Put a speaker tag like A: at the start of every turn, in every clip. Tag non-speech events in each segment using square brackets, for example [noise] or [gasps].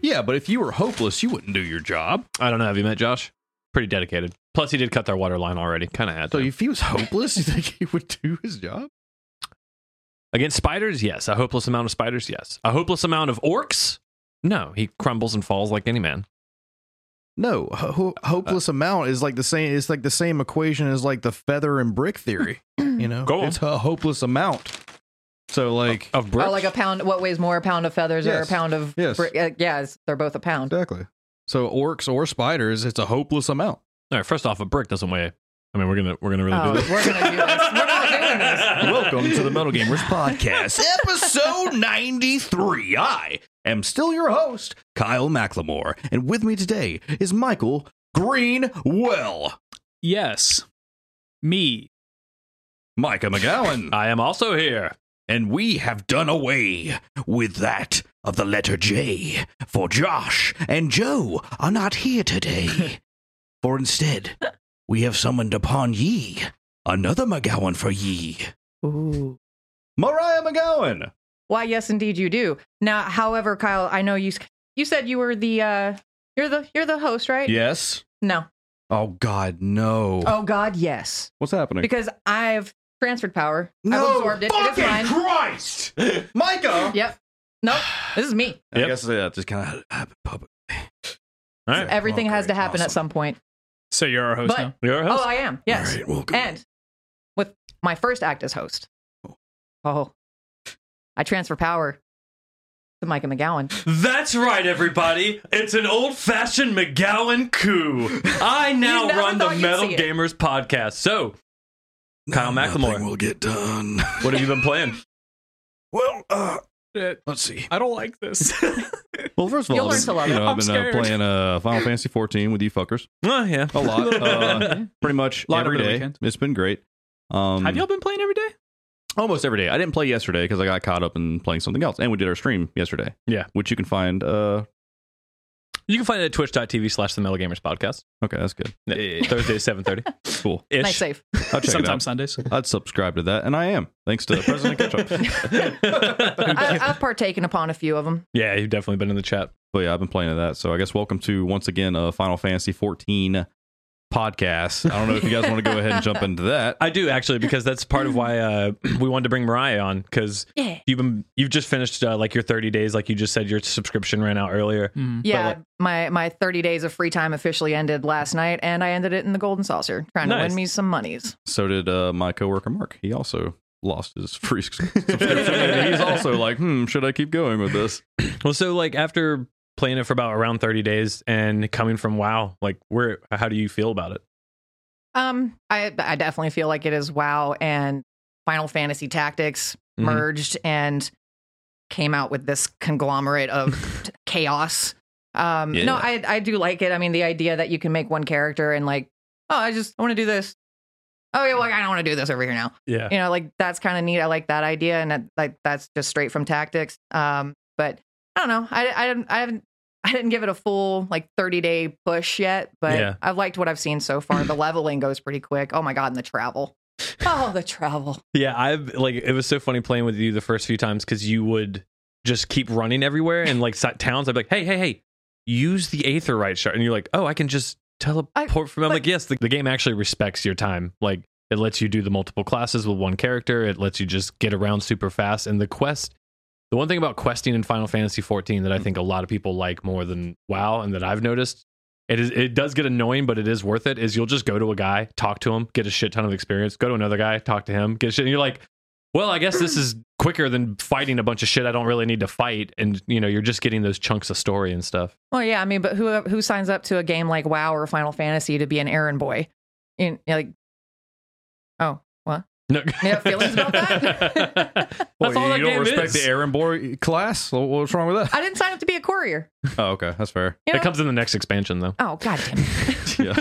A: Yeah, but if you were hopeless, you wouldn't do your job.
B: I don't know. Have you met Josh? Pretty dedicated. Plus, he did cut their water line already. Kind of had
A: So
B: to.
A: if he was hopeless, [laughs] you think he would do his job?
B: Against spiders, yes. A hopeless amount of spiders, yes. A hopeless amount of orcs? No, he crumbles and falls like any man.
A: No, ho- ho- hopeless amount is like the same. It's like the same equation as like the feather and brick [clears throat] theory. You know,
B: Go on.
A: it's a hopeless amount. So like
B: Of bricks.
C: Oh, like a pound. What weighs more, a pound of feathers or a
A: Yes.
C: pound of?
A: Yes.
C: brick? uh, yeah, it's- they're both a pound.
A: exactly. So orcs or spiders, it's a hopeless amount.
B: All right, first off, a brick doesn't weigh. I mean, we're gonna we're gonna really
C: Oh,
B: do this.
C: we're gonna do this.
A: [laughs]
C: We're not doing this.
A: [laughs] Welcome to the Metal Gamers Podcast, [laughs] episode 93. I am still your host, Kyle McLemore, and with me today is Michael Greenwell,
D: Yes. Me.
A: Micah McGowan,
B: I am also here.
A: and we have done away with that of the letter J, for Josh and Joe are not here
C: [laughs]
A: today. for instead, we have summoned upon ye another McGowan for ye,
C: Ooh.
A: Mariah McGowan.
C: Why? Yes, indeed, you do. Now, however, Kyle, I know you. s- You said you were the. uh You're the. You're the host, right?
A: Yes.
C: No.
A: Oh God, no!
C: Oh God, yes.
A: What's happening?
C: Because I've transferred power. I've
A: no,
C: absorbed it. It
A: fucking
C: is mine.
A: Christ, [laughs] Micah.
C: Yep. Nope. This is me.
A: I
B: Yep.
A: guess that just kind of happened public.
B: All right,
C: Everything
A: Oh,
C: has to
A: great.
C: happen
A: Awesome.
C: at some point.
D: So you're our host
C: But-
D: now.
B: you're a
C: Oh,
B: host.
C: I am. Yes.
A: All right, well, good.
C: And with my first act as host. Oh. I transfer power to Micah McGowan.
B: That's right, everybody. It's an old-fashioned McGowan coup. I now
C: [laughs] You never
B: run the
C: thought you'd
B: Metal
C: see it.
B: Gamers Podcast. So, Kyle
A: Nothing
B: McLemore.
A: will get done.
B: what have you
A: [laughs]
B: been playing?
A: Well, uh,
D: Uh,
A: let's see.
D: I don't like this.
A: Well, first
C: of all, You'll learn to love
A: you
C: it.
A: know,
D: I'm
A: I've been uh,
D: scared.
A: playing uh, Final Fantasy 14 with you fuckers
B: Oh yeah,
A: a lot,
B: [laughs]
A: uh, pretty much
D: Lot
A: every
D: over the
A: day.
D: weekend.
A: It's been great. Um,
D: Have y'all been playing every day?
A: almost every day? I didn't play yesterday because I got caught up in playing something else, and we did our stream yesterday.
B: Yeah.
A: which you can find. Uh,
B: you can find it at Twitch.tv/slash The Metal Gamers Podcast
A: okay, that's good.
B: Thursday seven [laughs] thirty.
A: Cool.
B: Ish.
C: Nice save.
A: I'll check it out.
B: [laughs]
D: Sometimes Sundays.
A: I'd subscribe to that, and I am, thanks to President Ketchup.
D: [laughs]
C: I, I've partaken upon a few of them.
B: yeah, you've definitely been in the chat.
A: But yeah, I've been playing to that. So I guess welcome to once again a Final Fantasy 14 podcast. I don't know if you guys want to go ahead and jump into that.
B: I do actually because that's part of why uh, [clears throat] we wanted to bring Mariah on because
C: Yeah.
B: you've been you've just finished uh, like your 30 days like you just said your subscription ran out earlier.
D: Mm.
C: Yeah, my, my 30 days of free time officially ended last night, and I ended it in the Golden Saucer, trying to
B: Nice.
C: win me some monies.
A: So did uh, my coworker Mark. He also lost his [laughs] free subscription. And he's also like, hmm, should I keep going with this?
B: Well, so like after playing it for about around 30 days and coming from WoW, like where how do you feel about it?
C: Um, I I definitely feel like it is WoW and Final Fantasy Tactics
B: Mhm.
C: merged and came out with this conglomerate of t- chaos. Um,
A: Yeah.
C: no, I I do like it. I mean, the idea that you can make one character and like, oh, I just I want to do this. Oh yeah, well, I don't want to do this over here now
B: Yeah.
C: [laughs] you know like that's kind of neat i like that idea and that, like that's just straight from tactics um but i don't know i i didn't i haven't i didn't give it a full like 30 day push yet but
B: Yeah.
C: i've liked what i've seen so far the leveling goes pretty quick oh my god and the travel oh the travel
B: Yeah, I've like it was so funny playing with you the first few times because you would just keep running everywhere and like sat towns. I'd be like, hey, hey, hey, use the aetherite shard, and you're like, oh, I can just teleport
C: I-
B: from. I'm
C: but-
B: like, yes, the, the game actually respects your time. Like it lets you do the multiple classes with one character. It lets you just get around super fast. And the quest, the one thing about questing in Final Fantasy 14
C: Mm.
B: that I think a lot of people like more than WoW, and that I've noticed. It is. It does get annoying, but it is worth it. Is you'll just go to a guy, talk to him, get a shit ton of experience. Go to another guy, talk to him, get shit. And you're like, well, I guess this is quicker than fighting a bunch of shit I don't really need to fight. And, you know, you're just getting those chunks of story and stuff.
C: well yeah i mean but who who signs up to a game like wow or final fantasy to be an errand boy in like oh what
B: No.
C: You have feelings
B: [laughs]
C: about that?
B: [laughs] That's all that
A: you don't
B: game
A: respect
B: is.
A: the Aaron Boy class? So What's wrong with that?
C: i didn't sign up to be a courier
A: [laughs] Oh, okay. That's [laughs] fair.
C: you know?
B: It comes in the next expansion, [laughs] though.
C: oh god damn it
A: Yeah. [laughs]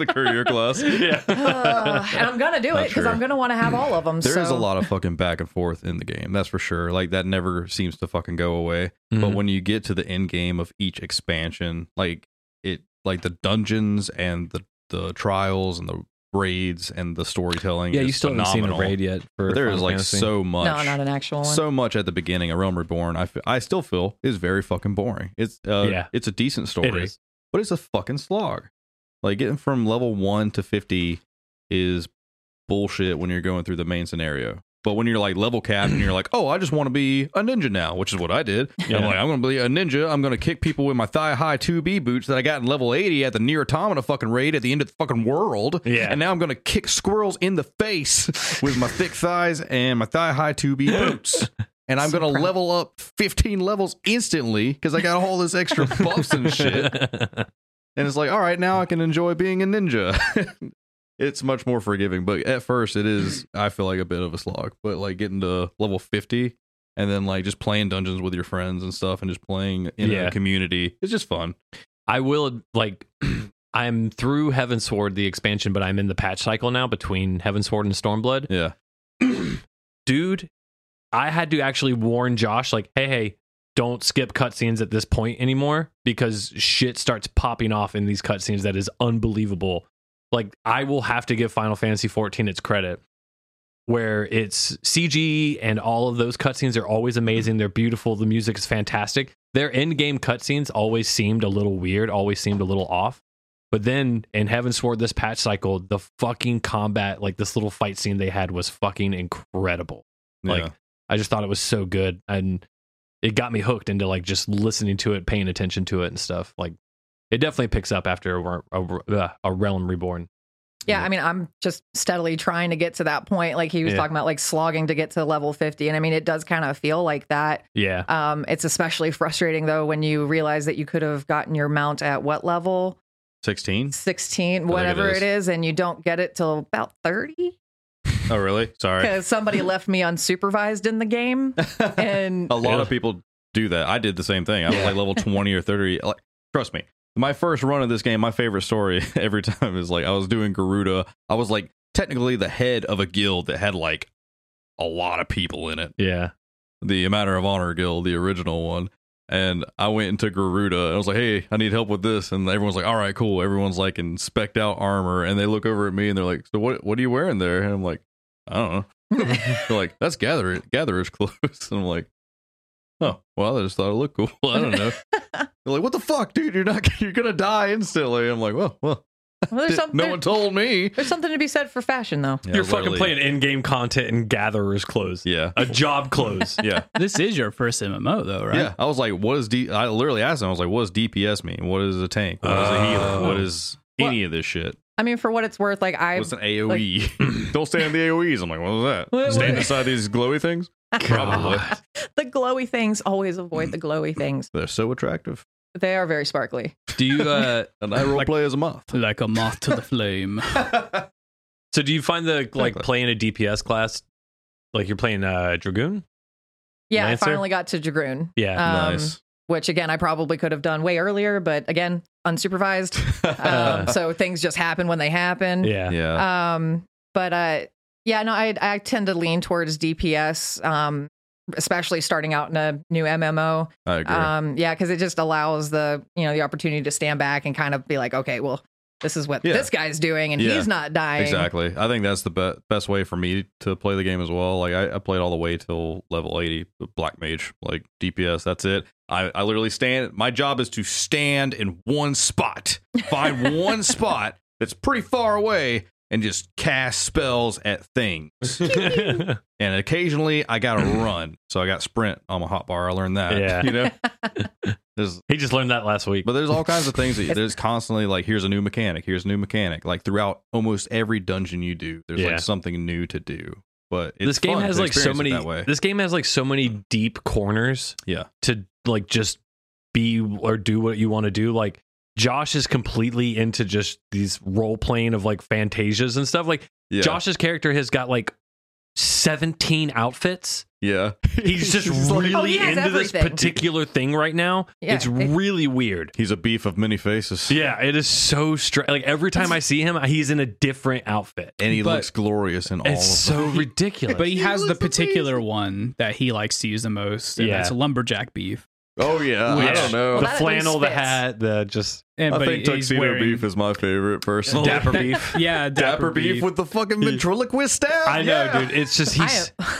A: the courier class. There is
B: Yeah.
C: Ugh, [sighs]
B: Mm.
C: and I'm gonna do
A: Not
C: it because
A: sure.
C: I'm gonna want to have all of them. so.
A: a lot of fucking back and forth in the game. That's for sure. Like, that never seems to fucking go away.
B: Mm-hmm.
A: but when you get to the end game of each expansion like it like the dungeons and the the trials and the
E: raids and the storytelling.
B: yeah,
E: is
B: you still haven't
E: phenomenal.
B: seen a raid yet. For
E: But there
B: Final
E: is like
B: Fantasy.
E: so much,
C: No, not an actual one.
E: so much at the beginning of Realm Reborn. I, f- I still feel is very fucking boring. It's uh,
B: Yeah.
E: it's a decent story,
B: it is.
E: but it's a fucking slog. Like getting from level one to fifty is bullshit when you're going through the main scenario. But when you're like level cap
B: [clears throat]
E: and you're like, oh, I just want to be a ninja now, which is what I did. And I'm
B: Yeah.
E: like, I'm going to be a ninja. I'm going to kick people with my thigh high 2B boots that I got in level 80 at the near automata fucking raid at the end of the fucking world.
B: Yeah.
E: [laughs] And now I'm going to kick squirrels in the face with my thick thighs and my thigh high 2B boots.
B: [laughs]
E: And I'm
C: So
E: going to
C: proud.
E: level up 15 levels instantly because I got all
B: [laughs]
E: this extra buffs and shit. And it's like, all right, now I can enjoy being a ninja. [laughs] it's much more forgiving, but at first it is I feel like a bit of a slog. But like getting to level 50 and then like just playing dungeons with your friends and stuff and just playing in
B: Yeah.
E: a community. It's just fun.
B: I will like [clears throat] I'm through Heaven Sword the expansion, but I'm in the patch cycle now between Heaven Sword and Stormblood.
E: Yeah.
B: Dude, I had to actually warn Josh, like, hey, hey, don't skip cutscenes at this point anymore because shit starts popping off in these cutscenes that is unbelievable. Like, I will have to give Final Fantasy 14 its credit. Where it's CG and all of those cutscenes are always amazing. They're beautiful. The music is fantastic. Their in game cutscenes always seemed a little weird, always seemed a little off. But then in Heaven Sword, this patch cycle, the fucking combat, like this little fight scene they had was fucking incredible. Like,
E: yeah.
B: I just thought it was so good and it got me hooked into like just listening to it, paying attention to it and stuff. Like it definitely picks up after a, a, uh, a realm reborn.
C: Yeah,
B: Yeah.
C: I mean, I'm just steadily trying to get to that point. Like he was
B: Yeah.
C: talking about, like slogging to get to level 50. And I mean, it does kind of feel like that.
B: Yeah.
C: Um, it's especially frustrating though when you realize that you could have gotten your mount at what level?
E: 16?
C: 16,
E: think it
C: whatever
E: is.
C: it is, and you don't get it till about 30
E: Oh, really? Sorry.
C: because somebody left me unsupervised in the
E: [laughs]
C: game. And
E: a lot
B: Yeah.
E: of people do that. I did the same thing. I was like level 20 or 30. Like, trust me, my first run of this game, my favorite story [laughs] every time is like I was doing Garuda. I was like technically the head of a guild that had like a lot of people in it.
B: Yeah.
E: The Matter of Honor Guild, the original one. And I went into Garuda and I was like, hey, I need help with this. And everyone's like, all right, cool. Everyone's like in specked out armor. And they look over at me and they're like, so what, what are you wearing there? And I'm like, I don't know. [laughs] They're like, that's gather gatherer's [laughs] clothes. And I'm like, oh, well, I just thought it looked cool. [laughs] I don't know. They're like, what the fuck, dude? You're not [laughs] you're gonna die instantly. I'm like, well, well,
C: Well, there's,
E: did-
C: something,
E: no one told me.
C: there's something to be said for fashion though.
E: Yeah,
B: You're fucking
E: literally.
B: playing in game content in gatherer's clothes. [laughs]
E: Yeah,
B: A job clothes.
E: yeah,
D: this is your first MMO though, right?
E: yeah. I was like, what is D? I literally asked him. I was like, what does DPS mean? What is a tank? What is a healer?
B: Oh.
E: What is any of this shit?
C: I mean, for what it's worth, like I
E: What's an AOE? [clears throat] Don't stand in the AOEs. I'm like, what was that?
C: What-
E: Stand
C: what-
E: inside these glowy things.
B: [laughs]
C: [laughs]
B: Probably.
C: the glowy things always avoid the
E: Mm.
C: glowy things.
E: They're so attractive.
C: They are very sparkly.
B: Do you uh
E: [laughs] And I role
D: Like-
E: play as a moth.
D: Like a moth to the [laughs] flame.
B: so do you find the like playing a DPS class like you're playing uh Dragoon?
C: Yeah,
B: Lancer?
C: I finally got to Dragoon.
E: Uh,
B: Yeah.
C: Um,
E: nice. [laughs]
C: which again I probably could have done way earlier, but again,
E: [laughs]
C: unsupervised. Um, so things just happen when they happen.
B: yeah.
E: yeah.
C: Um, but uh, yeah, no, I I tend to lean towards DPS, um, especially starting out in a new MMO.
E: I agree.
C: Um, yeah, because it just allows the you know the opportunity to stand back and kind of be like, okay, well, this is what
E: Yeah.
C: this guy's doing, and
E: Yeah.
C: he's not dying.
E: Exactly. I think that's the be- best way for me to play the game as well. Like I, I played all the way till level 80, with black mage, like DPS. That's it. I, I literally stand. My job is to stand in one spot, find one spot that's pretty far away, and just cast spells at things. And occasionally, I gotta run, so I got sprint on my hotbar. I learned that.
B: Yeah.
E: You know, there's
B: [laughs] he just learned that last week.
E: but there's all kinds of things that there's constantly like here's a new mechanic, here's a new mechanic. Like throughout almost every dungeon you do, there's
B: Yeah.
E: like something new to do. But it's
B: this game
E: fun
B: has
E: to
B: like so
E: experience it
B: many
E: that way.
B: this game has like so many deep corners
E: Yeah.
B: to like just be or do what you want to do like josh is completely into just these role playing of like fantasias and stuff like
E: yeah.
B: josh's character has got like 17
E: [laughs]
B: outfits
E: yeah,
B: he's just
E: He's like-
B: really
C: Oh, he has
B: into
C: everything.
B: this particular thing right now
C: Yeah,
B: it's
C: it-
B: really weird
E: he's a beef of many faces.
B: yeah it is so strange like every time i see him he's in a different outfit
E: and he
D: But-
E: looks glorious in all
B: it's
E: of
B: so ridiculous
D: But he has the
E: looks
D: particular one that he likes to use the most, and
B: Yeah.
D: that's lumberjack beef.
E: Oh yeah, I
D: Which-
E: don't know.
B: the
C: that at
B: flannel,
C: least
B: the
C: fits.
B: hat, the just
D: And,
E: I
D: but
E: think
D: he- he's
E: tuxedo
D: wearing- [laughs]
E: beef is my favorite personally.
B: dapper beef.
E: [laughs]
D: yeah,
E: Dapper beef. with the fucking ventriloquist staff.
B: I know,
E: Oh, Yeah.
B: dude. It's just
C: I,
B: [laughs] he's.
D: But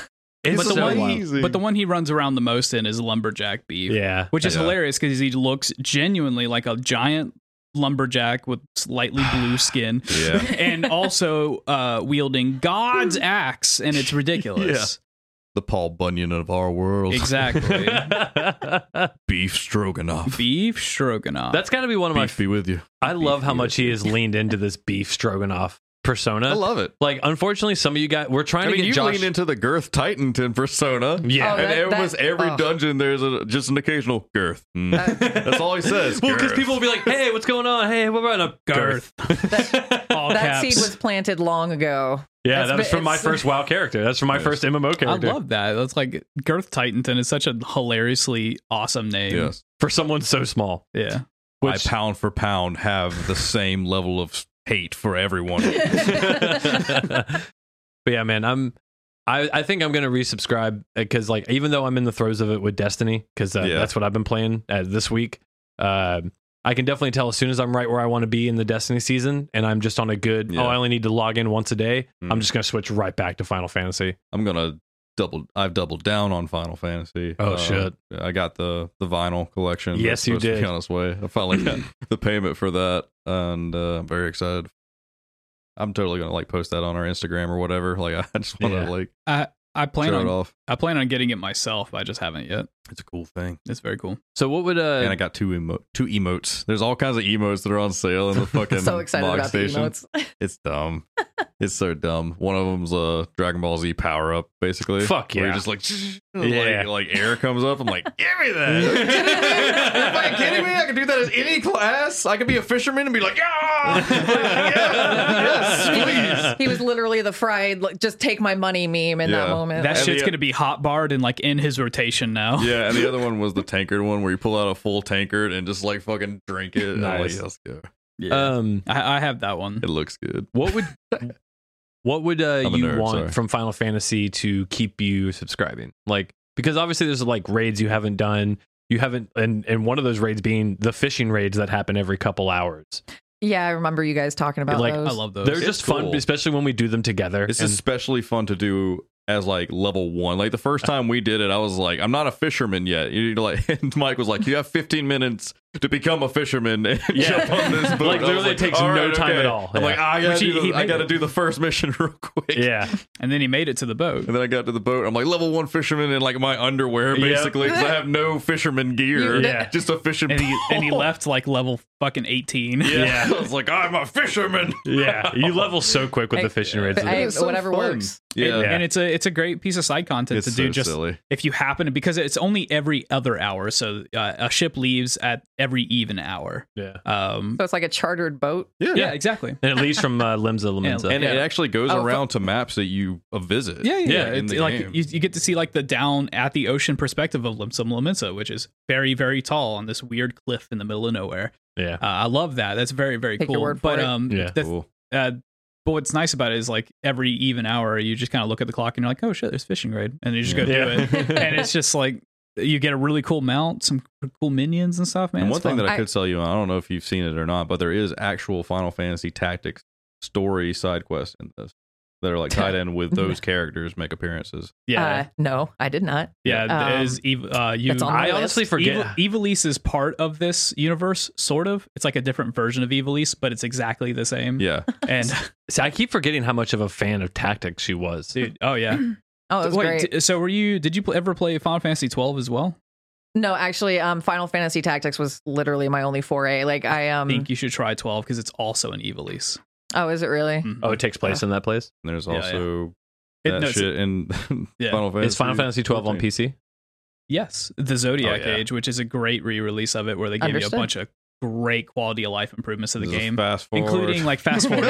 B: It's
D: the,
B: so
D: one,
B: wild.
E: amazing.
D: but the one he runs around the most in is lumberjack beef,
B: Yeah,
D: which is
E: Yeah.
D: hilarious because he looks genuinely like a giant lumberjack with slightly
E: [sighs]
D: blue skin.
E: Yeah.
D: and also uh, wielding God's axe, and it's ridiculous.
E: [laughs] the Paul Bunyan of our world.
D: Exactly.
E: [laughs]
B: That's
E: Beef stroganoff.
D: Beef stroganoff.
B: got to be one of my.
E: Beef be with you.
B: I love
E: beef
B: how
E: be
B: much
E: with
B: he has leaned into this beef stroganoff persona.
E: I love it.
B: like, unfortunately, some of you guys we're
E: I
B: trying
E: mean,
B: to
E: you
B: get Josh.
E: lean
B: [laughs]
E: into the girth titanton persona.
B: yeah,
C: Oh,
E: and
C: that-
E: almost
C: that-
E: every
C: oh. Uh,
E: dungeon, there's a, just an occasional girth. Mm. That's all he
B: [laughs]
E: says.
B: well, because
E: girth.
B: people will be like, "Hey, what's going on? Hey, what about a girth?"
D: all
C: that
D: caps.
C: seed was planted long ago.
B: yeah,
C: That's
B: that was
C: bit-
B: from my
C: it's-
B: first WoW character. That's from my
E: Yes.
B: first MMO
D: I
B: character.
D: love that. That's like Girth Titanton is such a hilariously awesome name.
E: Yes.
B: for someone so small.
D: Yeah.
B: Which
E: I pound for pound have the same level of hate
C: [laughs]
E: for everyone.
B: but yeah, man, I'm. I, I think I'm gonna resubscribe because like even though I'm in the throes of it with Destiny because uh,
E: Yeah.
B: that's what I've been playing uh, this week. Uh, I can definitely tell as soon as I'm right where I want to be in the Destiny season and I'm just on a good.
E: Yeah.
B: Oh, I only need to log in once a day.
E: Mm.
B: I'm just gonna switch right back to Final Fantasy.
E: I'm gonna double. I've doubled down on Final Fantasy.
B: Oh,
E: Uh,
B: shit.
E: I got the the vinyl collection.
B: Yes,
E: that's
B: you
E: supposed to be
B: did.
E: on its way. I finally
B: [laughs]
E: got the payment for that, and uh, I'm very excited. I'm totally gonna like post that on our Instagram or whatever. Like I [laughs] just want to
B: Yeah.
E: like
D: I plan
E: show
D: on
E: it off.
D: I plan on getting it myself. I just haven't yet.
E: It's a cool thing.
D: It's very cool.
B: So what would
E: and I
B: uh?
E: got two emo- two emotes. There's all kinds of emotes that are on sale in the
C: [laughs]
E: fucking
C: so excited
E: log
C: about
E: station.
C: the
D: [laughs]
C: emotes.
E: It's
C: [laughs]
E: dumb. it's so dumb. One of them's a Dragon Ball Z power up, basically.
B: Fuck
E: Where
B: yeah.
E: you're just like, [laughs]
B: Yeah.
E: like, like air comes up. I'm like, give
B: [laughs]
E: me that. Are you fucking kidding me? I can do that as any class. I could be a fisherman and be like, yeah,
C: [laughs]
E: Like, yeah! yes, please.
C: he was literally the fried, like, just take my money meme in that
E: Yeah.
C: moment.
D: That
E: And
D: shit's
E: the-
D: gonna be hot barred and like in his rotation now.
E: Yeah, and the other one was the tankard one where you pull out a full tankard and just like fucking drink it. And I'm like,
B: Nice.
E: "Yes, go."
C: Uh,
B: Um,
D: [laughs] I, I have that one.
E: It looks good.
B: what
E: [laughs]
B: would what would uh,
E: I'm a
B: you
E: nerd,
B: want
E: sorry.
B: from Final Fantasy to keep you subscribing? Like because obviously there's like raids you haven't done. You haven't and and one of those raids being the fishing raids that happen every couple hours.
C: yeah, I remember you guys talking about
B: Like,
C: those.
D: I love those.
B: They're
E: It's
B: just
E: cool.
B: fun, especially when we do them together.
E: It's
B: and-
E: especially fun to do as like level one. Like the first time we did it, I was like, I'm not a fisherman yet. You need to like, [laughs] and Mike was like, you have 15 minutes to become a fisherman and [laughs]
B: Yeah.
E: jump on this boat.
B: Like,
E: I was
B: literally it takes
E: "All
B: no time at all."
E: I'm
B: Yeah.
E: like, I gotta,
D: Which he-
E: do, the-
D: he
E: I
D: made
E: gotta
D: it.
E: do the first [laughs] mission real quick.
B: yeah,
D: and then he made it to the boat.
E: And then I got to the boat. I'm like level one fisherman in like my underwear,
B: Yeah.
E: basically, because I have no fisherman gear.
C: You-
B: Yeah.
E: just a fishing.
D: And he
E: [laughs]
D: and he
E: pole.
D: left like level fucking
E: [laughs]
D: eighteen.
E: Yeah, I was like, I'm a fisherman.
B: yeah. You level so quick with
C: I-
B: the fishing raids.
C: But I-
E: It's so
C: whatever
E: fun.
C: works.
E: Yeah,
D: [laughs] And, and it's a it's a great piece of side content
E: it's
D: to
E: so
D: do just
E: silly.
D: if you happen to because it's only every other hour so uh, a ship leaves at every even hour
B: yeah,
D: um
C: so it's like a chartered boat.
E: Oh,
D: yeah, exactly
B: and it leads from uh, Limsa Limenza.
E: and it
D: Yeah.
E: actually goes
C: Oh, fu-
E: around to maps that you uh, visit.
D: yeah yeah,
B: Yeah,
D: yeah.
E: in
D: It's
E: the
D: like
E: game.
D: you, you get to see like the down at the ocean perspective of Limsum Laminsa, which is very very tall on this weird cliff in the middle of nowhere
B: yeah,
D: uh, i love that that's very very
C: Take your
D: cool
C: word for
D: but
C: it.
D: um
B: Yeah.
D: the-
E: Cool.
D: uh, but what's nice about it is like every even hour you just kind of look at the clock and you're like oh shit there's fishing raid and you just go
B: Yeah.
D: do
E: [laughs]
B: [laughs]
D: it and it's just like you get a really cool mount, some cool minions and stuff, man.
E: and
D: It's
E: one thing
D: fun.
E: that I,
C: I-
E: could tell you, and I don't know if you've seen it or not, but there is actual Final Fantasy Tactics story side quests in this that are
C: [laughs]
E: like tied in with those
C: Mm-hmm.
E: characters make appearances.
D: yeah,
C: Uh, no, I did not.
D: Yeah,
C: Um,
D: th- is Eve, uh, you?
C: that's on my
B: I
C: list.
B: honestly forget.
E: [laughs]
D: Evil, Evilise is part of this universe, sort of. It's like a different version of Evilise, but it's exactly the same. [laughs]
E: Yeah,
D: And
B: See, I keep forgetting how much of a fan of tactics she was.
D: dude,
C: [clears throat]
D: oh yeah.
C: Oh, it was great.
D: d- so were you? Did you pl- ever play Final Fantasy twelve as well?
C: no, actually, um, Final Fantasy Tactics was literally my only foray. Like I um,
D: I think you should try twelve because it's also an Evilise.
C: oh, is it really?
D: Mhm.
B: Oh, it takes
E: Uh,
B: place in that place.
E: and there's
D: Yeah,
E: also
D: It-
E: that
D: no, it's-
E: shit in [laughs]
D: Yeah.
E: Final Fantasy.
B: Is Final Fantasy 12 on
E: 14.
B: PC?
D: Yes, the Zodiac
B: Oh, yeah.
D: Age, which is a great re-release of it, where they gave you
C: Understood.
D: a bunch of great quality of life improvements to the
E: This is
D: game,
E: fast forward.
D: including like
C: [laughs]
E: [laughs]
D: fast forward,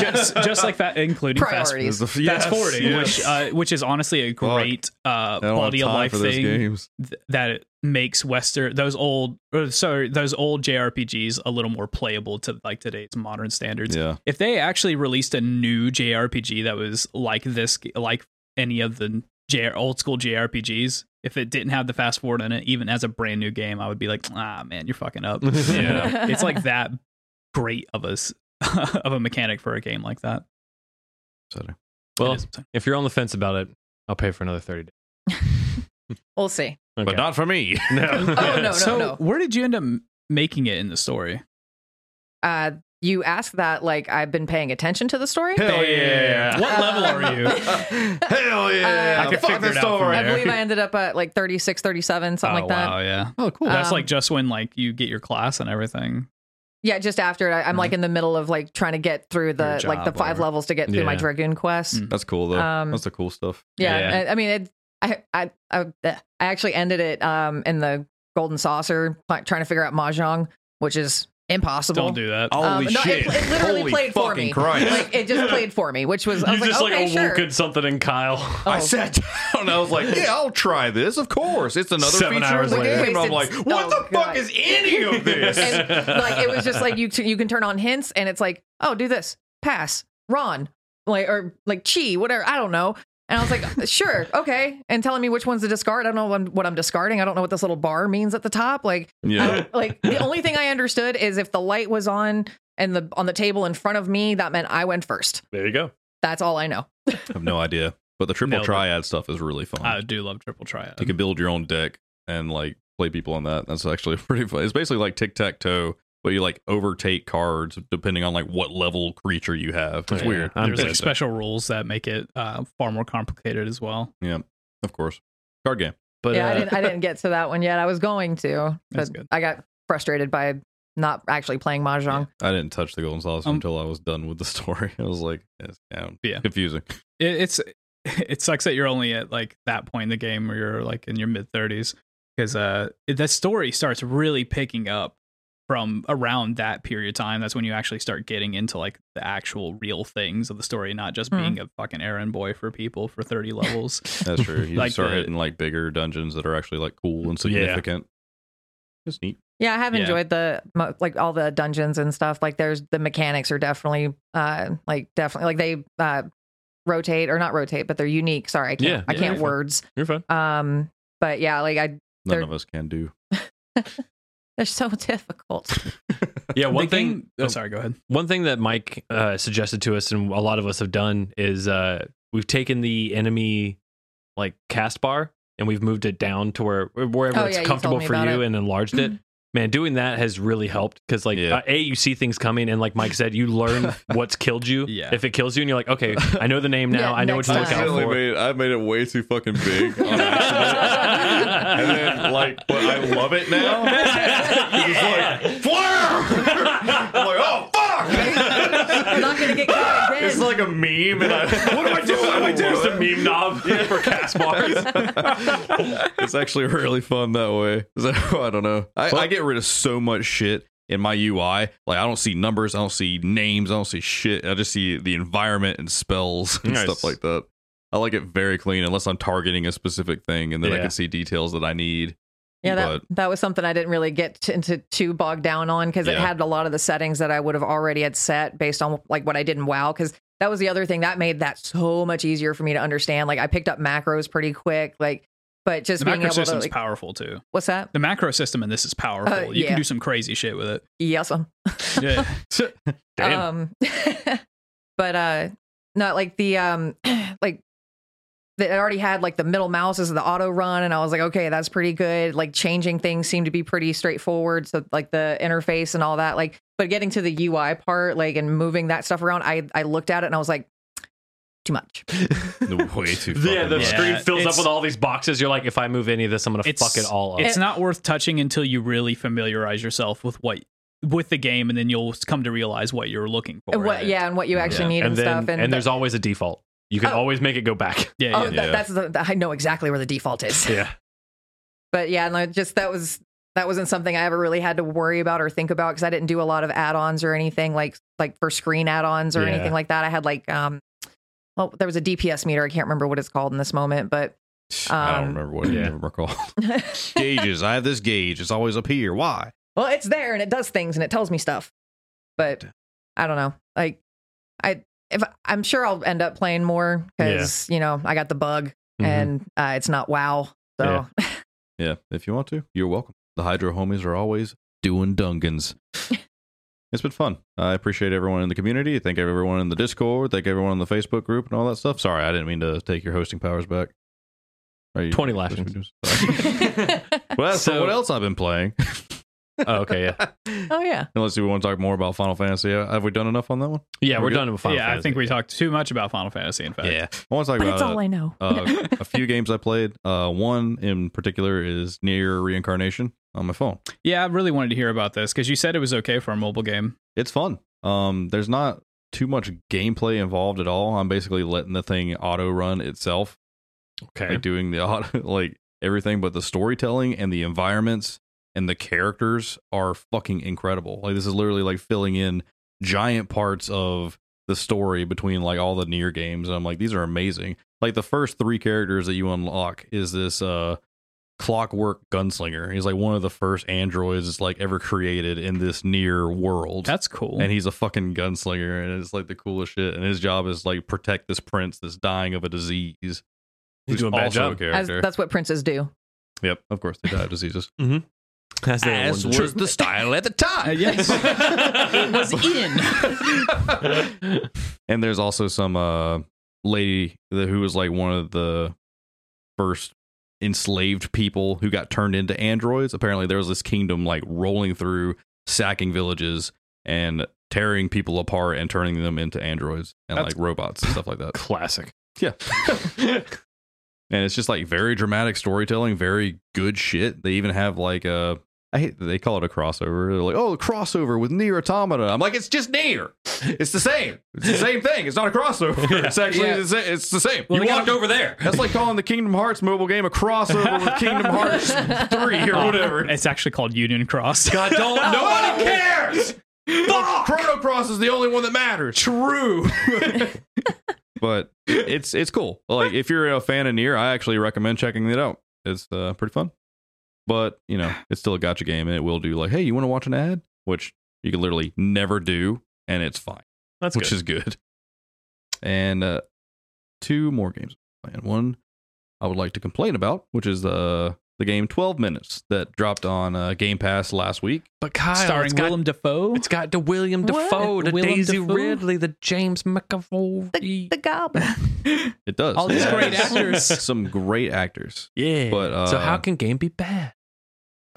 D: just just like that, including fast
C: Priorities.
E: This is a- yes,
D: fast forwarding,
E: yes.
D: which uh, which is honestly a great uh,
E: I don't have
D: quality of
E: time
D: life
E: for those
D: thing
E: games.
D: th- that it makes Western those old or sorry those old JRPGs a little more playable to like today's modern standards.
E: Yeah,
D: If they actually released a new JRPG that was like this, like any of the J- old school JRPGs, if it didn't have the fast forward in it, even as a brand new game, I would be like, ah, man, you're fucking up.
B: Yeah.
C: [laughs]
D: it's like that great of us [laughs] of a mechanic for a game like that.
E: Upsetting.
B: Well,
D: It is upsetting.
B: if you're on the fence about it, I'll pay for another thirty days.
C: we'll see.
B: Okay.
A: But not for me.
B: no.
C: Oh, no, no,
D: so
C: no.
D: where did you end up m- making it in the story?
C: Uh, you ask that like I've been paying attention to the story.
B: Oh,
C: Uh,
A: Hell yeah.
D: What level are
C: [laughs]
D: you?
A: Hell yeah.
C: I could
A: Fuck
D: figure
A: the
D: it out from
A: story.
C: I believe I ended up at like 36, 37, something
D: oh,
C: like that.
D: Wow, yeah.
E: Oh, cool.
D: That's
C: Um,
D: like just when like you get your class and everything.
C: Yeah, just after it, I, I'm like in the middle of like trying to get through the
D: Your
C: like the
D: job
C: five
D: or-
C: levels to get through my
B: Yeah.
C: dragoon quest.
D: Mm.
E: That's cool though.
C: Um,
E: That's the cool stuff.
C: Yeah,
D: Yeah.
C: I, I mean, it, I, I I I actually ended it um in the golden saucer like, trying to figure out mahjong, which is impossible.
D: Don't do that.
C: Um, no, it, it literally
E: Holy
C: played for
E: fucking
C: me.
E: Christ.
C: Like it just played for me, which was I
B: [laughs]
C: was
B: you just
C: like,
B: like
C: okay, sure.
B: awoken something in
E: [laughs]
B: Kyle.
C: Oh.
E: I sat down and I was like, [laughs] "Yeah, I'll try this. Of course, it's another
B: Seven
E: feature of
B: hours
E: the
B: later.
E: game." And I'm like,
C: Wasted-
E: "What
C: oh,
E: the fuck
C: God.
E: is any of this?"
C: and like it was just like you you can turn on hints and it's like oh do this pass Ron like or like chi whatever I don't know and I was like [laughs] sure okay and telling me which ones to discard I don't know what I'm, what I'm discarding I don't know what this little bar means at the top like
E: yeah,
C: I- like the only thing I understood is if the light was on and the on the table in front of me that meant I went first
B: there you go.
C: that's all I know
E: I have no idea. But the triple
D: Nailed it.
E: triad stuff is really fun.
D: I do love triple triad.
E: you can build your own deck and like play people on that. That's actually [laughs] pretty fun. It's basically like tic tac toe, but you like overtake cards depending on like what level creature you have. It's
B: Yeah.
E: weird.
B: I'm
D: There's like
B: just-
D: special rules that make it uh, far more complicated as well.
E: of course, card game.
B: But
C: yeah
B: uh,
C: I didn't I didn't get to that one yet I was going to
D: That's
C: but
D: good.
C: I got frustrated by not actually playing mahjong
E: I didn't touch the golden saucer
D: Um,
E: until I was done with the [laughs] story. I was like, it's yeah,
D: Yeah.
E: confusing.
D: It, it's [laughs] it sucks that you're only at like that point in the game where you're like in your mid 30s because uh that story starts really picking up from around that period of time. That's when you actually start getting into like the actual real things of the story, not just
C: Mhm.
D: being a fucking errand boy for people for
C: [laughs]
D: 30 levels.
E: That's [laughs] true. You
D: Like
E: start
D: the-
E: hitting like bigger dungeons that are actually like cool and
B: Yeah.
E: significant. It's neat.
C: Yeah, I have
D: Yeah.
C: enjoyed the mo- like all the dungeons and stuff. Like there's the mechanics are definitely uh like definitely like they uh rotate or not rotate, but they're unique. Sorry, I can't
B: Yeah,
C: I
B: yeah,
C: can't
B: you're fine.
C: words.
B: you're fine.
C: Um but yeah, like I
E: None
C: They're-
E: of us can do.
C: they're
B: [laughs]
C: so [laughs] difficult.
B: Yeah, one
D: The
B: thing.
D: game- oh, sorry, go ahead.
B: One thing that Mike uh, suggested to us, and a lot of us have done, is uh, we've taken the enemy like cast bar and we've moved it down to where wherever
C: Oh,
B: it's
C: yeah, you told
B: comfortable
C: me
B: for
C: about
B: you
C: it. Mm-hmm.
B: and enlarged it. Man, doing that has really helped because like
E: Yeah.
B: uh, a you see things coming and like Mike said, you
C: [laughs]
B: learn what's killed you.
D: Yeah.
B: If it kills you, and you're like, okay, I know the name now.
C: Yeah,
B: I know what to
C: next
B: look
C: time.
B: out
C: Accidentally
B: for.
E: made, I made it way too fucking [laughs] big.
C: on accident.
E: and then like, but I love it [laughs] now.
B: Yeah.
E: It's like, [laughs] "Flare!" I'm like, oh fuck!
C: You're not gonna get caught again.
E: It's like a meme, and I, what do I do? What do I
B: There's
E: do?
B: the meme knob for cast bars.
E: it's actually really fun that way. [laughs] So I don't know. I, I get rid of so much shit in my UI. Like I don't see numbers, I don't see names, I don't see shit. I just see the environment and spells [laughs] and
B: Nice.
E: stuff like that. I like it very clean unless I'm targeting a specific thing and then I
B: Yeah.
E: can see details that I need.
C: yeah, that, that was something I didn't really get t- into too bogged down on because it
E: Yeah.
C: had a lot of the settings that I would have already had set based on like what I did in WoW. Because that was the other thing that made that so much easier for me to understand. Like I picked up macros pretty quick, like but just
D: The
C: being
D: macro
C: able to
D: system's
C: like,
D: powerful too.
C: what's that?
D: The macro system in this is
C: Uh,
D: powerful. You
C: yeah.
D: can do some crazy shit
C: [laughs]
D: with it.
C: Yes, um,
D: Yeah.
B: Damn.
C: Um, [laughs] but uh, not like the um, [clears throat] like that I already had like the middle mouse as the auto run, and I was like, okay, that's pretty good. Like changing things seemed to be pretty straightforward. So like the interface and all that, like, but getting to the UI part, like, and moving that stuff around, I I looked at it and I was like, too much.
E: way
C: [laughs]
E: too
B: [laughs] Yeah, the
D: much.
B: screen
D: Yeah,
B: fills up
D: it's-
B: with all these boxes. You're like, if I move any of this, I'm gonna
D: It's-
B: fuck it all up.
D: it's not worth touching until you really familiarize yourself with what with the game and then you'll come to realize what you're looking for
C: And what,
D: in it.
C: yeah, and what you actually need and,
B: then,
C: stuff, and,
B: there's always a default. You can
C: Oh.
B: always make it go back. [laughs]
D: yeah,
C: oh,
D: yeah.
C: that-
E: yeah.
C: that's the, I know exactly where the default is.
B: Yeah.
C: but yeah, and I just that was that wasn't something I ever really had to worry about or think about because I didn't do a lot of add-ons or anything like like for screen add-ons or
B: Yeah.
C: anything like that. I had like um, well, there was a DPS meter. I can't remember what it's called in this moment, but
E: I don't
C: Um,
E: remember what
B: Yeah.
E: I recall.
C: [laughs] well,
E: Gauges. I have this gauge. It's always up here. Why?
C: it's there and it does things and it tells me stuff. But I don't know, like I if I'm sure I'll end up playing more because you know I got the bug [laughs]
B: Mhm.
C: and uh, it's not WoW. So
B: Yeah.
E: Yeah, if you want to, you're welcome. The Hydro homies are always
C: [laughs]
E: doing dungans. it's been fun. I appreciate everyone in the community. Thank everyone in the Discord. Thank everyone in the Facebook group and all that stuff. Sorry, I didn't mean to take your hosting powers back. Are you
B: 20 lashings.
E: Sorry.
C: [laughs]
E: well, that's
B: So-
E: what else I've been playing. [laughs]
B: Oh, okay, yeah,
C: oh yeah.
E: Unless you want to talk more about Final Fantasy, uh, have we done enough on that one?
B: yeah,
E: We're
B: we're,
E: good?
B: done with Final
D: yeah, I think we talked too much about Final Fantasy. In fact,
E: I want to talk
C: But it's
E: about
C: all I know.
E: uh,
C: [laughs]
E: a few games I played. Uh, one in particular is Near Reincarnation on my phone.
D: yeah, I really wanted to hear about this because you said it was okay for a mobile game.
E: it's fun. Um, there's not too much gameplay involved at all. I'm basically letting the thing auto run itself,
B: okay.
E: like doing the [laughs] auto, like everything, but the storytelling and the environments and the characters are fucking incredible. Like this is literally like filling in giant parts of the story between like all the near games. And I'm like, these are amazing. Like the first three characters that you unlock is this uh clockwork gunslinger. He's like one of the first androids that's like ever created in this near world
D: That's cool.
E: and he's a fucking gunslinger and it's like the coolest shit and his job is like protect this prince that's dying of a disease he's
B: He's doing a bad job.
E: character
C: As, that's what princes do.
E: yep of course they die of diseases [laughs]
B: As they
A: As
B: were-
A: was the style at the
D: Uh,
A: time.
C: [laughs]
D: yes, it was in.
C: [laughs]
E: and there's also some uh lady that, who was like one of the first enslaved people who got turned into androids apparently there was this kingdom like rolling through sacking villages and tearing people apart and turning them into androids and
D: That's-
E: like robots and stuff like
B: [laughs]
E: that
B: classic.
E: Yeah. and it's just like very dramatic storytelling, very good shit. They even have like a I hate that they call it a crossover. They're like, oh, a crossover with Near Automata. I'm like, it's just Near. It's the same. It's the same thing. It's not a [laughs] crossover. It's actually
D: Yeah.
E: the sa- it's the same.
D: Well,
E: you
D: they
E: walked
D: gotta-
E: over there. That's like calling the Kingdom Hearts mobile game a crossover with Kingdom Hearts 3 or whatever.
D: Uh, It's actually called Union Cross.
E: God, don't nobody cares. Chrono Cross is the only one that matters.
D: [laughs]
E: True. but it's it's cool. Like if you're a fan of Nier, I actually recommend checking it out. It's uh, pretty fun. But you know, it's still a gotcha game, and it will do like, hey, you want to watch an ad, which you can literally never do, and it's fine,
B: That's
E: which
B: good.
E: is good. And uh, two more games. And one I would like to complain about, which is the the game Twelve Minutes that dropped on uh, Game Pass last week.
B: but Kyle,
D: starring
B: it's got,
D: Willem Dafoe.
B: it's got to William
C: What?
B: Defoe, to
D: Willem
B: Daisy
D: Dafoe?
B: Ridley, the James McAvoy.
C: The, the goblin.
E: It does.
D: All these
E: It
D: great
E: has
D: actors.
E: Some great actors.
B: yeah.
E: But, uh,
B: so how can game be bad?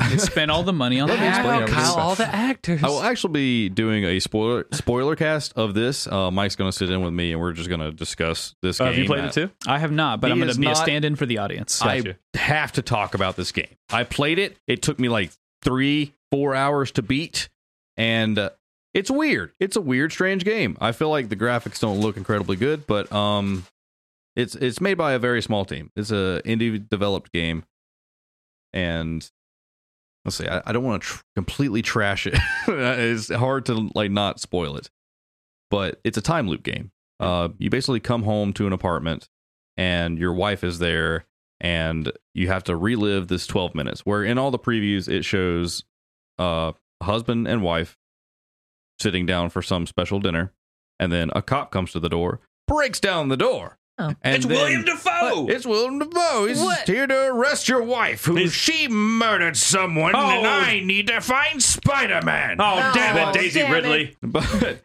D: They [laughs] spent all the money on
E: Let me
D: that.
E: explain
B: Wow,
E: everything.
B: Kyle, all the actors.
E: Oh, I will actually be doing a spoiler spoiler cast of this. Uh, Mike's going to sit in with me, and we're just going to discuss this
D: Oh,
B: Oh,
E: game.
B: too?
D: I have not, but
E: He
D: I'm going
E: is
D: to be a
E: not-
D: stand-in for the audience.
E: I
B: Gotcha.
E: have to talk about this game. I played it. It took me like three, four hours to beat, and uh, it's weird. It's a weird, strange game. I feel like the graphics don't look incredibly good, but um, it's it's made by a very small team. It's a indie developed game, and let's see. I, I don't want to tr- completely trash it. [laughs] it's hard to like not spoil it, but it's a time loop game. Uh, you basically come home to an apartment, and your wife is there, and you have to relive this 12 minutes. Where in all the previews, it shows uh, husband and wife sitting down for some special dinner, and then a cop comes to the door, breaks down the door.
C: Oh.
E: and
A: it's
E: then-
A: William Defoe.
E: It's William Defoe. He's
C: What?
E: here to arrest your wife, who
A: Is- she murdered someone, and
B: Oh.
A: I need to find Spider Man.
C: Oh, damn it, Daisy damn it. Ridley.
E: But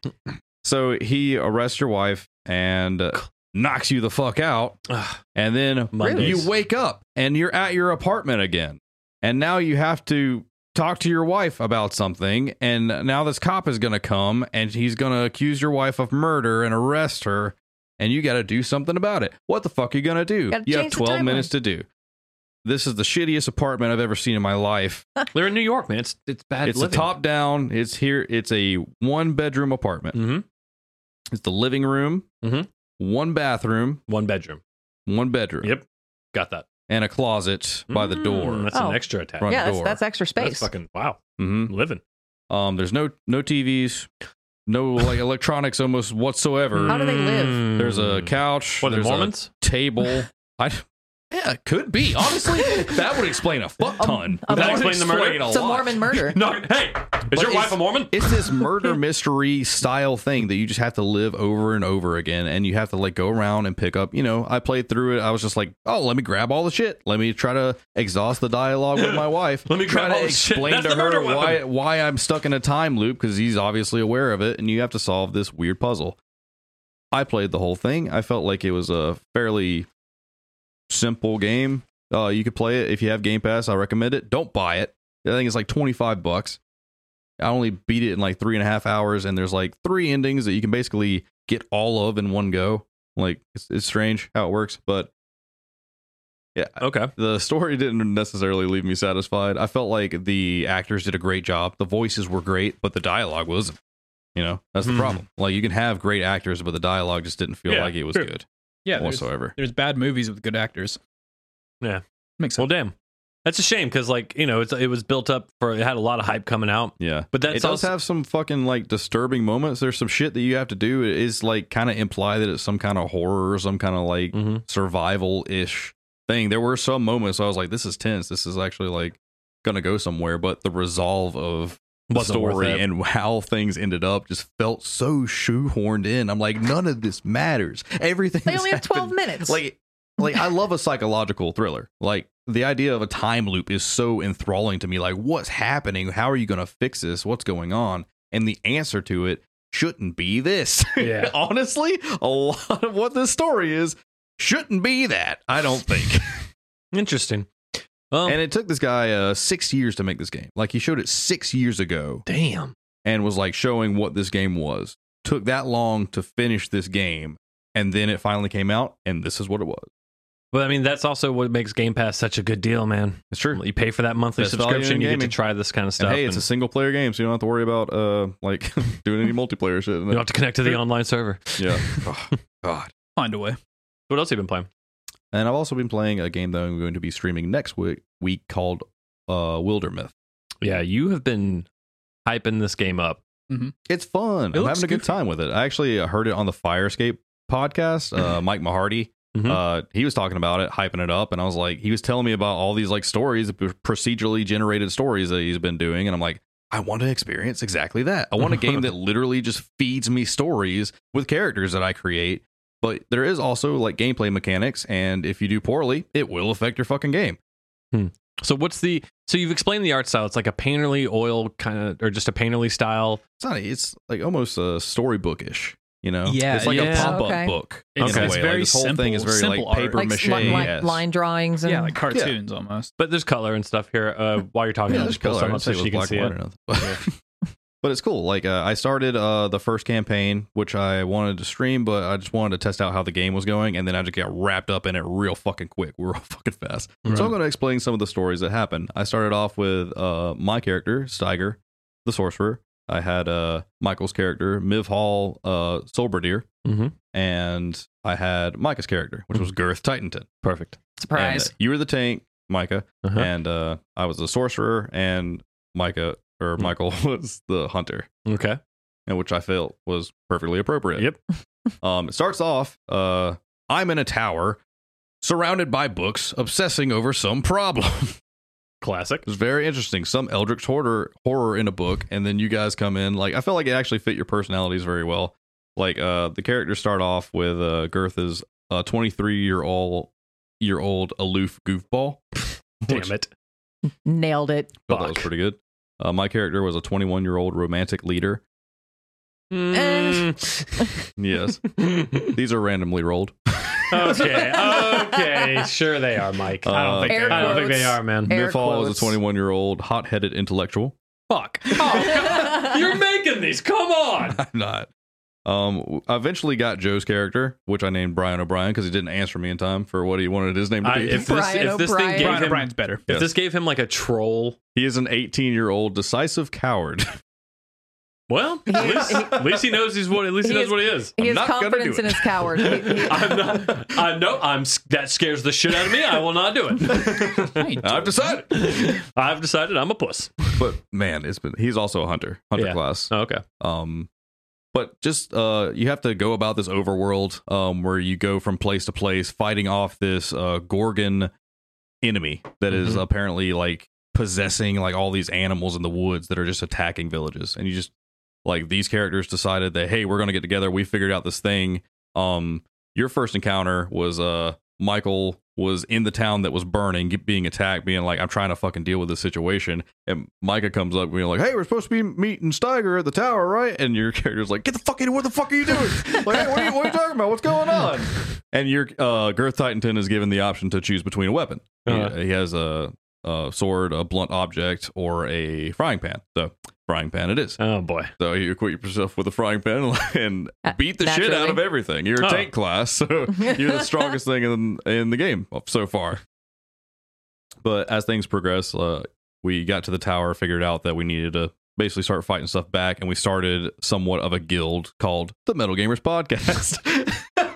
E: so he arrests your wife and uh, knocks you the fuck out,
B: Ugh,
E: and then
B: Mondays.
E: you wake up and you're at your apartment again, and now you have to talk to your wife about something, and now this cop is gonna come and he's gonna accuse your wife of murder and arrest her, and you got to do something about it. What the fuck are you gonna do?
C: Gotta
E: you have
C: change the
E: 12
C: timeline.
E: minutes to do. This is the shittiest apartment I've ever seen in my life
B: They're in New York, man. It's it's bad.
E: it's a
B: living.
E: top down. It's here. It's a one bedroom apartment.
B: Mhm.
E: It's the living room,
B: Mhm.
E: one bathroom,
B: One bedroom.
E: one bedroom,
B: Yep. Got that.
E: and a closet by the
B: Mm,
E: door.
B: That's
C: Oh.
B: an extra attack.
E: Front
C: yeah, that's,
E: door.
C: that's extra
B: That's
C: space.
B: fucking wow.
E: hmm
B: Living.
E: Um, there's no no TVs, no like electronics almost whatsoever.
C: How do they live?
E: Mm. There's a couch.
B: Mm-hmm. What, are they
E: there's
B: [laughs]
E: a
B: Mormons?
E: table. I
A: Yeah, it could be. Honestly, that would explain a fuck ton.
C: Um,
B: That
C: um,
B: explain the murder.
A: Explain a
C: It's a
A: lot.
C: Mormon
E: [laughs]
C: murder.
B: No, hey, is
E: But
B: your wife
E: it's-
B: a Mormon?
E: It's this
B: [laughs]
E: murder mystery style thing that you just have to live over and over again, and you have to like go around and pick up. You know, I played through it. I was just like, oh, let me grab all the shit. Let me try to exhaust the dialogue
B: [laughs]
E: with my wife.
B: Let me
E: try
B: grab all
E: to
B: the shit.
E: explain
B: That's
E: to
B: the
E: her
B: murder
E: why
B: weapon.
E: why I'm stuck in a time loop because he's obviously aware of it, and you have to solve this weird puzzle. I played the whole thing. I felt like it was a fairly simple game. Uh, you could play it if you have Game Pass. I recommend it. Don't buy it. I think it's like twenty five bucks. I only beat it in like three and a half hours, and there's like three endings that you can basically get all of in one go. Like it's, it's strange how it works, but yeah,
B: Okay.
E: the story [laughs] didn't necessarily leave me satisfied. I felt like the actors did a great job. The voices were great, but the dialogue wasn't. You know, that's the
B: Hmm.
E: problem. Like you can have great actors, but the dialogue just didn't feel
B: Yeah,
E: like it was
B: true.
E: good
D: Yeah, there's,
E: whatsoever.
D: there's bad movies with good actors.
B: Yeah.
D: makes
B: Well,
D: sense.
B: damn. That's a shame because, like, you know, it's it was built up for it had a lot of hype coming out,
E: Yeah.
B: but that's
E: it does
B: also
E: have some fucking like disturbing moments. There's some shit that you have to do. It is like kind of imply that it's some kind of horror or some kind of like
B: Mhm.
E: survival ish thing. There were some moments I was like, this is tense. This is actually like gonna go somewhere. But the resolve of the
B: Wasn't worth
E: story
B: it.
E: and [laughs] how things ended up just felt so shoehorned in. I'm like, none of this matters. Everything
C: They
E: that's
C: only have twelve
E: happened-
C: minutes.
E: like like I love a psychological thriller. Like the idea of a time loop is so enthralling to me. Like what's happening? How are you going to fix this? What's going on? And the answer to it shouldn't be this. [laughs]
B: Yeah.
E: Honestly, a lot of what this story is shouldn't be that. I don't think.
B: interesting. Um,
E: and it took this guy uh 6 years to make this game. Like he showed it 6 years ago
B: damn.
E: and was like showing what this game was. Took that long to finish this game and then it finally came out and this is what it was.
B: But I mean, that's also what makes Game Pass such a good deal, man.
E: It's true.
B: You pay for that monthly
E: Best value in
B: subscription, you get to
E: gaming.
B: try this kind of
E: And
B: stuff.
E: hey, it's a
B: and
E: single player game, so you don't have to worry about uh like [laughs] doing any multiplayer shit.
B: you don't have to connect to the online server. [laughs]
E: yeah. Oh, God.
D: Find a way.
B: What else have you been playing?
E: And I've also been playing a game that I'm going to be streaming next week week called uh Wilder Myth.
B: Yeah, you have been hyping this game up.
E: It's fun.
D: It
E: I'm
D: looks
E: having a good
D: goofy.
E: time with it. I actually uh, heard it on the Firescape podcast.
D: [clears throat]
E: Uh, Mike Mahardy,
D: Mm-hmm.
B: Mhm.
E: uh, he was talking about it, hyping it up, and I was like, he was telling me about all these like stories, p- procedurally generated stories that he's been doing, and I'm like, I want to experience exactly that. I want a
D: [laughs]
E: game that literally just feeds me stories with characters that I create. But there is also like gameplay mechanics, and if you do poorly, it will affect your fucking game.
B: So what's the so you've explained the art style? It's like a painterly oil kind of, or just a painterly style.
E: It's not. It's like almost a storybookish. You know,
D: Yeah,
E: it's like a
B: yeah.
E: pop up
C: Okay.
E: book.
D: It's-
E: in a
B: it's
E: way.
D: very
E: like, this whole thing is
D: simple-
E: very
D: simple
E: like
D: art.
E: paper
C: like
E: mache.
C: s- li- li-
E: yes.
C: line drawings and
D: Yeah, like cartoons almost.
B: But there's color and stuff here. [laughs] Uh, while you're talking,
E: Yeah,
B: I'll
E: there's
B: just pull
E: color.
B: some
E: I'd
B: up so
E: say it was
B: she can
E: black
B: see
E: and
B: it.
E: white or [laughs] nothing. but it's cool. Like uh, I started uh, the first campaign, which I wanted to stream, but I just wanted to test out how the game was going, and then I just got wrapped up in it real fucking quick, [laughs] real fucking fast.
B: Right.
E: So I'm going to explain some of the stories that happened. I started off with uh, my character Steiger, the sorcerer. I had uh, Michael's character Miv Hall, uh, Solberdeer,
B: Mhm.
E: and I had Micah's character,
B: Mm-hmm.
E: which was Girth Titanton.
B: Perfect.
E: And, uh,
C: surprise.
E: you were the tank, Micah
B: Uh-huh.
E: and uh, I was the sorcerer, and Micah or
B: Hmm.
E: Michael [laughs] was the hunter,
B: Okay.
E: and which I felt was perfectly appropriate.
B: Yep.
E: [laughs] Um, it starts off. Uh, I'm in a tower, surrounded by books, obsessing over some problem. [laughs]
B: Classic.
E: It's very interesting. Some eldritch horror horror in a book, and then you guys come in. Like I felt like it actually fit your personalities very well. Like uh, the characters start off with uh, Girth is a 23 year old year old aloof goofball.
B: [laughs] Damn it.
C: Nailed it.
E: Thought that was
B: Fuck.
E: pretty good. Uh, my character was a 21 year old romantic leader.
B: [laughs] Mm. [laughs]
E: Yes. These are randomly rolled.
B: okay. Okay. [laughs] Sure, they are, Mike. I
E: Uh,
B: don't think.
C: Air
B: They, I don't think
C: quotes.
B: they are, man.
C: Air
E: Mifal was
C: quotes.
E: a 21 year old hot headed intellectual.
B: [laughs]
D: Fuck.
B: Oh, You're making these. Come on.
E: I'm not. Um, I eventually got Joe's character, which I named Brian O'Brien because he didn't answer me in time for what he wanted his name
B: [laughs]
E: to
B: I,
E: be.
B: if this,
C: Brian
B: if this thing
C: O'Brien.
B: gave
D: Brian
B: him,
D: O'Brien's better.
B: if this gave him like a troll,
E: he is an 18 year old decisive coward. [laughs]
B: well,
C: He-
B: at least,
C: he-
B: at least he knows he's what. At least he,
C: He
B: knows
C: is-
B: what he is.
C: He has
E: I'm not gonna
C: confidence
E: do
C: in
E: [laughs]
C: his coward. He- he-
B: [laughs] I'm not. I know. I'm. s- That scares the shit out of me. I will not do it.
E: I've decided.
B: I've decided I'm a puss.
E: but man, it's been he's also a hunter, hunter
B: Yeah.
E: class.
B: Okay.
E: Um, But just uh, you have to go about this overworld um, where you go from place to place, fighting off this uh, Gorgon enemy that is
B: Mhm.
E: apparently like possessing like all these animals in the woods that are just attacking villages. And you just like these characters decided that hey, we're gonna get together. We figured out this thing. Um, your first encounter was uh Michael was in the town that was burning, get- being attacked, being like, "I'm trying to fucking deal with this situation." And Micah comes up, being like, "Hey, we're supposed to be meeting Steiger at the tower, right?" And your [laughs] character's like, "Get the fuck in! here. What the fuck are you doing? like, hey, what are you, what are you talking about? What's going on?" And your uh, Girth Titanton is given the option to choose between a weapon. He-
B: Uh-huh.
E: He, has a, a sword, a blunt object, or a frying pan. So frying pan it is.
B: Oh boy.
E: So you equip yourself with a frying pan [laughs] and
C: Uh,
E: beat the shit out
C: naturally.
E: of everything. You're a
B: Huh.
E: tank
C: [laughs]
E: class, so you're the strongest thing in in the game so far. But as things progress, uh, we got to the tower, figured out that we needed to basically start fighting stuff back, and we started somewhat of a guild called the Metal Gamers Podcast.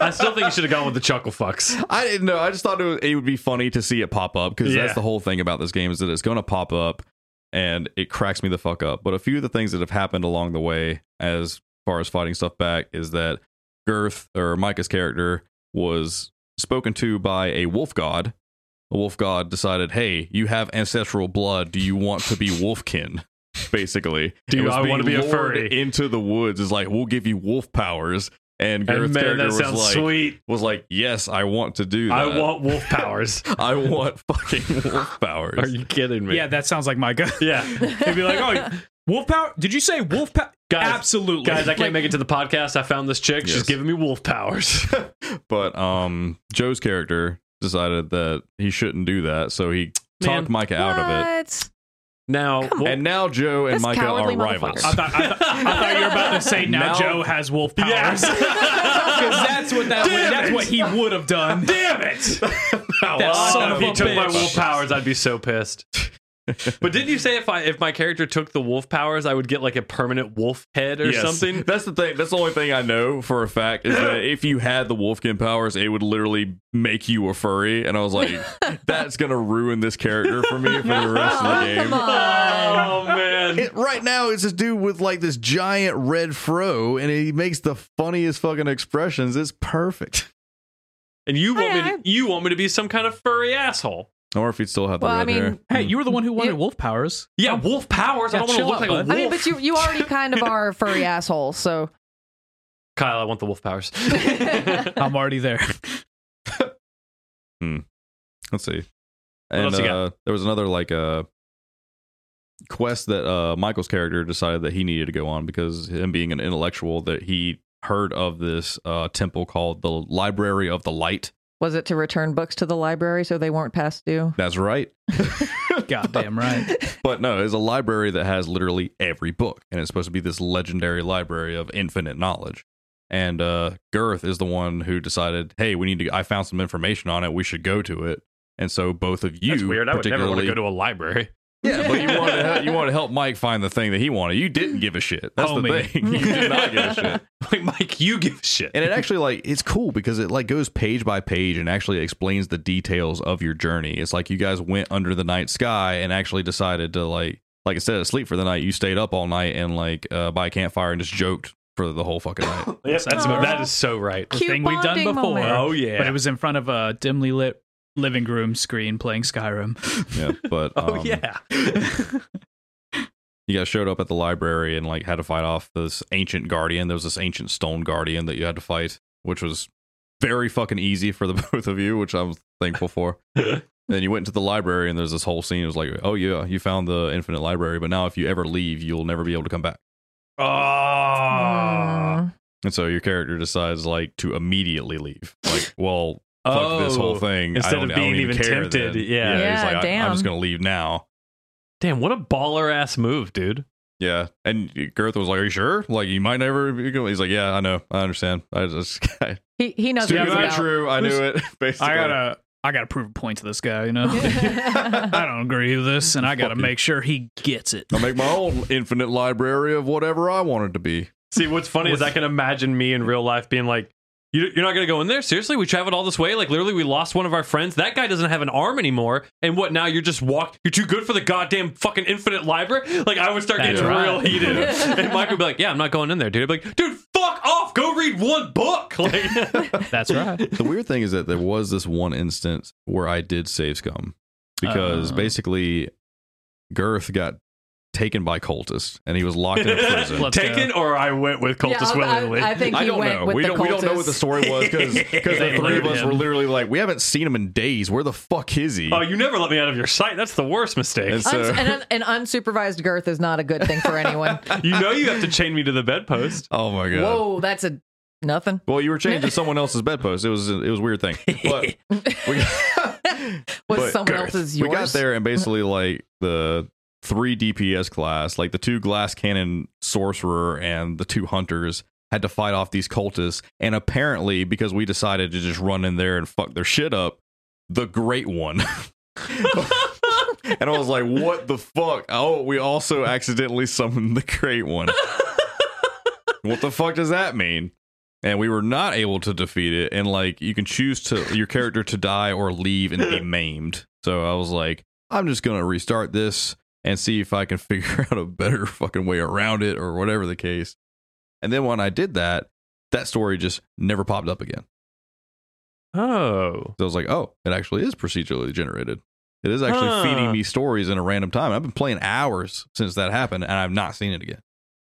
B: I still think you should have gone with the chuckle fucks.
E: [laughs] I didn't know. I just thought it would, it would be funny to see it pop up because
B: Yeah.
E: that's the whole thing about this game is that it's going to pop up and it cracks me the fuck up. But a few of the things that have happened along the way as far as fighting stuff back is that Girth or Micah's character was spoken to by a wolf god. The wolf god decided, hey, you have ancestral blood. Do you want
B: [laughs]
E: to be wolfkin? Basically,
B: Do
E: And
B: you-
E: was
B: I wanna
E: being
B: be a
E: lured
B: furry.
E: Into the woods is like, we'll give you wolf powers. And Girth's
B: And man,
E: character
B: that
E: was
B: sounds
E: like,
B: sweet.
E: was like, "Yes, I want to do that.
B: I want wolf powers.
E: I want [laughs] fucking wolf
B: [laughs]
E: powers."
B: Are you kidding me?
D: Yeah, that sounds like my gut.
B: Yeah.
D: He'd be like, "Oh, [laughs] wolf power? Did you say wolf power?
B: Guys,
D: Absolutely,
B: Guys, I can't
D: Like,
B: make it to the podcast. I found this chick. She's
E: Yes.
B: giving me wolf powers. [laughs]
E: but um, Joe's character decided that he shouldn't do that, so he
B: Man,
E: talked Micah out of it.
C: What?
B: Now,
C: Come
B: wolf-
E: And now Joe and
C: That's
E: Micah are
C: cowardly
E: rivals.
D: I thought, I, thought, I [laughs] thought you were about to say now,
E: Now-
D: Joe has wolf
B: Yeah.
D: [laughs] powers. Because that's what that
B: Damn
D: that's
B: it.
D: what he would have
B: [laughs]
D: done.
B: Damn it!
D: That
B: Oh,
D: son
B: no,
D: of
B: if
D: a
B: he took my
D: bitch.
B: wolf powers, I'd be so
D: [laughs]
B: pissed. but didn't you say if I if my character took the wolf powers, I would get like a permanent wolf head or
E: Yes.
D: [laughs]
B: something?
E: [laughs] That's the thing. That's the only thing I know for a fact is that if you had the wolfkin powers, it would literally make you a furry. And I
C: [laughs]
E: was like, that's gonna ruin this character for me for the rest of the
C: Oh,
E: game.
C: come on.
B: Oh man!
F: It, right now, it's this dude with like this giant red fro, and he makes the funniest fucking expressions. It's perfect.
B: And you want me
C: I-
B: to, you want me to be some kind of furry asshole?
E: Or if he'd still have the
C: Well, I
E: red hair. Hmm.
C: mean,
D: Hey, you were the one who wanted
C: Yeah.
D: wolf powers.
C: Oh.
B: Yeah, wolf powers. I don't
D: Yeah,
B: want to
D: chill
B: look
D: out,
B: like a
D: bud.
B: wolf.
C: I mean, but you you already kind of are a
E: [laughs]
C: furry asshole, so
B: Kyle, I want the wolf
C: [laughs]
B: powers. [laughs]
D: I'm already there. [laughs]
E: Let's see.
B: What
E: and
B: else you got?
E: uh, there was another like uh, quest that uh, Michael's character decided that he needed to go on because him being an intellectual that he heard of this uh, temple called the Library of the Light.
C: was it to return books to the library so they weren't past due?
E: That's right.
D: Goddamn
B: [laughs]
D: right.
E: But no, it's a library that has literally every book, and it's supposed to be this legendary library of infinite knowledge. And uh, Girth is the one who decided, hey, we need to. I found some information on it. We should go to it. And so both of you,
B: That's weird. I would never want to
E: particularly-
B: go to a library.
E: Yeah, but you wanted
B: [laughs]
E: to help, you wanted to help Mike find the thing that he wanted. You didn't give a shit. That's
B: Oh,
D: Homie.
E: the thing. [laughs] [laughs] You did
B: [laughs]
E: not give a shit.
B: Like Mike, you give a shit.
E: And it actually like it's cool because it like goes page by page and actually explains the details of your journey. It's like you guys went under the night sky and actually decided to like like instead of sleep for the night, you stayed up all night and like uh, by a campfire and just joked for the whole fucking
B: [laughs]
E: night.
B: yes, that's
C: Aw.
B: that is so right.
C: Cute
D: thing we've done
C: bonding
D: before.
C: moment.
B: Oh yeah.
D: But it was in front of a dimly lit living room screen playing Skyrim.
E: yeah, but
B: oh
E: um,
B: yeah.
E: you guys showed up at the library and like had to fight off this ancient guardian. There was this ancient stone guardian that you had to fight, which was very fucking easy for the [laughs] both of you, which I'm thankful
B: [laughs]
E: for. then you went into the library and there's this whole scene. It was like, oh yeah, you found the infinite library, but now if you ever leave, you'll never be able to come back.
B: Oh.
C: Mm.
E: And so your character decides like to immediately leave. Like, well, fuck this
B: Oh.
E: whole thing.
B: Instead
E: I
B: of
E: don't, I don't
B: being
E: even,
B: even
E: care
B: tempted,
E: then.
B: yeah.
E: he's
C: Yeah,
E: like, I, I'm
C: damn.
E: just gonna leave now.
B: Damn, what a baller ass move, dude.
E: Yeah, and Girth was like, "Are you sure? Like, you might never." Be gonna-" He's like, "Yeah, I know, I understand. I just, [laughs] I,
C: He he knows what
E: Too
C: he's
E: good,
C: [laughs]
E: [laughs]
D: Yeah,
C: about.
E: true. I knew it. Basically,
D: I gotta I gotta prove a point to this guy, you know? [laughs] I don't agree with this, and I gotta make sure he gets it.
E: [laughs] will make my own infinite library of whatever I wanted to be.
B: See, what's funny is I can imagine me in real life being like, "You- you're not going to go in there? Seriously? We traveled all this way? Like, literally, we lost one of our friends. That guy doesn't have an arm anymore. And what now? You're just walk. You're too good for the goddamn fucking infinite library? Like, I would start
D: That's
B: getting
E: [laughs]
D: right.
B: real heated. and Mike would be like, yeah, I'm not going in there, dude. I'd be like, dude,
G: read one
B: [laughs]
G: book. Like,
D: [laughs]
B: That's right.
E: the weird thing is that there was this one instance where I did save scum because
D: Uh.
E: basically Girth got taken by cultists and he was
C: [laughs]
E: locked in a prison.
B: [laughs] Let's
G: taken or I went with cultists
C: Yeah, I- I-
G: willingly.
C: I think
E: I
C: he
E: don't
C: went
E: know.
C: with
E: We
C: the
E: don't, we don't know what the
C: cultists.
E: story
C: [laughs]
E: was because the
B: They
E: three of
B: lured
E: us
B: him.
E: were literally like, we haven't seen him in days. Where the fuck is he?
B: Oh, you never let me out of your sight. That's the worst mistake.
E: It's- so-
C: Uns- an, an unsupervised girth is not a good thing for anyone.
B: you know you have to chain me to the bedpost.
E: oh my god.
C: Whoa, that's a nothing.
E: Well, you were chained to someone else's bedpost. It was it was a weird thing. But we got,
C: Was
E: but
C: someone else's
E: we
C: yours?
E: got
C: [laughs]
E: there and basically like the three DPS class, like the two glass cannon sorcerer and the two hunters had to fight off these cultists. And apparently, because we decided to just run in there and fuck their shit up, the great one. and I was like, what the fuck? Oh, we also accidentally summoned the great one. what the fuck does that mean? And we were not able to defeat it. And like, you can choose to your character to die or leave and be maimed. So I was like, I'm just going to restart this and see if I can [laughs] figure out a better fucking way around it or whatever the case. And then when I did that, that story just never popped up again.
B: Oh.
E: So I was like, [laughs] oh, it actually is procedurally generated. It is actually
B: Huh.
E: feeding me stories in a random time. I've been playing hours since that happened, and I've not seen it again.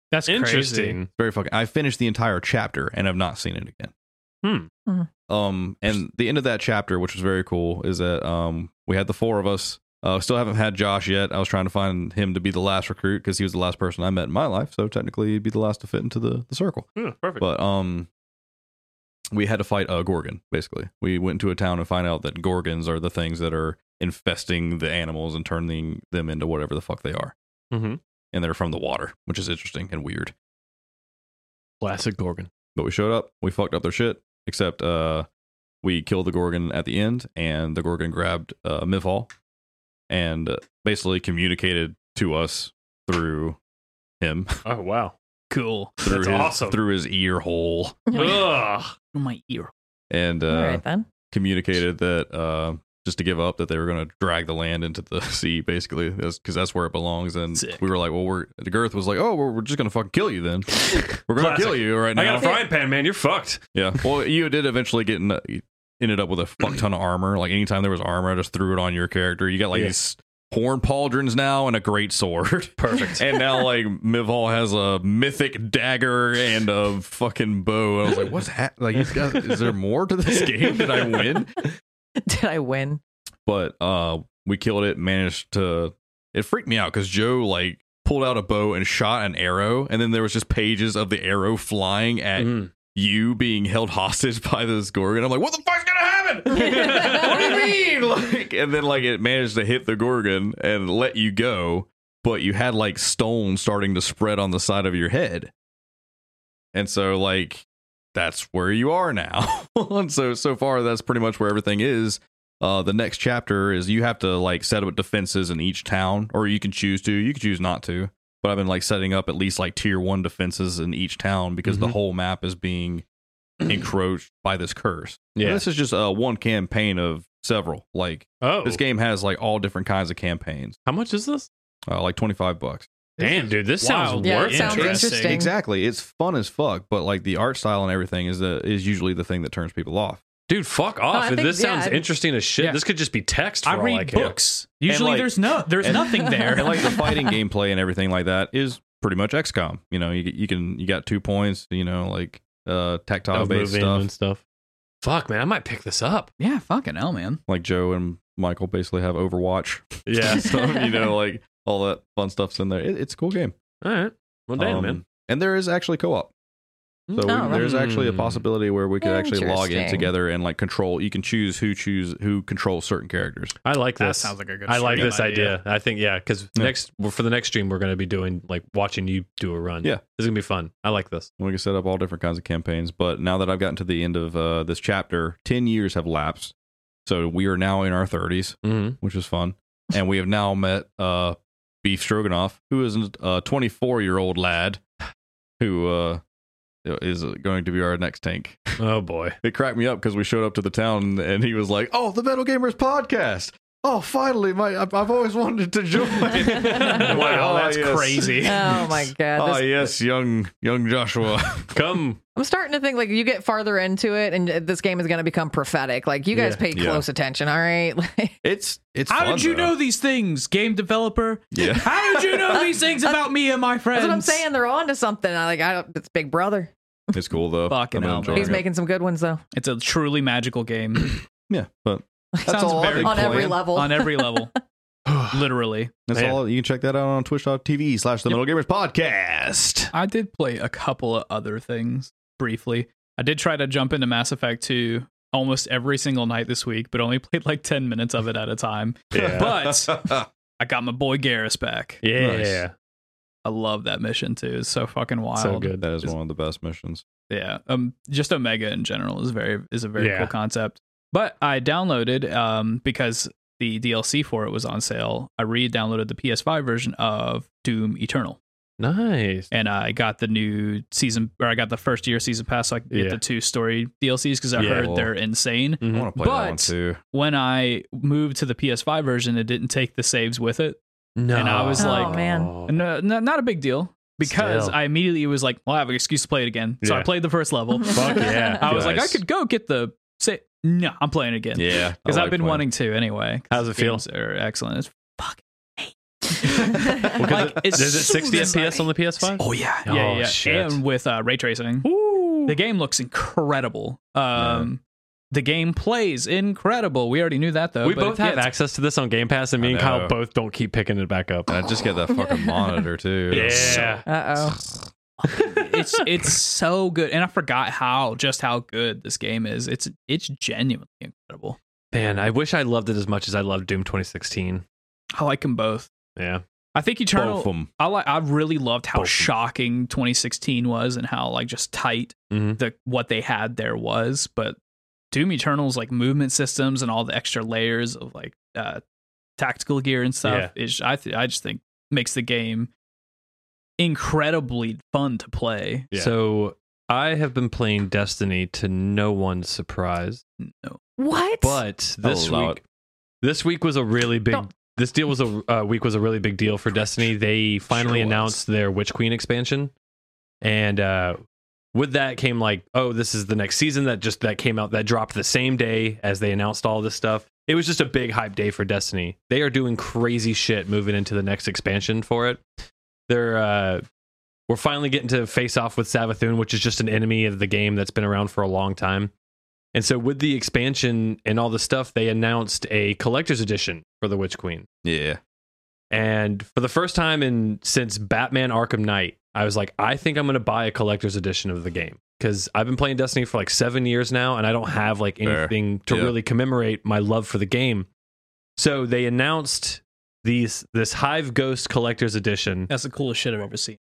D: That's Crazy.
B: Interesting.
E: Very fucking. I finished the entire chapter, and I've not seen it again.
B: Hmm.
C: Mhm.
E: Um, and the end of that chapter, which was very cool, is that um, we had the four of us. Uh, still haven't had Josh yet. I was trying to find him to be the last recruit because he was the last person I met in my life. So technically, he'd be the last to fit into the, the circle.
B: Hmm, perfect.
E: But um, we had to fight uh, Gorgon. Basically, we went to a town and find out that Gorgons are the things that are infesting the animals and turning them into whatever the fuck they are,
B: mm-hmm.
E: and they're from the water, which is interesting and weird.
B: Classic Gorgon.
E: But we showed up, we fucked up their shit, except uh, we killed the Gorgon at the end, and the Gorgon grabbed uh, Mivhal and uh, basically communicated to us through him [laughs]
B: Oh wow.
D: Cool.
E: through
B: That's
E: his,
B: awesome.
E: through his ear hole
B: Ugh.
D: Through Oh, my ear.
E: and uh
C: All right then. [laughs]
E: communicated that uh, just to give up that they were going to drag the land into the [laughs] sea basically because that's where it belongs and
D: Sick.
E: we were like well we're the girth was like oh we're, we're just going to fucking kill you then we're going to
B: Classic.
E: kill you right
B: I got
E: now
B: a frying pan, man. You're fucked.
E: yeah well you did eventually get in, uh, you ended up with a fuck ton of armor like anytime there was armor i just threw it on your character you got like
B: Yeah.
E: these horn pauldrons now and a great sword [laughs]
B: Perfect.
E: and now like mivhal has a mythic dagger and a fucking bow i was like what's hap like he's got, is there more to this [laughs] game did i win
C: Did I win?
E: but uh we killed it managed to it freaked me out because joe like pulled out a bow and shot an arrow and then there was just pages of the arrow flying at
B: Mhm.
E: you being held hostage [laughs] by this gorgon i'm like what the fuck's gonna happen what do you mean [laughs] like and then like it managed to hit the gorgon and let you go but you had like stone starting to spread on the side of your head and so like that's where you are now [laughs] and so so far that's pretty much where everything is uh, the next chapter is you have to like set up defenses in each town, or you can choose to. You can choose not to. But I've been like setting up at least like tier one defenses in each town because the
B: Mhm.
E: whole map is [clears throat] being encroached by this curse. And
B: Yeah.
E: this is just uh, one campaign of several. Like
B: Oh.
E: this game has like all different kinds of campaigns.
B: How much is this?
E: Uh, like twenty five bucks.
B: Damn, dude, this
D: Wow.
B: sounds
C: Yeah, it
B: worth
C: sounds
B: it.
C: interesting.
E: Exactly. It's fun as fuck, but like the art style and everything is the is usually the thing that turns people off.
B: Dude, fuck off.
C: I think-
B: this sounds
C: yeah.
B: interesting as shit.
D: Yeah.
B: This could just be text for
D: I
B: all
D: read
B: I care.
D: books. Usually,
E: like-
D: there's no, there's
E: and- [laughs]
D: nothing
C: [laughs]
D: there.
E: and like the fighting gameplay and everything like that is pretty much XCOM. You know, you you can you got two points. You know, like uh tactile
B: Of
E: based
B: moving
E: stuff.
B: and stuff. Fuck, man, I might pick this up.
D: [laughs] yeah, fucking hell, man.
E: Like Joe and Michael basically
C: [laughs]
E: have Overwatch.
B: Yeah.
E: stuff, you know, like all that fun stuff's in there. It, it's a cool game.
B: [laughs] all right. Well, damn,
E: Um,
B: man. Hmm.
E: And there is actually co-op. So we-
C: Oh, right.
E: there's actually a possibility where we could actually log in
C: Interesting.
E: together and like control. You can choose who choose who controls certain characters.
B: I like
D: That
B: this.
D: sounds like a good.
B: I like
D: stream
B: this idea. I think yeah, because
E: Yeah.
B: next well, for the next stream we're going to be doing like watching you do a run.
E: Yeah.
B: this is gonna be fun. I like this.
E: We can set up all different kinds of campaigns. But now that I've gotten to the end of uh, this chapter, 10 years have lapsed. So we are now in our 30s,
B: Mm-hmm.
E: which is fun. And we have now met uh, Beef Stroganoff, who is a 24 year old lad who uh, is going to be our next tank.
B: Oh boy.
E: It cracked me up because we showed up to the town and he was like, Oh, the Metal Gamers podcast.
F: oh, finally, my I've I've always wanted to [laughs] join.
E: [laughs]
D: wow,
E: Oh,
F: Wow,
D: that's
F: yes.
D: crazy.
C: Oh my god!
F: Ah,
C: This-
F: yes, young young Joshua.
B: Come.
C: I'm starting to think like you get farther into it, and uh, this game is going to become prophetic. Like you guys
B: Yeah.
C: pay
F: Yeah.
C: close attention, all right?
F: [laughs]
C: [laughs]
F: It's it's.
D: How
F: fun,
D: did you
F: though.
D: know these things, game developer?
F: Yeah.
D: How did you know these things about me and my friends?
C: That's what I'm saying. They're on to something. I like. I don't. It's Big Brother.
F: It's cool though. I'm
D: Fucking hell,
E: Oh,
F: enjoying
C: He's
F: it.
C: making some good ones though.
D: It's a truly magical game
F: Yeah, but that's
D: Sounds
F: all. I've
D: very
F: been
C: on every
F: playing.
C: level.
D: on every level, literally.
F: That's
B: Man.
F: all. You can check that out on twitch.tv slash the Metal Gamers Podcast.
D: I did play a couple of other things briefly. I did try to jump into Mass Effect 2 almost every single night this week, but only [laughs] played like 10 minutes of it at a time. But- I got my boy Garrus back.
B: Yeah.
D: I love that mission too. It's so fucking wild.
B: So good.
F: [laughs] that is one of the best missions.
D: Yeah. Um just Omega in general is very is a very
B: Yeah.
D: cool concept. But I downloaded um because the DLC for it was on sale. I re-downloaded the PS5 version of Doom Eternal.
B: Nice.
D: and I got the new season, or I got the first year season pass, so I could get
B: Yeah.
D: the two story DLCs because I
B: Yeah.
D: heard they're insane.
F: I
B: Mhm.
F: want to play that one
D: But-
F: too.
D: When I moved to the PS5 version, it didn't take the saves with it,
B: No.
D: And I was
C: Oh, like- man.
D: and uh, no, not a big deal because
B: Still.
D: I immediately was like, "Well, I have an excuse to play it again." So I
B: Yeah.
D: played the first level.
B: Fuck yeah.
D: [laughs] I
B: [laughs]
D: was like, "I
F: Nice.
D: could go get the say." No, I'm playing it again
F: Yeah,
D: because I've been wanting to anyway. 'cause
B: How's it feel?
D: games Are excellent. It's
B: Well,
C: [laughs]
B: 'cause
D: Like,
B: it-
D: it's
B: is it
D: so
B: 60 FPS
D: exciting.
B: on the PS5?
A: Oh, yeah.
D: yeah, yeah, yeah.
B: shit.
D: and with uh, ray tracing. The game looks incredible. Um, The game plays incredible. We already knew that though.
B: we
D: but
B: both
D: yeah,
B: have
D: it's-
B: access to this on Game Pass, and me
F: I
B: and Kyle
F: know.
B: both don't keep picking it back up.
F: I just get that
B: [laughs]
F: fucking monitor too.
B: Yeah.
C: Uh oh.
D: [laughs] It's
F: [laughs]
D: it's so good, and I forgot how just how good this game is. It's it's genuinely incredible.
B: Man, I wish I loved it as much as I loved Doom 2016.
D: I like them both.
B: Yeah.
D: I think
F: Both of
D: Eternal.
F: 'em.
D: I like. I really loved how
B: Both of 'em.
D: shocking 2016 was, and how like just tight
B: Mm-hmm.
D: the what they had there was. But Doom Eternal's like movement systems and all the extra layers of like uh, tactical gear and stuff is I th- I just think makes the game incredibly fun to play.
B: Yeah. So I have been playing Destiny to no one's surprise,
D: No.
C: What?
B: but this
F: allow
B: week, this week was a really big.
C: Don't-
B: This deal was a uh, week was a really big deal for Destiny. They finally
D: Sure was.
B: announced their Witch Queen expansion, and uh, with that came like, oh, this is the next season that just that came out that dropped the same day as they announced all this stuff. It was just a big hype day for Destiny. They are doing crazy shit moving into the next expansion for it. They're uh, we're finally getting to face off with Savathun, which is just an enemy of the game that's been around for a long time. And so, with the expansion and all the stuff, they announced a collector's edition for the Witch Queen.
F: yeah.
B: And for the first time in since Batman Arkham Knight, I was like, I think I'm going to buy a collector's edition of the game because I've been playing Destiny for like seven years now, and I don't have like
F: Fair.
B: anything to
F: Yeah.
B: really commemorate my love for the game. So they announced these this Hive Ghost collector's edition,
D: That's the coolest shit I've ever seen.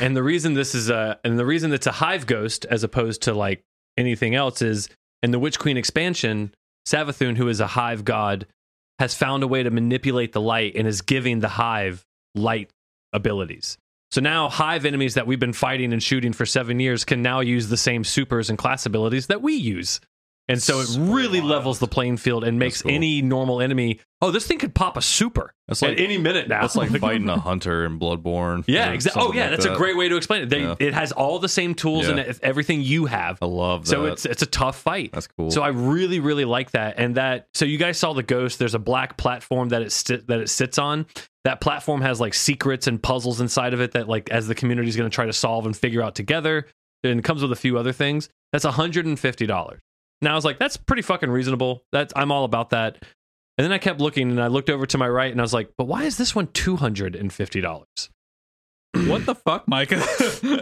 B: and the reason this is a and the reason it's a hive ghost as opposed to like anything else is in the Witch Queen expansion, Savathun, who is a hive god, has found a way to manipulate the light and is giving the hive light abilities. So now hive enemies that we've been fighting and shooting for seven years can now use the same supers and class abilities that we use. And so it
D: So
B: really
D: wild.
B: levels the playing field and makes
F: cool.
B: any normal enemy, oh, this thing could pop a super
F: That's like
B: at any minute now. [laughs]
F: that's like fighting a hunter in Bloodborne.
B: Yeah,
F: or
B: exactly. Oh,
F: something
B: yeah,
F: like
B: that's a
F: that.
B: great way to explain it. They,
F: Yeah.
B: It has all the same tools
F: Yeah.
B: and e- everything you have,
F: I love that.
B: so it's it's a tough fight.
F: that's cool.
B: So I really really like that, and that. So you guys saw the ghost. There's a black platform that it sit that it sits on. That platform has like secrets and puzzles inside of it that like as the community is going to try to solve and figure out together. And it comes with a few other things. That's hundred and fifty dollars. Now I was like, that's pretty fucking reasonable. That's I'm all about that. And then I kept looking, and I looked over to my right, and I was like, but why is this one two hundred and fifty dollars?
D: [clears throat] what the fuck, [laughs] Micah?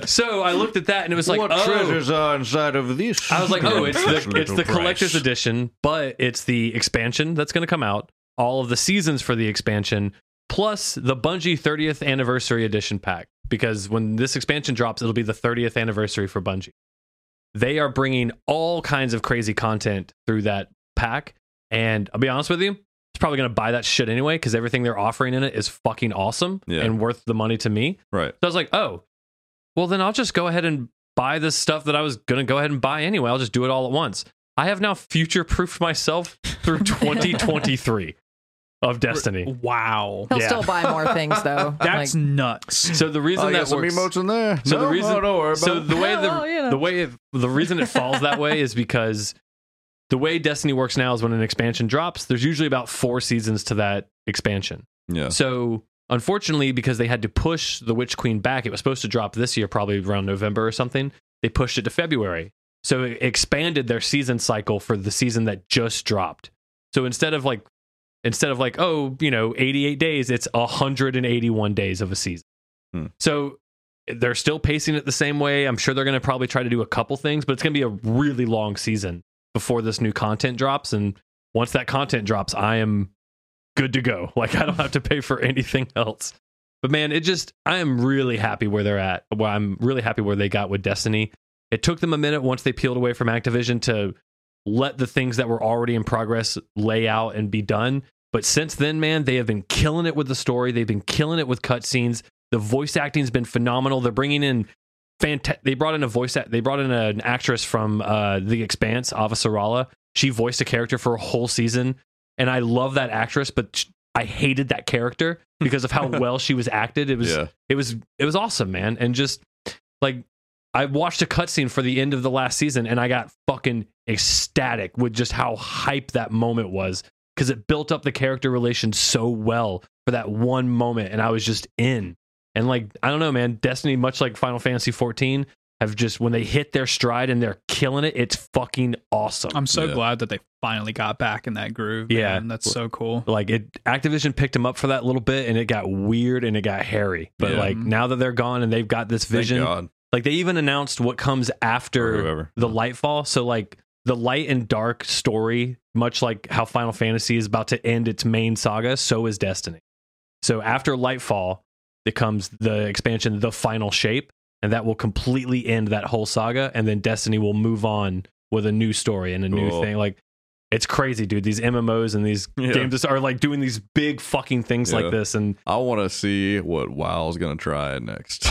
B: So I looked at that and it was like,
F: what
B: oh.
F: treasures are inside of this?
B: I was like, oh, it's the it's
F: little
B: the
F: price?
B: collector's edition, but it's the expansion that's going to come out, all of the seasons for the expansion, plus the Bungie 30th anniversary edition pack. Because when this expansion drops, it'll be the 30th anniversary for Bungie. They are bringing all kinds of crazy content through that pack, and I'll be honest with you, it's probably going to buy that shit anyway because everything they're offering in it is fucking awesome
F: Yeah.
B: and worth the money to me.
F: Right.
B: So I was like, oh, well, then I'll just go ahead and buy this stuff that I was going to go ahead and buy anyway. I'll just do it all at once. I have now future proofed myself through 2023. of Destiny.
D: Wow.
C: He'll
B: Yeah.
C: still buy more things though.
D: That's
C: like,
D: nuts.
B: So the reason
F: I
B: that
F: got oh, some
B: works.
F: emotes in there.
B: So
F: No?
B: the reason,
F: Oh, don't worry about
B: so
F: it.
B: the way the,
C: Well, you know.
B: the way it, the reason it falls that way is because the way Destiny works now is when an expansion drops, there's usually about four seasons to that expansion.
E: Yeah.
B: So unfortunately, because they had to push the Witch Queen back, it was supposed to drop this year, probably around November or something. They pushed it to February, so it expanded their season cycle for the season that just dropped. So instead of like instead of like oh you know 88 days, it's 181 days of a season.
E: Hmm.
B: So they're still pacing it the same way. I'm sure they're going to probably try to do a couple things, but it's going to be a really long season before this new content drops. And once that content drops, I am good to go. [laughs] Like I don't have to pay for anything else. But man, it just I am really happy where they're at. Well, I'm really happy where they got with Destiny. It took them a minute once they peeled away from Activision to let the things that were already in progress lay out and be done. But since then, man, they have been killing it with the story. They've been killing it with cutscenes. The voice acting's been phenomenal. They're bringing in fanta- They brought in a voice. Act- they brought in an actress from uh, The Expanse, Ava Sarala. She voiced a character for a whole season, and I love that actress. But sh- I hated that character because of how well she was acted. It was
E: yeah.
B: it was it was awesome, man. And just like I watched a cutscene for the end of the last season, and I got fucking ecstatic with just how hype that moment was because it built up the character relations so well for that one moment, and I was just in. And like I don't know, man, Destiny, much like Final Fantasy 14, have just when they hit their stride and they're killing it, it's fucking awesome.
D: I'm so
E: Yeah.
D: glad that they finally got back in that groove.
B: Yeah.
D: man. That's so cool.
B: like it Activision picked them up for that little bit and it got weird and it got hairy. But
E: Yeah.
B: like now that they're gone and they've got this vision,
E: Thank God.
B: like they even announced what comes
E: Or
B: after
E: whoever.
B: the lightfall so like the light and dark story much like how final fantasy is about to end its main saga so is destiny so after lightfall it comes the expansion the final shape and that will completely end that whole saga and then destiny will move on with a new story and a new
E: Cool.
B: thing like it's crazy dude these mmos and these
E: Yeah.
B: games are like doing these big fucking things
E: Yeah.
B: like this and
E: I want to see what WoW's gonna try
F: [sighs]
E: next.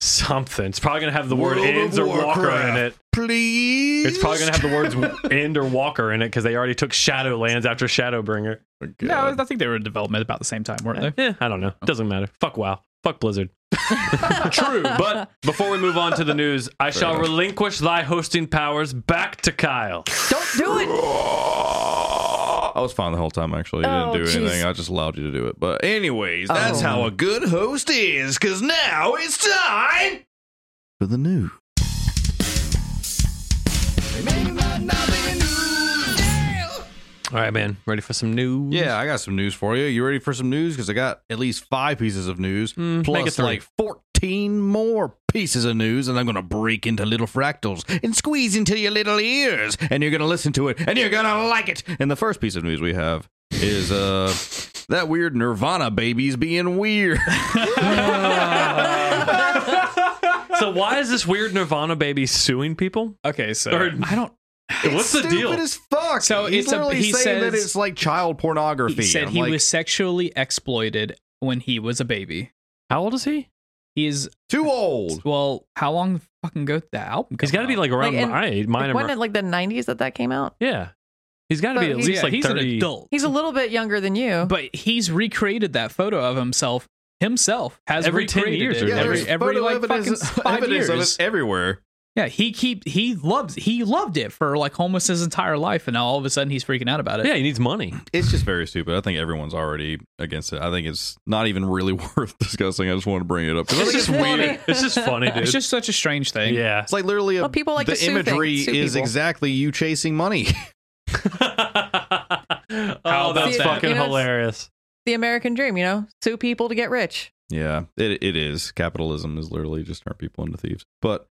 B: something it's probably gonna have the word
E: World of
B: ends or walker in
E: Warcraft.
B: it
E: Please.
B: It's probably gonna have the [laughs] words "end" or "walker" in it because they already took Shadowlands after Shadowbringer.
D: No, I think they were in development about the same time, weren't they?
B: Yeah, I don't know. Doesn't matter. Fuck WoW. Fuck Blizzard. [laughs] True, but before we move on to the news, I shall relinquish thy hosting powers back to Kyle.
C: Don't do it.
E: I was fine the whole time. Actually, you
C: Oh,
E: didn't do
C: jeez.
E: anything. I just allowed you to do it. But anyways,
C: Oh.
E: that's how a good host is. Because now it's time for the news.
B: All right, man. Ready for some news?
E: Yeah, I got some news for you. You ready for some news? Because I got at least five pieces of news,
B: Mm, make it
E: plus
B: three.
E: like 14 more pieces of news, and I'm going to break into little fractals and squeeze into your little ears, and you're going to listen to it, and you're going to like it. And the first piece of news we have is uh that weird Nirvana babies being weird. [laughs]
B: So why is this weird Nirvana baby suing people?
D: Okay, so
B: Or-
D: I don't.
B: [laughs] What's the deal?
E: Stupid as fuck.
D: So
E: he's
D: it's a-
E: literally
D: he
E: saying that
D: says-
E: it's like child pornography.
D: He said
E: I'm
D: he
E: like,
D: was sexually exploited when he was a baby.
B: How old is he?
D: He is
E: too old.
D: well. How long fucking ago did that album?
B: He's
D: come
B: got to be
D: out?
B: like around
C: Like, in-
B: my age. Mine
C: Like,
B: or
C: when in like the 90s that that came out?
B: yeah. He's got to
C: But
B: be at
C: he's-
B: least
D: yeah,
B: like
D: he's an
B: thirty.
D: adult.
C: He's a little bit younger than you.
D: but he's recreated that photo of himself himself has
B: Every 10
D: recreated
B: years
D: it.
B: or Yeah,
D: every
E: there's
D: every
E: photo
D: like fucking
E: evidence,
D: five
E: evidence [laughs] of
D: years.
E: it everywhere.
D: Yeah, he keep he loves he loved it for like almost his entire life, and now all of a sudden he's freaking out about it.
B: Yeah, he needs money.
E: It's just very stupid. I think everyone's already against it. I think it's not even really [laughs] worth discussing. I just want to bring it up. 'Cause I
B: It's
E: think
B: just
E: It's,
B: funny. It's just funny, dude.
D: it's just such a strange thing.
B: yeah.
E: it's like literally a,
C: Well, people like
E: the
C: to sue things-
E: imagery
C: sue
E: is
C: people.
E: exactly you chasing money.
B: [laughs] oh,
D: about
B: that's
D: that?
B: fucking
C: You know, it's-
B: hilarious.
C: the American dream, you know? Sue people to get rich.
E: yeah, it, it is. Capitalism is literally just turn people into thieves. But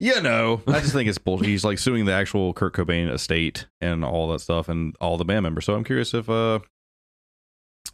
E: you know, I just think it's bullshit. He's like suing the actual Kurt Cobain estate and all that stuff and all the band members. So I'm curious if uh,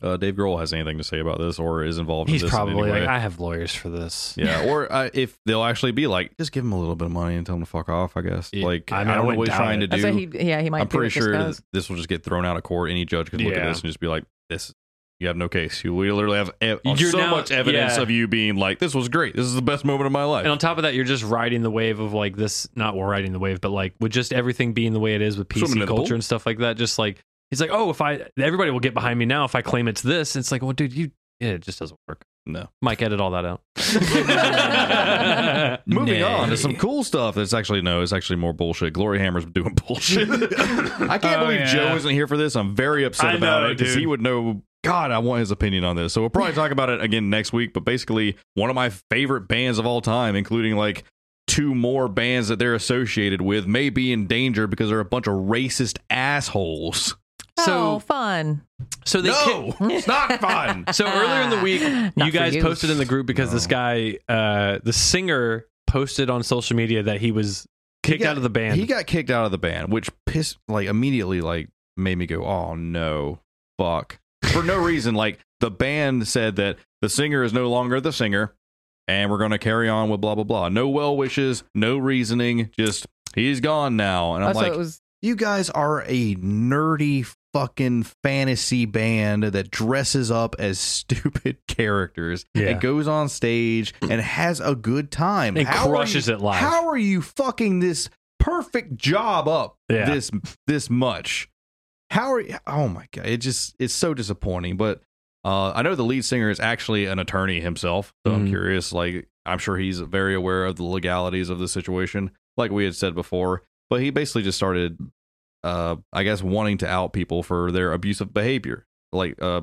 E: uh Dave Grohl has anything to say about this or is involved.
B: He's
E: in this in any
B: probably
E: way.
B: like, I have lawyers for this.
E: Yeah, or uh, if they'll actually be like, just give him a little bit of money and tell him to fuck off. I guess.
B: Yeah,
E: Like,
B: I
E: I,
B: mean, I
E: don't know
B: wouldn't
E: what he's
B: doubt
E: trying
B: it.
E: to
C: I
E: do.
C: said he, yeah, he might
E: I'm
C: do
E: pretty
C: what this
E: sure
C: goes.
E: that this will just get thrown out of court. Any judge could look
B: Yeah.
E: at this and just be like, "This, you have no case. You we literally have ev-
B: You're
E: so
B: now-
E: much evidence
B: yeah.
E: of you being like, this was great. This is the best moment of my life."
B: And on top of that, you're just riding the wave of like this, not we're riding the wave, but like with just everything being the way it is with PC
E: Swimming in the
B: culture
E: pool.
B: and stuff like that, just like He's like, oh, if I everybody will get behind me now if I claim it's this. It's like, well, dude, you yeah, it just doesn't work.
E: No.
B: Mike, edit all
E: [laughs]
B: that out. [laughs]
E: Moving
B: Nay.
E: on to some cool stuff that's actually no, it's actually more bullshit. Glory Hammer's doing [laughs]
B: [laughs]
E: bullshit. I can't
D: Oh,
E: believe
D: yeah.
E: Joe isn't here for this. I'm very upset
B: I
E: about
B: know,
E: it because he
B: dude.
E: would know. God, I want his opinion on this. So we'll probably talk about it again next week. But basically, one of my favorite bands of all time, including like two more bands that they're associated with, may be in danger because they're a bunch of racist assholes.
C: oh,
B: So-
C: fun.
B: So they kick-
E: No, it's not fun.
B: So earlier in the week,
C: [laughs] Not
B: you
C: for
B: guys
C: you.
B: posted in the group because this guy, uh, the singer, posted on social media that he was kicked
E: got-
B: out of the band.
E: He got kicked out of the band, which pissed like immediately like made me go, "Oh no, fuck."
B: [laughs]
E: For no reason, like the band said that the singer is no longer the singer and we're going to carry on with blah blah blah. No well wishes, no reasoning, just he's gone now. And I'm
C: Also,
E: like,
C: it was
E: "You guys are a nerdy fucking fantasy band that dresses up as [laughs] stupid characters
B: Yeah.
E: and goes on stage and has a good time
B: and
E: How are
B: crushes it live.
E: how are you fucking this perfect job up
B: Yeah.
E: this this much? How are you? Oh my god! It just it's so disappointing. But uh, I know the lead singer is actually an attorney himself, so I'm
B: Mhm.
E: curious. Like I'm sure he's very aware of the legalities of the situation, like we had said before. But he basically just started, uh, I guess, wanting to out people for their abusive behavior, like uh,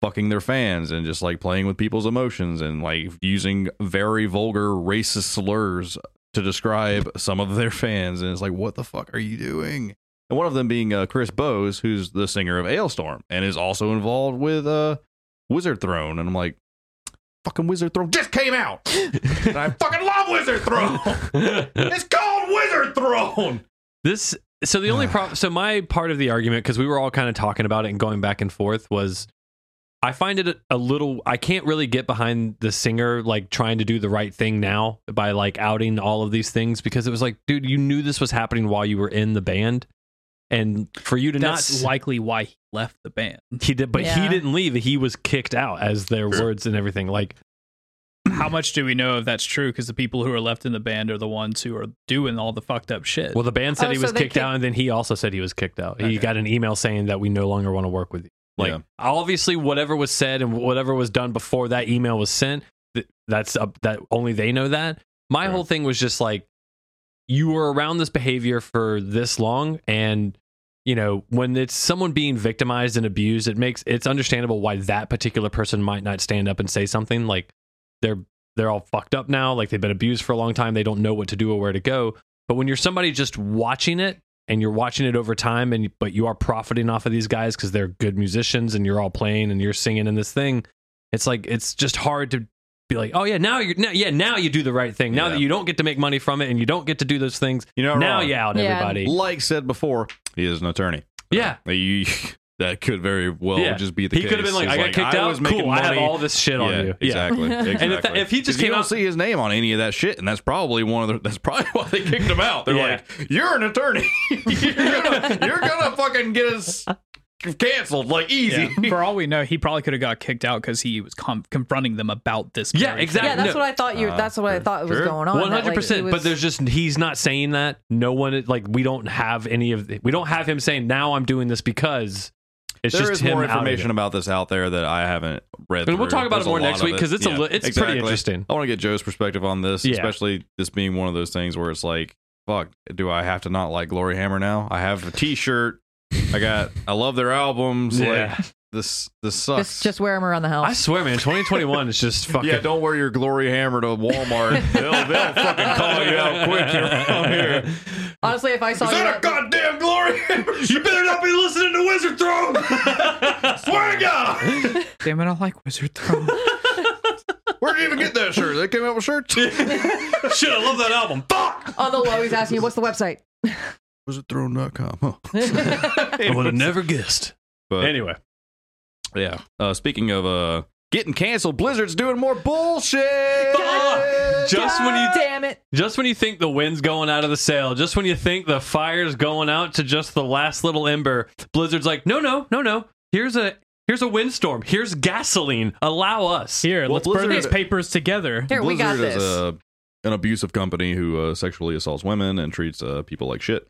E: fucking their fans and just like playing with people's emotions and like using very vulgar racist slurs to describe some of their fans and it's like what the fuck are you doing and one of them being uh, chris bowes who's the singer of ailstorm and is also involved with uh, wizard throne and i'm like fucking wizard throne just came out
B: [laughs]
E: and i fucking love wizard throne it's called wizard throne
B: This so the only problem so my part of the argument because we were all kind of talking about it and going back and forth was I find it a, a little I can't really get behind the singer like trying to do the right thing now by like outing all of these things because it was like dude you knew this was happening while you were in the band and for you to not
D: That's likely why he left the band.
B: he did but he
C: Yeah.
B: didn't leave he was kicked out as their words and everything like
D: How much do we know if that's true? Because the people who are left in the band are the ones who are doing all the fucked up shit.
B: well the band said
C: Oh,
B: he
C: so
B: was
C: they
B: kicked
C: kick-
B: out and then he also said he was kicked out
D: Okay.
B: he got an email saying that we no longer want to work with you like
E: Yeah.
B: obviously whatever was said and whatever was done before that email was sent th- that's up that only they know that my
E: Sure.
B: whole thing was just like you were around this behavior for this long and you know when it's someone being victimized and abused it makes it's understandable why that particular person might not stand up and say something like they're they're all fucked up now like they've been abused for a long time they don't know what to do or where to go but when you're somebody just watching it and you're watching it over time and but you are profiting off of these guys because they're good musicians and you're all playing and you're singing in this thing it's like it's just hard to be like oh yeah now you're now, yeah now you do the right thing now
E: Yeah.
B: that you don't get to make money from it and you don't get to do those things
E: you know
B: now
E: Ron,
B: you out
C: Yeah.
B: everybody
E: like said before he is an attorney
B: yeah
E: you, [laughs] that could very well
B: Yeah.
E: just be the
B: he
E: case
B: could have been like
E: It's
B: i got kicked out
E: was making
B: cool i have
E: money.
B: all this shit on you yeah
E: Exactly. exactly.
B: [laughs] And if- if he just
E: 'Cause you
B: came
E: don't
B: out-
E: see his name on any of that shit, and that's probably one of the that's probably [laughs] why they kicked him out. They're
B: Yeah.
E: like, "You're an attorney. [laughs] you're, gonna, you're gonna fucking get us canceled like easy."
B: [laughs]
D: Yeah. For all we know, he probably could have got kicked out because he was com- confronting them about this.
B: Yeah,
D: very thing.
B: exactly.
C: yeah, that's
B: No.
C: what I thought you.
E: Uh,
C: that's what I
E: sure.
C: thought was
E: Sure.
C: going on. that,
B: One
C: like,
B: hundred percent.
C: he
B: But
C: was-
B: there's just he's not saying that. No one like we don't have any of we don't have him saying now I'm doing this because it's
E: There
B: just
E: is
B: him
E: more
B: outing
E: information
B: it.
E: about this out there that I haven't read.
B: And we'll
E: through.
B: talk about
E: There's
B: it more
E: a lot
B: next
E: of
B: week because it's a
E: Yeah,
B: li- it's
E: exactly.
B: pretty interesting.
E: I want to get Joe's perspective on this,
B: Yeah.
E: especially this being one of those things where it's like, fuck, do I have to not like Glory Hammer now? I have a T-shirt. I got. I love their albums.
B: Yeah.
E: Like, this this sucks.
C: just just wear them around the house.
B: I swear, man, 2021 is just fucking.
E: [laughs] Yeah, don't wear your glory hammer to [laughs] Walmart. they'll, they'll fucking
B: [laughs]
E: call you out quick around here. Is
C: Honestly, if I saw you,
E: that a
C: at-
E: goddamn glory hammer? Oh, [laughs] You better not be listening to Wizard Throne. [laughs] Swear to God,
D: Damn it, I like Wizard Throne.
E: where did you even get that shirt? They came out with [laughs] shirts.
B: Shit, I love that album.
C: on the low, he's asking you, "What's the website?"
E: WizardThrone.com. Huh.
B: I would have never guessed.
E: But
B: Anyway,
E: yeah, uh, speaking of uh, getting canceled, Blizzard's doing more bullshit.
B: just when you
C: Damn it!
B: just when you think the wind's going out of the sail, just when you think the fire's going out to just the last little ember, Blizzard's like, no, no, no, no. Here's a here's a windstorm. Here's gasoline. Allow us.
D: Here,
E: Well,
D: let's burn
E: Blizzard-
D: these papers together.
C: Here we got
E: Blizzard
C: this.
E: is a, an abusive company who uh, sexually assaults women and treats uh, people like shit,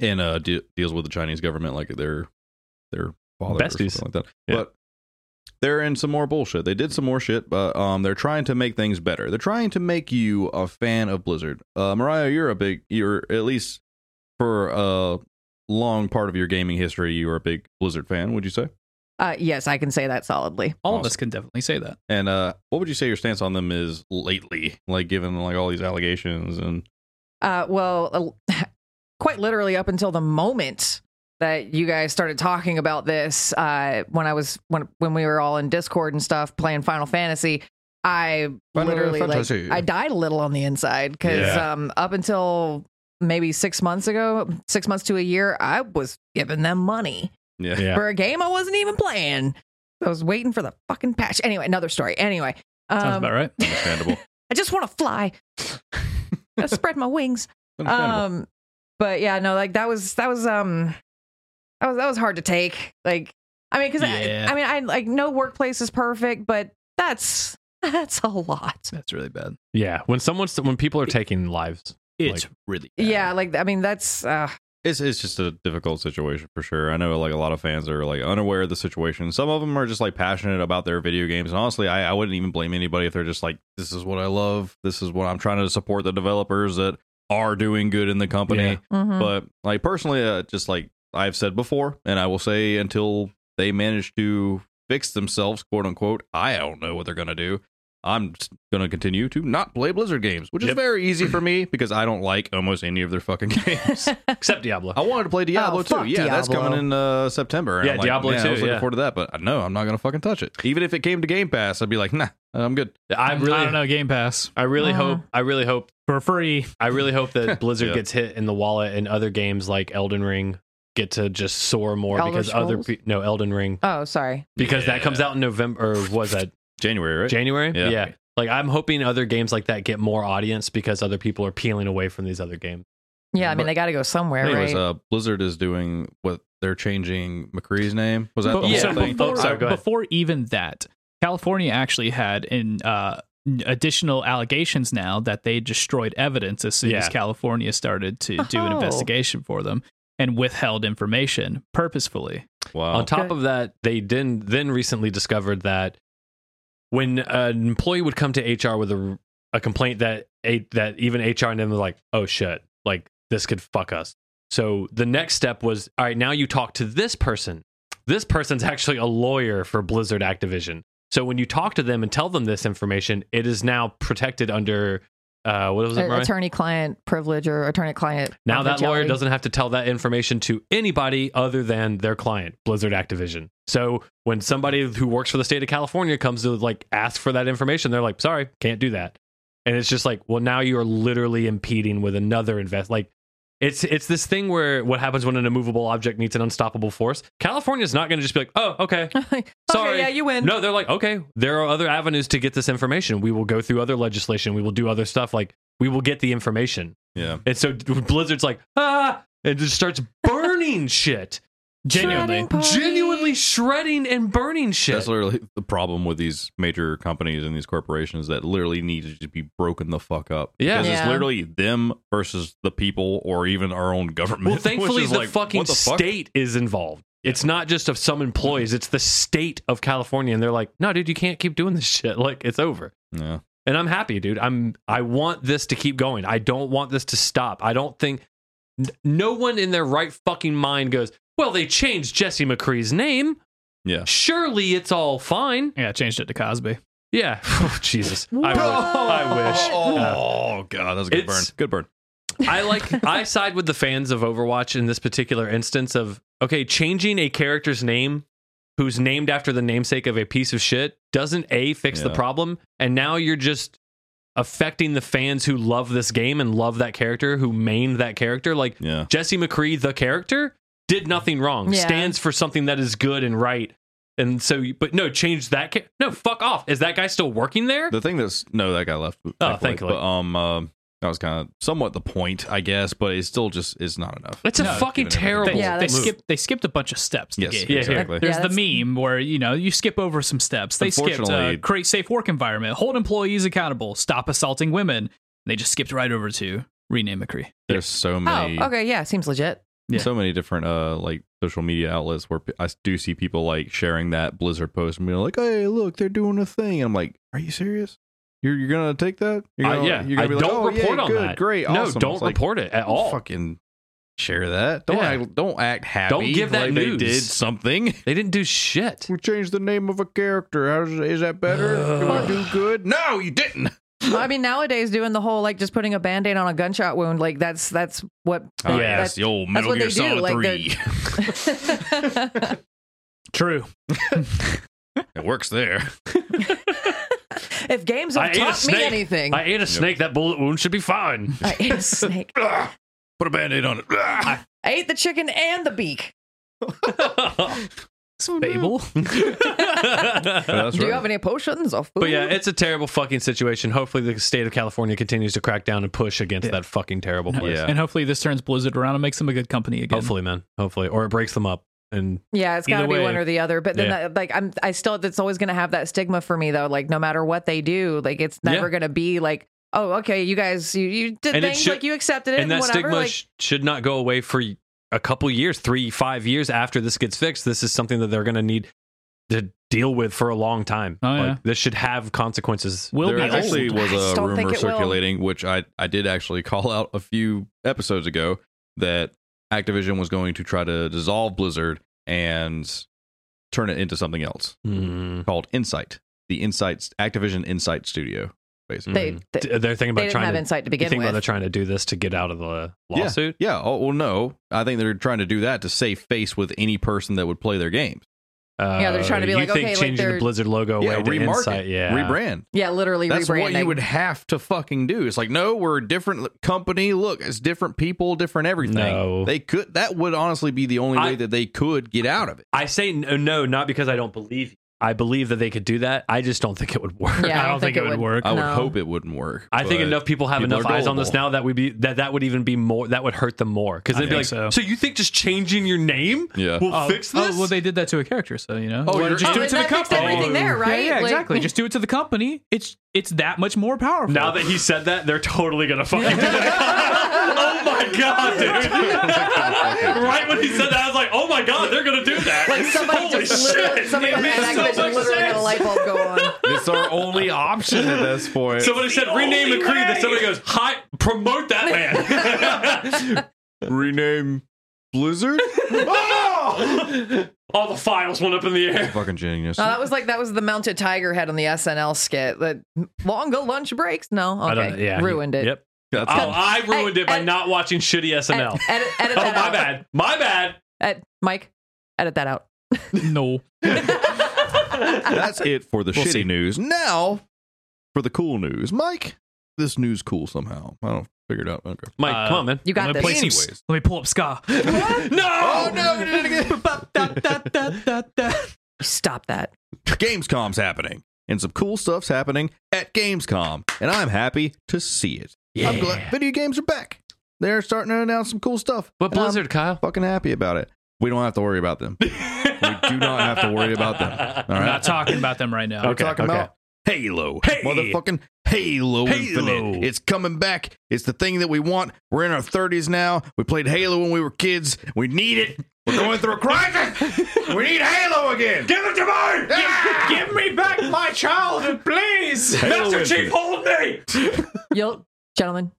E: and uh, de- deals with the Chinese government like they're their father or
B: Besties.
E: something like that.
B: Yeah.
E: But they're in some more bullshit. They did some more shit, but um, they're trying to make things better. They're trying to make you a fan of Blizzard. Uh, Mariah, you're a big, you're at least for a long part of your gaming history, you were a big Blizzard fan. Would you say?
C: Uh, yes, I can say that solidly.
D: All of us can definitely say that.
E: And uh, what would you say your stance on them is lately? Like given like all these allegations and
C: Uh, well, uh, [laughs] quite literally up until the moment that you guys started talking about this, uh, when I was when when we were all in Discord and stuff playing Final Fantasy, I
H: Final
C: literally
H: Fantasy.
C: like I died a little on the inside because
B: Yeah.
C: um, up until maybe six months ago, six months to a year, I was giving them money
E: yeah,
B: Yeah.
C: for a game I wasn't even playing. I was waiting for the fucking patch. Anyway, another story. Anyway,
D: Sounds
C: um,
D: about right.
E: understandable.
C: [laughs] I just want to
D: [laughs]
C: fly. I spread my wings.
E: Understandable.
C: Um, but yeah, no, like that was that was um, that was that was hard to take. Like, I mean, because
D: Yeah.
C: I, I mean, I like no workplace is perfect, but that's [laughs] that's a lot.
D: That's really bad.
B: Yeah, when someone's when people are taking [laughs] lives,
D: It's
B: Like-
D: really bad.
C: Yeah, like I mean, that's uh,
E: it's it's just a difficult situation for sure. I know like a lot of fans are like unaware of the situation. Some of them are just like passionate about their video games, and honestly, I, I wouldn't even blame anybody if they're just like, "This is what I love. This is what I'm trying to support the developers that are doing good in the company."
B: Yeah.
C: mhm.
E: But like personally, uh, just like I've said before, and I will say until they manage to fix themselves, quote unquote, I don't know what they're gonna do. I'm going to continue to not play Blizzard games, which is
B: Yep.
E: very easy for me [laughs] because I don't like almost any of
C: [laughs]
E: their fuccking games.
B: except Diablo.
E: I wanted to play Diablo
C: Oh,
E: too.
C: fuck
E: Yeah, that's
C: Diablo.
E: coming in uh, September. and
B: Yeah,
E: I'm like,
B: Diablo
E: man, I
B: too,
E: was looking
B: yeah.
E: forward to that, but uh, no, I'm not gonna fucking touch it. Even if it came to Game Pass, I'd be like, nah, uh, I'm good.
B: I really,
D: I don't know. Game Pass
B: I really
C: Uh.
B: hope. I really hope.
D: for free.
B: I really hope [laughs] that Blizzard
E: Yeah.
B: gets hit in the wallet, and other games like Elden Ring get to just soar more
C: Elder
B: because other
C: Scrolls?
B: pe- no Elden Ring
C: oh, sorry.
B: because that comes out in November. Or was that
E: January, right?
B: January?
E: Yeah.
B: Like I'm hoping other games like that get more audience because other people are peeling away from these other games.
C: Yeah, I mean,
E: But-
C: they got to go somewhere,
E: Anyways,
C: right?
E: uh, Blizzard is doing what they're changing McCree's name. Was that
D: But-
E: the
B: yeah,
E: whole
D: so
E: thing?
D: before,
B: Oh, sorry, go ahead.
D: before even that, California actually had an uh, n- additional allegations now that they destroyed evidence as soon as
B: Yeah.
D: California started to do an
C: Oh.
D: investigation for them and withheld information purposefully.
E: Wow.
B: On top
C: Okay.
B: of that, they then then recently discovered that when an employee would come to HR with a, a complaint that a, that even HR and them was like, oh shit, like this could fuck us. So the next step was, all right, now you talk to this person. This person's [laughs] actually a lawyer for Blizzard Activision. So when you talk to them and tell them this information, it is now protected under uh, what was it? Mariah?
C: attorney-client privilege or attorney-client.
B: Now that lawyer
C: confidentiality.
B: doesn't have to tell that information to anybody other than their client, Blizzard Activision. So when somebody who works for the state of California comes to like ask for that information, they're like, "Sorry, can't do that." And it's just like, "Well, now you are literally impeding with another invest." Like it's it's this thing where what happens when an immovable object meets an unstoppable force? California's not going to just be like, "Oh, okay."
C: [laughs] okay,
B: Sorry.
C: yeah, you win.
B: No, they're like, okay, there are other avenues to get this information. We will go through other legislation. We will do other stuff. Like, we will get the information.
E: Yeah.
B: And so Blizzard's like, ah, and just starts
E: [laughs]
B: burning shit.
D: Genuinely.
C: Shredding party.
B: Genuinely shredding and burning shit.
E: That's literally the problem with these major companies and these corporations that literally need to just be broken the fuck up.
B: Yeah.
E: Because it's
C: Yeah.
E: literally them versus the people or even our own government.
B: well,
E: [laughs] which
B: thankfully,
E: is
B: the
E: like,
B: fucking
E: what the fuck?
B: state is involved. It's not just of some employees, it's the state of California. And they're like, no, dude, you can't keep doing this shit. [laughs] Like, it's over.
E: Yeah.
B: and I'm happy, dude. I'm I want this to keep going. I don't want this to stop. I don't think n- no one in their right fucking mind goes, "Well, they changed Jesse McCree's name.
E: Yeah.
B: Surely it's all fine."
D: Yeah, I changed it to Cosby.
B: Yeah. [laughs] Oh, Jesus. I, wish.
E: [laughs]
B: I
E: Oh,
B: wish. Uh,
E: god, that was a good burn.
B: It's-
E: Good burn.
B: I like I side with the fans of Overwatch in this particular instance of okay, changing a character's name who's named after the namesake of a piece of shit doesn't a fix the
E: Yeah.
B: problem and now you're just affecting the fans who love this game and love that character who mained that character like
E: Yeah.
B: Jesse McCree the character did nothing wrong
C: Yeah.
B: stands for something that is good and right and so but no change that ca- no fuck off is that guy still working there
E: The thing that's no, that guy left.
B: Oh, thankfully.
E: But, um, um, that was kind of somewhat the point, I guess, but it's still just it's not enough.
B: it's a
D: No,
B: fucking
E: given everything.
B: terrible
D: They,
C: Yeah,
D: they
B: move.
D: skipped they skipped a bunch of steps. to
E: Yes,
D: get
B: yeah,
D: here.
E: exactly.
D: There's
C: Yeah,
D: the meme where you know you skip over some steps. They skipped uh,
E: Unfortunately-
D: create safe work environment, hold employees accountable, stop assaulting women. They just skipped right over to rename McCree.
E: There's so
C: Oh,
E: many.
C: okay, yeah, seems legit.
D: Yeah.
E: so many different uh like social media outlets where p- I s- do see people like sharing that Blizzard post and being like, "Hey, look, they're doing a thing." And I'm like, "Are you serious? You're you're gonna take that? You're
B: Uh,
E: gonna,
B: yeah,
E: you're gonna
B: I
E: be like,
B: don't
E: "Oh,
B: report
E: yeah,
B: on
E: good,
B: that.
E: Great,
B: no,
E: awesome."
B: don't
E: It's like,
B: report it at
E: "Don't
B: all.
E: Fucking share that. Don't
B: Yeah.
E: act, don't act happy.
B: give that
E: like
B: news.
E: They did something. [laughs]
B: They didn't do shit.
E: We changed the name of a character. How is, is that better? Can I do good? No, you didn't.
C: I mean, nowadays doing the whole like just putting a band-aid on a gunshot wound, like that's that's what
E: Oh,
B: [laughs] yeah,
E: yes, the old
C: that's
E: Metal
C: what
E: Gear
C: they do,
E: Solid
C: like, they're-
E: Three.
C: that
D: True.
B: [laughs]
E: it works there.
C: if games
B: I ate
C: have
B: a
C: taught me
B: snake.
C: anything.
B: I ate a snake. That bullet wound should be
C: [laughs]
B: fine.
C: I ate
B: [laughs]
C: a snake.
E: Put a band-aid on it. [laughs] Ah.
C: I ate the chicken and the beak.
D: Fable.
E: That's
C: Do you
E: right.
C: have any potions or food?
B: But yeah, it's a terrible fucking situation. Hopefully, the state of California continues to crack down and push against
D: Yeah.
B: that fucking terrible place.
E: Yeah.
D: And hopefully this turns Blizzard around and makes them a good company again.
B: Hopefully, man. Hopefully, or it breaks them up. And
C: Yeah, it's
B: Either
C: got to be
B: way.
C: one or the other. But then,
B: Yeah.
C: that, like, I'm, I still, it's always going to have that stigma for me, though. Like, no matter what they do, like, it's
B: Yeah.
C: never going to be like, oh, okay, you guys, you, you did
B: And it
C: things,
B: should-
C: like, you accepted it, and,
B: and that
C: whatever.
B: stigma
C: like,
B: sh- should not go away for a couple years, three, five years after this gets fixed. This is something that they're going to need to deal with for a long time.
D: Oh, yeah.
B: Like this should have consequences.
D: Will
E: there
D: be
E: actually
D: old.
E: was
C: I just
E: a
C: don't think
E: rumor
C: it will.
E: circulating, which I, I did actually call out a few episodes ago that Activision was going to try to dissolve Blizzard and turn it into something else
B: Mm.
E: called Insight, the Insights Activision Insight Studio, basically.
C: they,
B: Mm.
C: they,
B: D- They're thinking about
C: they didn't
B: trying
C: have
B: to.
C: insight to
B: You
C: begin
B: think about they're
C: with.
B: trying to do this to get out of the lawsuit?
E: Yeah. Oh well, no. I think they're trying to do that to save face with any person that would play their games.
C: Yeah, they're trying to be
B: Uh, you
C: like,
B: think
C: okay, like
B: changing the
C: they're-
B: Blizzard logo
E: yeah,
B: away to
E: remarket,
B: Insight, yeah,
E: rebrand.
C: Yeah, literally
E: That's
C: rebranding.
E: what you would have to fucking do. It's like, no, we're a different l- company. Look, it's different people, different everything.
B: No.
E: They could that would honestly be the only
B: I-
E: way that they could get out of it.
B: I say no, no, not because I don't believe. you. I believe that they could do that. I just don't think it would work. [laughs]
C: Yeah, I don't think it would.
D: work.
E: I would
C: No.
E: hope it wouldn't work.
B: I think
E: but-
B: enough people have
E: people
B: enough
E: are
B: eyes on this
E: gullible.
B: now that would be that that would even be more that would hurt them more because
D: I
B: they'd be like,
D: think
B: so.
D: so.
B: you think just changing your name
E: Yeah.
B: will
D: Oh,
B: fix
D: oh,
B: this?
D: well, they did that to a character, so you know.
E: Oh,
D: Why
E: you're-
D: don't you just
C: oh,
D: do it
C: and
D: to the
C: that fixed
D: company.
C: everything there,
D: Yeah,
C: right?
D: yeah,
C: Like-
D: exactly. Just do it to the company. It's it's that much more powerful.
B: now that he said that, they're totally gonna fucking do that. [laughs] oh my god,
C: [laughs]
B: dude! right when he said that, I was like, oh my god, they're gonna do [laughs] that.
C: like somebody
B: Holy
C: just literally,
B: shit!
C: somebody
B: It
C: at
B: makes so
C: Activision
B: much
C: literally had a
B: sense.
C: light bulb
B: [laughs]
C: go on.
E: it's our only option at this point.
B: Somebody said rename the creed. That somebody goes, hi, promote that
C: [laughs]
B: man. [laughs]
E: Rename Blizzard?
B: All the files went up in the air.
E: [laughs] fucking genius.
B: Uh,
C: No, that was like that was the mounted tiger head on the SNL skit. That long go lunch breaks. No, okay, ruined it.
B: Yep.
E: That's
B: Oh, I ruined
C: Hey,
B: it by
C: and-
B: not watching shitty SNL.
C: Ed- edit, edit
B: [laughs] oh,
C: that
B: my
C: out.
B: bad. My bad.
C: Ed- Mike, edit that out.
D: [laughs] no.
E: That's it for the
B: We'll
E: shitty
B: see.
E: news. Now for the cool news. Mike, this news cool somehow. I don't figure it out. Okay.
B: Mike,
D: Uh,
B: come on, man.
C: [laughs] You
D: Let
C: got this.
D: me play some-
E: Anyways.
D: let me pull
B: [laughs]
D: up Ska.
B: No.
E: Oh no, we did it again.
D: [laughs]
C: Stop that.
E: Gamescom's happening and some cool stuff's happening at Gamescom, and I'm happy to see it. I'm glad video games are back. They're starting to announce some cool stuff.
B: What
E: and I'm
D: Um,
B: Blizzard, Kyle?
E: fucking happy about it. We don't have to worry about them.
B: we do
E: not have to worry about
B: [laughs]
E: them. All
D: I'm
E: right.
D: not talking about them right now.
E: We're
B: Okay,
E: talking
B: okay.
E: about Halo.
B: Hey.
E: Motherfucking Halo, Infinite. It's coming back. It's the thing that we want. We're in our 30s now. We played Halo when we were kids. We need it. We're going through a crisis. [laughs] we need Halo again.
B: Give it to me!
E: Ah!
B: Give me back my childhood, please! Master Chief, hold me!
C: You'll, gentlemen,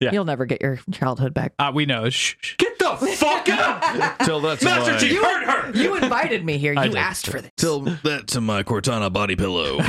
B: Yeah.
C: you'll never get your childhood
B: [laughs]
C: back.
D: Uh, we know. Shh, shh.
B: Get the fuck up! [laughs]
E: Till that's
B: Master
E: mine.
B: Chief, hurt her!
C: You invited me here. You
B: I did.
C: asked for this.
E: Till that to my Cortana body [laughs] pillow.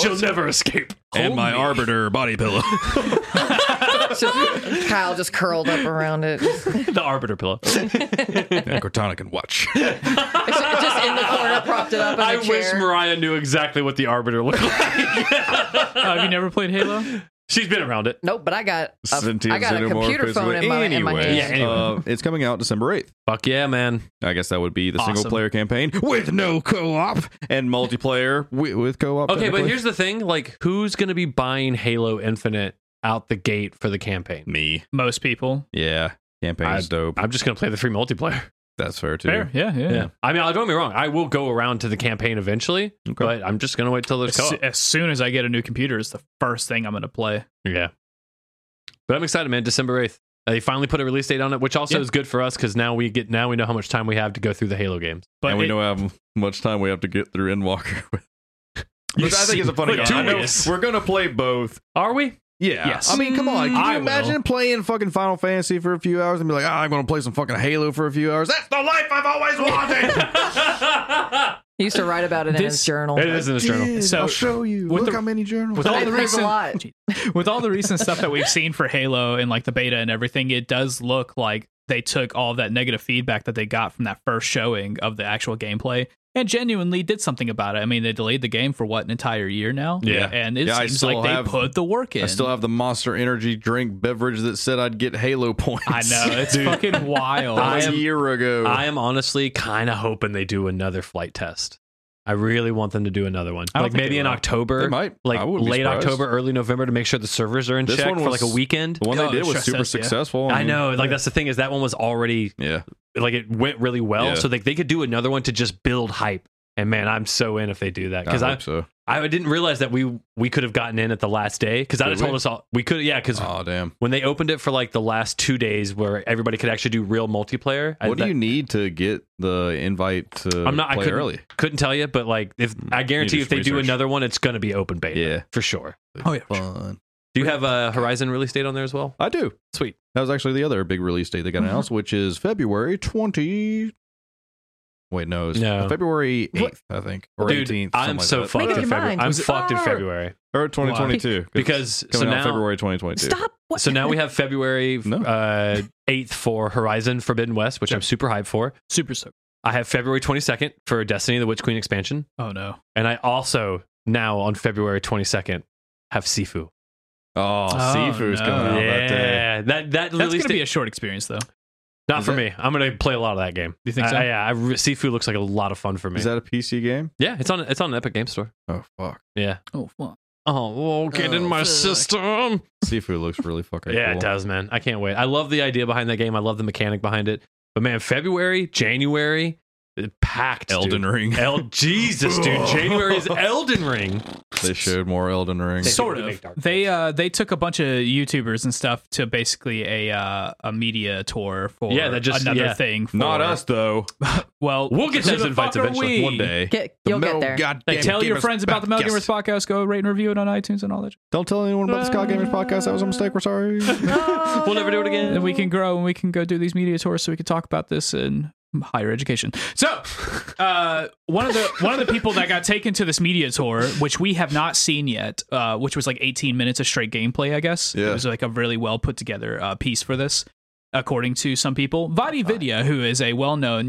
B: She'll never escape.
E: and my arbiter body pillow.
C: [laughs] Kyle just curled up around it. It's
B: [laughs] The arbiter pillow.
E: and Cortana can [laughs] watch.
C: just in the corner, propped it up in the
B: I wish
C: chair.
B: Mariah knew exactly what the arbiter looked like.
D: Uh, have you never played Halo?
B: She's been around it.
C: nope, but I got a,
E: Sentient
C: I got a
E: xenomorph
C: computer
E: is
C: phone
E: what-
C: in my, in my
E: Anyways,
C: hand.
B: Yeah, anyway.
E: uh, it's coming out December 8th.
B: Fuck yeah, man.
E: I guess that would be the
D: Awesome.
E: single player campaign with no co op and multiplayer with, with co op.
B: Okay, but here's the thing: like, who's gonna be buying Halo Infinite out the gate for the campaign?
E: me.
D: Most people.
E: Yeah, campaign's dope.
B: I'm just gonna play the free multiplayer.
E: That's fair too.
D: Fair. Yeah, yeah.
B: Yeah, I mean, I don't get me wrong. I will go around to the campaign eventually,
E: Okay.
B: but I'm just gonna wait till there's
D: As,
B: co-op.
D: as soon as I get a new computer, it's the first thing I'm going to play.
B: Yeah, but I'm excited, man. December eighth. Uh, They finally put a release date on it, which also
D: Yeah.
B: is good for us because now we get now we know how much time we have to go through the Halo games.
D: But
E: and we
D: it-
E: know how much time we have to get through Endwalker. [laughs] Which I think is a funny.
B: Like,
E: game.
B: two
E: I know
B: weeks.
E: we're gonna play both.
B: Are we?
E: Yeah.
D: Yes.
E: I mean, come on. Can
B: I
E: you
B: will.
E: imagine playing fucking Final Fantasy for a few hours and be like, "Ah, I'm gonna play some fucking Halo for a few hours? That's the life I've always wanted.
C: He used to write about it in his
D: This-
C: journal.
B: It is in this journal.
E: so,
D: So-
E: I'll show you.
B: with
E: Look
B: the-
E: how many journals.
B: with all
C: I
B: the
C: think
D: recent-
C: a lot.
D: with all the recent stuff that we've seen for Halo and like the beta and everything, it does look like they took all of that negative feedback that they got from that first showing of the actual gameplay and genuinely did something about it. I mean, they delayed the game for what an entire year now.
B: Yeah.
D: and it
E: Yeah, I
D: seems
E: still
D: like they
E: have-
D: put the work in.
E: I still have the Monster Energy drink beverage that said I'd get Halo points.
D: I
E: [laughs]
D: know it's
B: [laughs]
D: fucking wild.
B: I
E: a
B: am-
E: year ago.
B: I am honestly kind of hoping they do another flight test. I really want them to do another one,
D: I don't
B: like
D: think
B: maybe
D: they
B: in
D: will.
E: They
B: October,
E: might. I
B: like
E: wouldn't be
B: late
E: surprised.
B: October, early November, to make sure the servers are in
E: This
B: check
E: one
B: for like a
E: was-
B: weekend.
E: The one
D: Oh,
E: they did was
D: stress
E: super
D: test, yeah.
E: successful.
B: I
E: mean,
B: know, like that's the thing is that one was already [laughs]
E: Yeah.
B: like it went really well,
E: Yeah.
B: so like they could do another one to just build hype. And man, I'm so in if they do that because
E: I
B: I,
E: hope so.
B: I didn't realize that we we could have gotten in at the last day because I'd
E: Did
B: have told
E: we?
B: us all we could yeah because
E: Oh damn.
B: when they opened it for like the last two days where everybody could actually do real multiplayer. I,
E: What do you need to get the invite to
B: I'm not- I
E: play
B: couldn't-
E: early?
B: couldn't tell you, but like if I guarantee
E: Mm, do
B: if they do
E: research.
B: another one, it's gonna be open beta
E: Yeah.
B: for sure.
D: Oh, yeah, for sure.
E: Fun.
B: Do you have a Horizon release date on there as well?
E: I do.
B: Sweet. Mm-hmm.
E: That was actually the other big release date that got
D: Mhm.
E: announced, which is February 20. Wait, no, it's
B: No.
E: February
C: What?
E: 8th, I think, or
B: Dude,
E: 18th.
B: I'm so
E: something
B: fucked
C: Make
B: in
C: up your
B: February.
C: mind.
B: I'm
C: Was it-
B: fucked in
C: Arr!
B: February
E: like that. or 2022
B: because
E: it's
B: so
E: coming out
B: now
E: February 2022.
C: Stop. What?
B: so now we have February
E: [laughs] No.
B: uh, 8th for Horizon Forbidden West, which I'm super hyped for.
D: super so.
B: I have February 22nd for Destiny the Witch Queen expansion.
D: Oh no,
B: And I also now on February 22nd have Sifu.
E: Oh,
D: Oh,
E: seafood's coming out
D: no.
E: that day.
B: yeah, that that
D: that's
B: release
D: gonna be
B: date,
D: a short experience though.
B: not
E: is
B: for
E: that-
B: me. I'm gonna play a lot of that game.
D: You think
B: I-
D: so?
B: I- yeah, I re- Sifu looks like a lot of fun for me.
E: Is that a PC game?
B: yeah, it's on it's on an Epic Game Store.
E: Oh fuck,
B: Yeah.
D: Oh fuck.
B: Oh, well, get in
E: Oh,
B: my
E: fuck.
B: system.
E: seafood looks really fucking.
B: Yeah,
E: cool.
B: it does, man. I can't wait. I love the idea behind that game. I love the mechanic behind it. But man, February, January, it packed. dude.
E: Elden Ring.
B: El- Jesus, [laughs] dude. January is Elden [laughs] Ring.
E: they showed more Elden Ring.
B: They
D: sort
B: did
D: of.
B: make Dark
D: They uh they took a bunch of YouTubers and stuff to basically a uh, a media tour for
B: Yeah, that just-
D: another
B: yeah.
D: thing. For,
E: Not us though.
D: Well,
B: We'll get
D: who
B: those
D: the
B: invites
D: fuck are
B: eventually.
D: we?
E: One day.
C: Get,
E: The
C: you'll
E: Metal
C: get there.
A: [laughs]
E: Goddamn
D: Like, tell your
E: Gamers
D: friends about the Metal
E: Podcast.
D: Gamers podcast. Go rate and review it on iTunes and all that. shit.
E: Don't tell anyone about the Scott Gamers podcast. That was a mistake. We're sorry.
B: We'll never do it again.
D: And we can grow and we can go do these media tours so we can talk about this in higher education.
E: [laughs]
D: So, uh, one of the one of the people that got taken to this media tour, which we have not seen yet, uh, which was like 18 minutes of straight gameplay, I guess.
E: Yeah.
D: It was like a really well put together uh, piece for this, according to some people. Vadi Vidya, who is a well known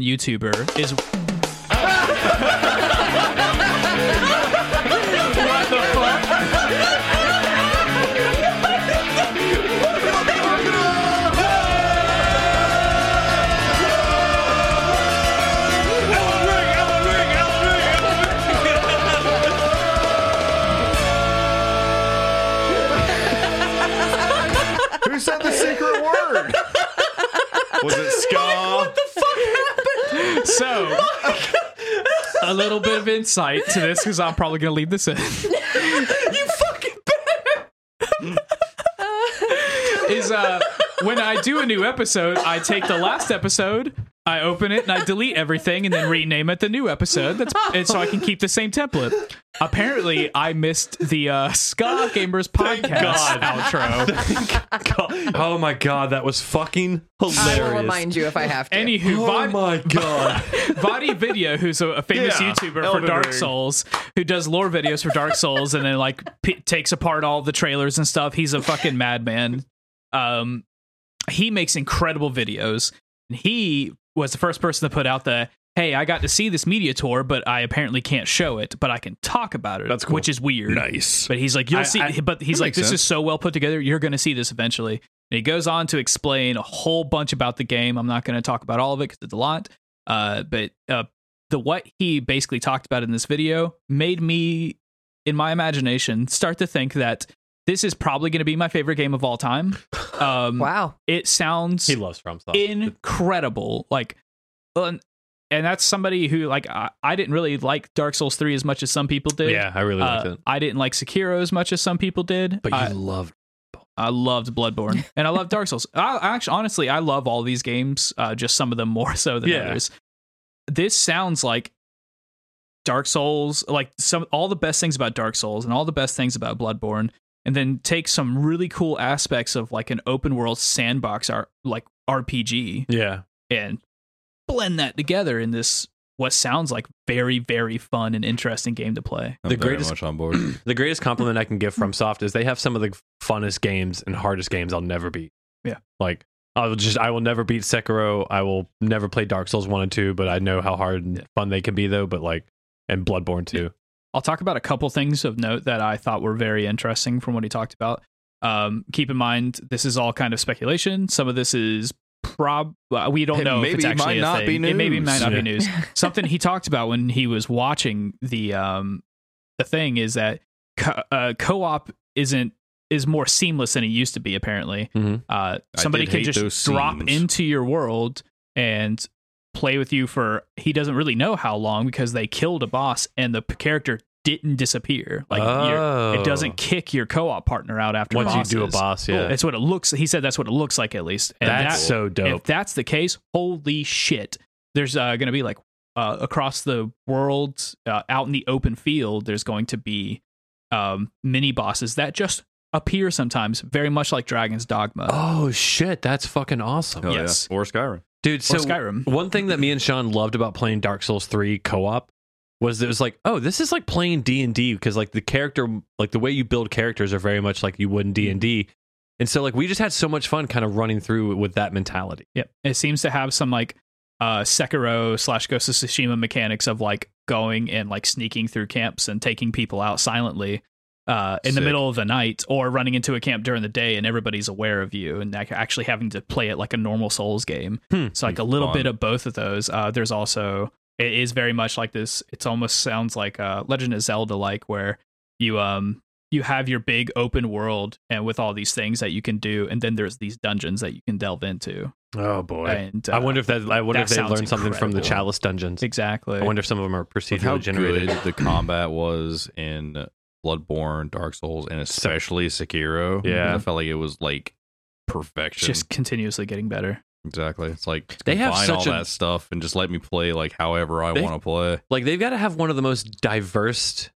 E: [laughs]
D: YouTuber, is
E: Who said the secret word? Was it Scott?
D: So, a little bit of insight to this because I'm probably going to leave this in. you fucking better. Is uh, when I do a new episode, I take the last episode, I open it, and I delete everything, and then rename it the new episode. That's and so I can keep the same template. Apparently, I missed the uh, Ska Gamers podcast
B: God.
D: outro.
B: God. Oh my god, that was fucking hilarious.
C: I will remind you if I have to.
D: Anywho,
B: Oh
D: Vod-
B: my god.
D: [laughs] Vadi Vidya, who's a, a famous
E: Yeah,
D: YouTuber
E: Elden
D: for Dark
E: Ring.
D: Souls, who does lore videos for Dark Souls and then like p- takes apart all the trailers and stuff. He's a fucking madman. Um, he makes incredible videos. He was the first person to put out the hey, I got to see this media tour, but I apparently can't show it, but I can talk about it.
B: That's cool.
D: which is weird.
E: Nice.
D: But he's like, you'll
B: I-
D: see.
B: I-
D: but he's
E: that
D: like,
E: makes
D: this
E: sense.
D: is so well put together. You're going to see this eventually. And he goes on to explain a whole bunch about the game. I'm not going to talk about all of it because it's a lot. Uh, but uh, the what he basically talked about in this video made me, in my imagination, start to think that this is probably going to be my favorite game of all time. Um,
C: wow.
D: It sounds
B: He loves From Software.
D: incredible. Like, and, and that's somebody who like I, I didn't really like Dark Souls three as much as some people did.
B: yeah, I really liked
D: Uh,
B: it.
D: I didn't like Sekiro as much as some people did.
B: But you
D: I,
B: loved
D: I loved Bloodborne
B: [laughs]
D: and I love Dark Souls. I, I actually, honestly, I love all these games, uh, just some of them more [laughs] so than
B: Yeah.
D: others. This sounds like Dark Souls, like some all the best things about Dark Souls and all the best things about Bloodborne, and then take some really cool aspects of like an open world sandbox art, like RPG,
B: Yeah.
D: and blend that together in this what sounds like very very fun and interesting game to play.
E: I'm
B: The
E: very
B: greatest-
E: much on board.
B: The greatest compliment I can give
D: Hmm.
B: from Soft is they have some of the funnest games and hardest games I'll never beat.
D: Yeah.
B: Like I'll just I will never beat Sekiro. I will never play Dark Souls one and two, but I know how hard and fun they can be though. But like and Bloodborne too.
D: I'll talk about a couple things of note that I thought were very interesting from what he talked about. Um, keep in mind, this is all kind of speculation. Some of this is prob. uh, We don't
E: It
D: know. if it's
E: maybe
D: actually
E: might
D: a
E: not be
D: thing. It maybe
E: news.
D: might not
B: Yeah.
D: be news. Something he talked about when he was watching the um, the thing is that co- uh, co-op isn't is more seamless than it used to be. Apparently,
B: Mhm.
E: I
D: uh, somebody
E: did
D: can
E: hate
D: just
E: those
D: drop
E: scenes.
D: into your world and play with you for he doesn't really know how long because they killed a boss and the p- character didn't disappear. Like you're-
B: Oh.
D: it doesn't kick your co-op partner out after
B: once you do a
D: bosses.
B: boss. Yeah.
D: That's what it looks. He said that's what it looks like at least. And
B: that's
D: that-
B: so
D: if
B: dope.
D: that's the case, holy shit. There's uh, going to be like uh, across the world, uh, out in the open field, there's going to be um, mini bosses that just appear sometimes, very much like Dragon's Dogma.
B: oh shit, that's fucking awesome.
E: Hell yeah.
D: yes.
E: Or Skyrim.
B: Dude, so
D: or Skyrim.
B: one thing that me and Sean loved about playing Dark Souls 3 co-op was that it was like, oh, this is like playing D&D because like the character like the way you build characters are very much like you would in
E: Mm-hmm.
B: D&D. And so like we just had so much fun kind of running through with that mentality.
D: Yep. It seems to have some like uh Sekiro slash Ghost of Tsushima mechanics of like going and like sneaking through camps and taking people out silently uh in the
E: Sick.
D: middle of the night or running into a camp during the day and everybody's aware of you and like, actually having to play it like a normal Souls game.
B: Hmm.
D: So like a little
E: Fun.
D: bit of both of those. Uh there's also it is very much like this it's almost sounds like uh Legend of Zelda like where you um you have your big open world and with all these things that you can do and then there's these dungeons that you can delve into
B: Oh boy.
D: and uh,
B: I wonder if that I wonder
D: that
B: if they
D: sounds
B: learned something from the
D: incredible.
B: Chalice dungeons.
D: exactly.
B: I wonder if some of them are
E: With how
B: procedurally
E: good
B: generated.
E: the combat was in Bloodborne, Dark Souls, and especially Sekiro.
B: Yeah.
E: I felt like it was like
D: it's
E: perfection.
D: just continuously getting better.
E: exactly. It's like
B: They have
E: combine
B: such
E: all
B: a-
E: that stuff and just let me play like however I
B: They-
E: want to play.
B: Like they've got to have one of the most diverse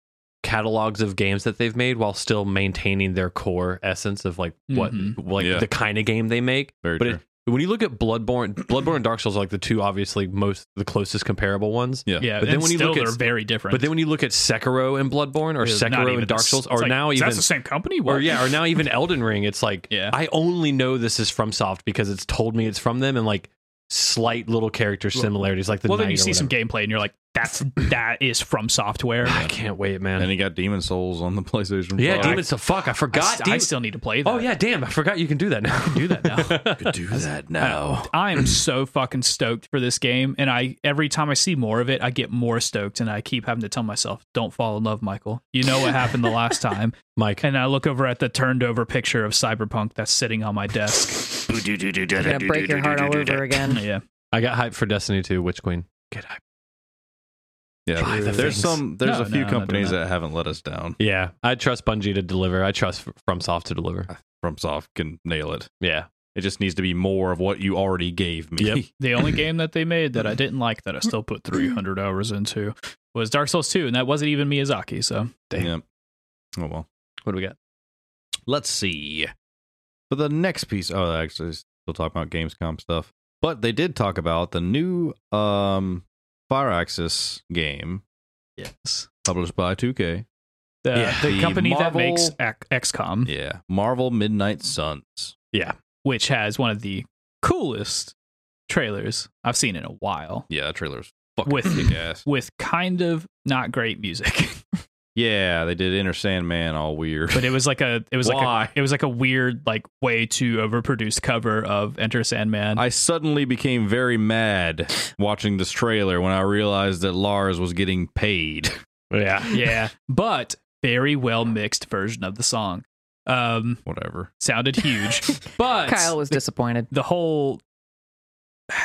B: catalogs of games that they've made while still maintaining their core essence of like what
D: Mhm.
B: like
E: Yeah.
B: the kind of game they make.
E: Very
B: but
E: true.
B: it, when you look at Bloodborne, [clears throat] Bloodborne and Dark Souls are like the two obviously most the closest comparable ones.
E: yeah.
D: Yeah,
B: But then
D: and
B: when you
D: still
B: look at-
D: they're very different.
B: But then when you look at Sekiro and Bloodborne, or
D: It's not
B: Sekiro
D: even
B: and
D: the
B: Dark
D: s-
B: Souls,
D: it's
B: or
D: like,
B: now even
D: that's the same company.
B: or
D: What?
B: yeah, or now even Elden Ring, it's like
D: Yeah.
B: I only know this is from Soft because it's told me it's from them and like slight little character
D: Well-
B: similarities, like the
D: [laughs] well, then
B: knight
D: you
B: or
D: see some
B: whatever.
D: gameplay and you're like, that's that is from software.
B: I can't wait, man.
E: And he got Demon Souls on the [laughs] PlayStation.
B: yeah,
E: Five.
B: demons. So fuck, I
D: I,
B: forgot.
D: st- I
B: Demon-
D: still need to play that.
B: oh yeah, damn, I forgot you can do that now. [laughs] You can
D: [laughs]
B: do that now.
E: [laughs] do that now.
D: I am so fucking stoked for this game, and I every time I see more of it, I get more stoked, and I keep having to tell myself, "Don't fall in love, Michael. You know what happened
B: [laughs]
D: the last time."
B: Mike,
D: And I look over at the turned over picture of Cyberpunk that's sitting on
B: [laughs]
D: my desk.
C: I'm gonna break your heart all over
D: [laughs]
C: again.
D: yeah,
B: I got hyped for Destiny 2, Witch Queen. Get hyped.
E: Yeah.
B: Try the
E: there's
B: things.
E: some there's
D: No,
E: a few
D: no, I'm not doing
E: companies
D: that.
E: that haven't let us down.
B: Yeah, I trust Bungie to deliver. I trust FromSoft to deliver.
E: FromSoft can nail it.
B: Yeah,
E: It just needs to be more of what you already gave me. [laughs]
B: Yep.
D: [laughs] The only game that they made that I didn't like that I still put 300 hours into was Dark Souls 2, and that wasn't even Miyazaki. So
B: Damn.
E: Yep. Oh well.
B: what do we got?
E: Let's see. For the next piece, oh, actually, still talking about Gamescom stuff, but they did talk about the new um Fire Axis game
D: yes,
E: published by 2K.
D: the,
B: Yeah.
D: the
E: The
D: company that
E: Marvel-
D: makes Ac- XCOM,
B: Mm.
E: Yeah, Marvel Midnight Suns.
D: which has one of the coolest trailers I've seen in a while,
E: Yeah,
B: [coughs]
E: that trailer's fucking [clears throat]
D: With-
E: kick ass.
D: with kind of not great music, [laughs]
E: Yeah, they did Inner Sandman all weird.
D: but it was like a it was like
E: Why?
D: a it was like a weird like way too overproduced cover of Enter Sandman.
E: I suddenly became very mad watching this trailer when I realized that Lars was getting paid. [laughs]
B: Yeah.
D: yeah, but very well mixed version of the song. Um,
E: Whatever.
C: [laughs]
D: sounded huge, but
C: Kyle was disappointed.
D: the whole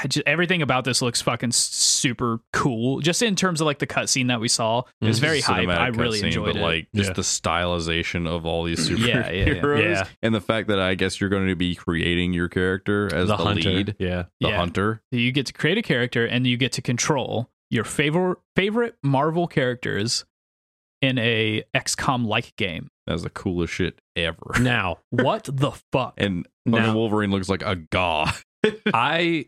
D: just, everything about this looks fucking s- super cool. Just in terms of like the cutscene that we saw, it was
E: Mhm.
D: very
E: It's a
D: hype.
E: cinematic
D: I really
E: cutscene,
D: enjoyed
E: but
D: it.
E: like just
B: Yeah.
E: the stylization of all these superheroes
D: Yeah, yeah, yeah.
B: Yeah.
E: and the fact that I guess you're going to be creating your character as the,
B: hunter.
E: lead,
B: Yeah.
E: the
D: Yeah.
E: hunter.
D: you get to create a character and you get to control your favorite favorite Marvel characters in a XCOM like game.
E: That's the coolest shit ever. [laughs]
B: Now,
D: What the fuck?
E: And fucking
B: Now-
E: Wolverine looks like a god. [laughs]
B: I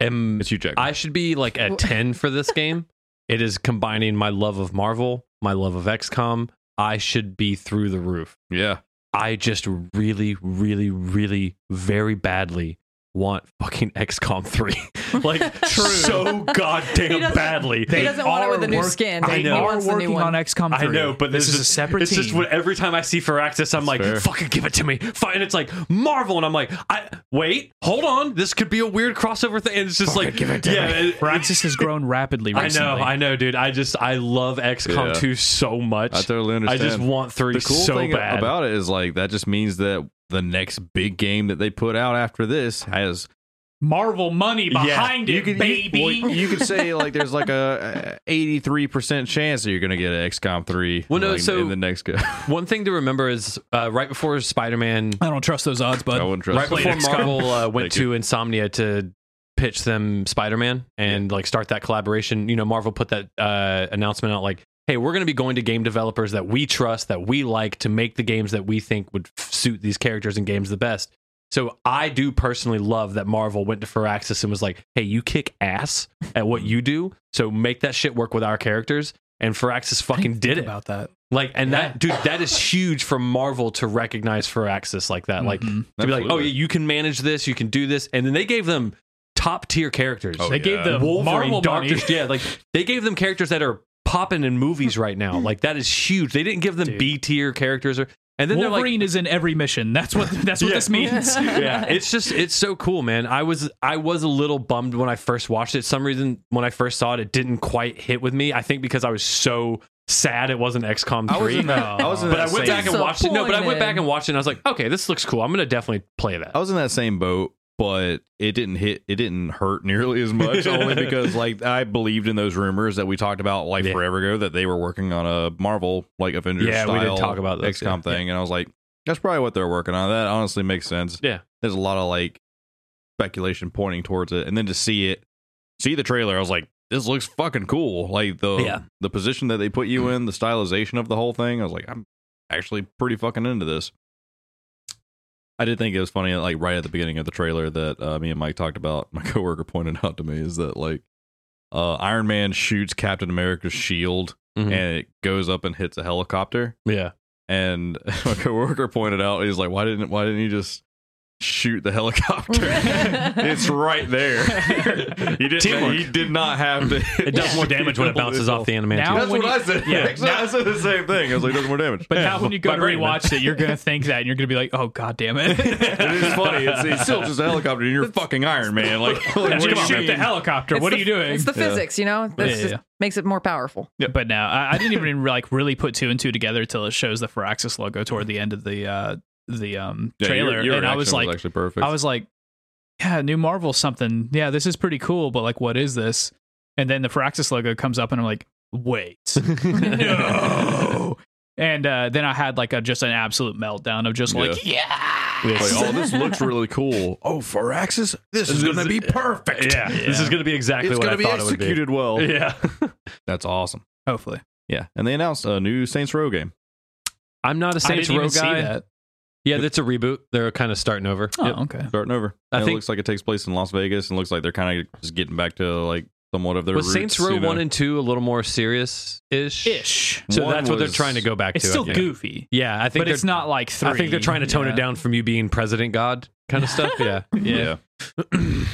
B: am
E: It's you, Jack.
B: I should be like
C: [laughs]
B: a 10 for this game. It is combining my love of Marvel, my love of XCOM. I should be through the roof.
E: yeah,
B: I just really, really, really very badly want fucking XCOM 3. [laughs] like,
C: [laughs] True.
B: so
C: He
B: goddamn
C: doesn't-
B: badly.
C: he doesn't want it with a new skin.
B: I
D: They
B: know.
C: He
D: are
C: wants the new
D: working on
C: one.
D: XCOM 3.
B: I know, but
D: this,
B: this
D: is a separate
B: It's
D: team.
B: just what [laughs] every time I see Firaxis, I'm like,
E: fair.
B: fucking give it to me. Fine. And it's like Marvel, and I'm like, I wait, hold on, this could be a weird crossover thing. And it's just like, give it to yeah, it-
D: Firaxis has grown rapidly
B: I
D: recently.
B: know, I know, dude. I just I love XCOM
E: Yeah.
B: 2 so much.
E: I totally
B: I
E: understand.
B: just want three
E: the cool
B: so
E: thing
B: bad.
E: about it is like that just means that the next big game that they put out after this has
D: Marvel money
B: Yeah.
D: behind
E: you
D: it,
E: could you-
D: baby.
E: well, You, could say like there's like a eighty three percent chance that you're gonna get an XCOM three.
B: Well, no,
E: like,
B: so-
E: in the next go, [laughs] I
B: One thing to remember is uh, right before Spider-Man,
D: I don't trust those odds, bud.
E: wouldn't trust.
B: right
E: it.
B: before Marvel uh, went
E: [laughs] Thank you.
B: to Insomnia to pitch them Spider-Man and like start that collaboration. You know, Marvel put that uh, announcement out like, "Hey, we're going to be going to game developers that we trust, that we like, to make the games that we think would f- suit these characters and games the best." So I do personally love that Marvel went to Firaxis and was like, "Hey, you kick ass at what you do, so make that shit work with our characters." And Firaxis fucking did it.
D: about that.
B: Like, and that dude, that is huge for Marvel to recognize Firaxis like that. Like,
D: Mhm.
B: to be like, oh
E: Absolutely.
B: yeah, you can manage this, you can do this, and then they gave them top tier characters.
E: Oh,
D: they gave
E: yeah.
D: the Marvel money.
B: Doctor, yeah, like they gave them characters that are popping in movies right now. Like that is huge. They didn't give them
D: Hmm. Dude.
B: B tier characters, or and then they're [laughs] like.
D: Wolverine is in every mission. That's what that's what
B: Yeah.
D: this means.
B: yeah, it's just it's so cool, man. I was I was a little bummed when I first watched it. Some reason when I first saw it, it didn't quite hit with me. I think because I was so sad it wasn't XCOM
E: I was
B: three.
E: in that. I was in
B: But
E: that
B: I went
E: same-
B: back and watched it. No, but I went
C: Disappointed.
B: back and watched it. and I was like, okay, this looks cool. I'm gonna definitely play that.
E: I was in that same boat, but it didn't hit. It didn't hurt nearly as
B: [laughs]
E: much, only because like I believed in those rumors that we talked about like
B: Yeah.
E: forever ago that they were working on a Marvel like Avengers.
B: Yeah, we did
E: style
B: talk about those,
E: XCOM
B: yeah.
E: thing, and I was like, that's probably what they're working on. That honestly makes sense.
B: Yeah.
E: there's a lot of like speculation pointing towards it, and then to see it, see the trailer, I was like. This looks fucking cool. Like the
B: Yeah.
E: the position that they
B: [clears throat]
E: put you in, the stylization of the whole thing. I was like, I'm actually pretty fucking into this. I did think it was funny, like right at the beginning of the trailer that uh, me and Mike talked about. [laughs] My coworker pointed out to me is that like uh, Iron Man shoots Captain America's shield
D: Mm-hmm.
B: Mhm.
E: and it goes up and hits a helicopter.
B: yeah,
E: And [laughs] my coworker pointed out, he's like, "Why didn't Why didn't you just shoot the helicopter? [laughs] it's right there. he didn't.
B: Teamwork.
E: He did not have to.
B: It does
E: [laughs]
C: Yeah.
B: more damage when it bounces off the animation.
D: Now-
E: That's
D: When
E: what I
D: you-
E: said.
D: yeah.
E: [laughs] Yeah, I said the same thing. I was like, it "Does more damage."
D: But now when you go
B: my
D: to
B: brain, man.
D: rewatch it, you're gonna think that and you're gonna be like, oh god damn it. [laughs]
E: it is funny. It's, it's still just a helicopter, and you're fucking Iron Man. Like, like,
D: Yeah,
E: what do
D: you
E: you
D: shoot
E: mean?
D: the helicopter.
C: It's
D: what
C: the-
D: are you doing?
C: It's the physics, you know. This
D: Yeah, yeah,
C: just
D: yeah.
C: makes it more powerful.
D: But no, I, I didn't even like really put two and two together till it shows the Firaxis logo toward the end of the uh the um
E: Yeah, your-
D: trailer,
E: your
D: and I was
E: reaction
D: like,
E: actually perfect.
D: I was like, yeah, new Marvel something. Yeah, this is pretty cool, but like, what is this? And then the Firaxis logo comes up, and I'm like,
B: [laughs]
D: wait, no. And uh, then I had like a just an absolute meltdown of just like, yeah,
E: like, oh, this looks really cool. Oh, Firaxis, this is gonna be perfect.
B: [laughs] yeah, this is going to be exactly
E: it's
B: what
E: gonna
B: I
E: be
B: thought
E: [laughs]
B: it
E: executed well.
B: would be. Yeah,
E: That's awesome.
D: hopefully.
E: Yeah, and they announced a new Saints Row game.
B: I'm not a
D: I
B: Saints
D: didn't even
B: Row
D: see
B: guy.
D: that.
B: Yeah, that's a reboot. They're kind of starting over.
D: Oh,
B: Yep.
D: okay.
E: Starting over.
B: I
E: And it
B: think-
E: looks like it takes place in Las Vegas, and looks like they're kind of just getting back to like somewhat of their
B: Was
E: roots,
B: Saints Row
E: you know?
B: one and two a little more serious ish?
D: Ish.
B: So
E: One
B: that's what they're
E: was-
B: trying to go back
D: It's
B: to. I
D: still
B: think.
D: goofy,
B: Yeah, I think
D: but it's
B: they're-
D: not like three.
B: I think they're trying to tone
D: Yeah.
B: it down from you being President God kind of stuff. Yeah,
E: Yeah. yeah.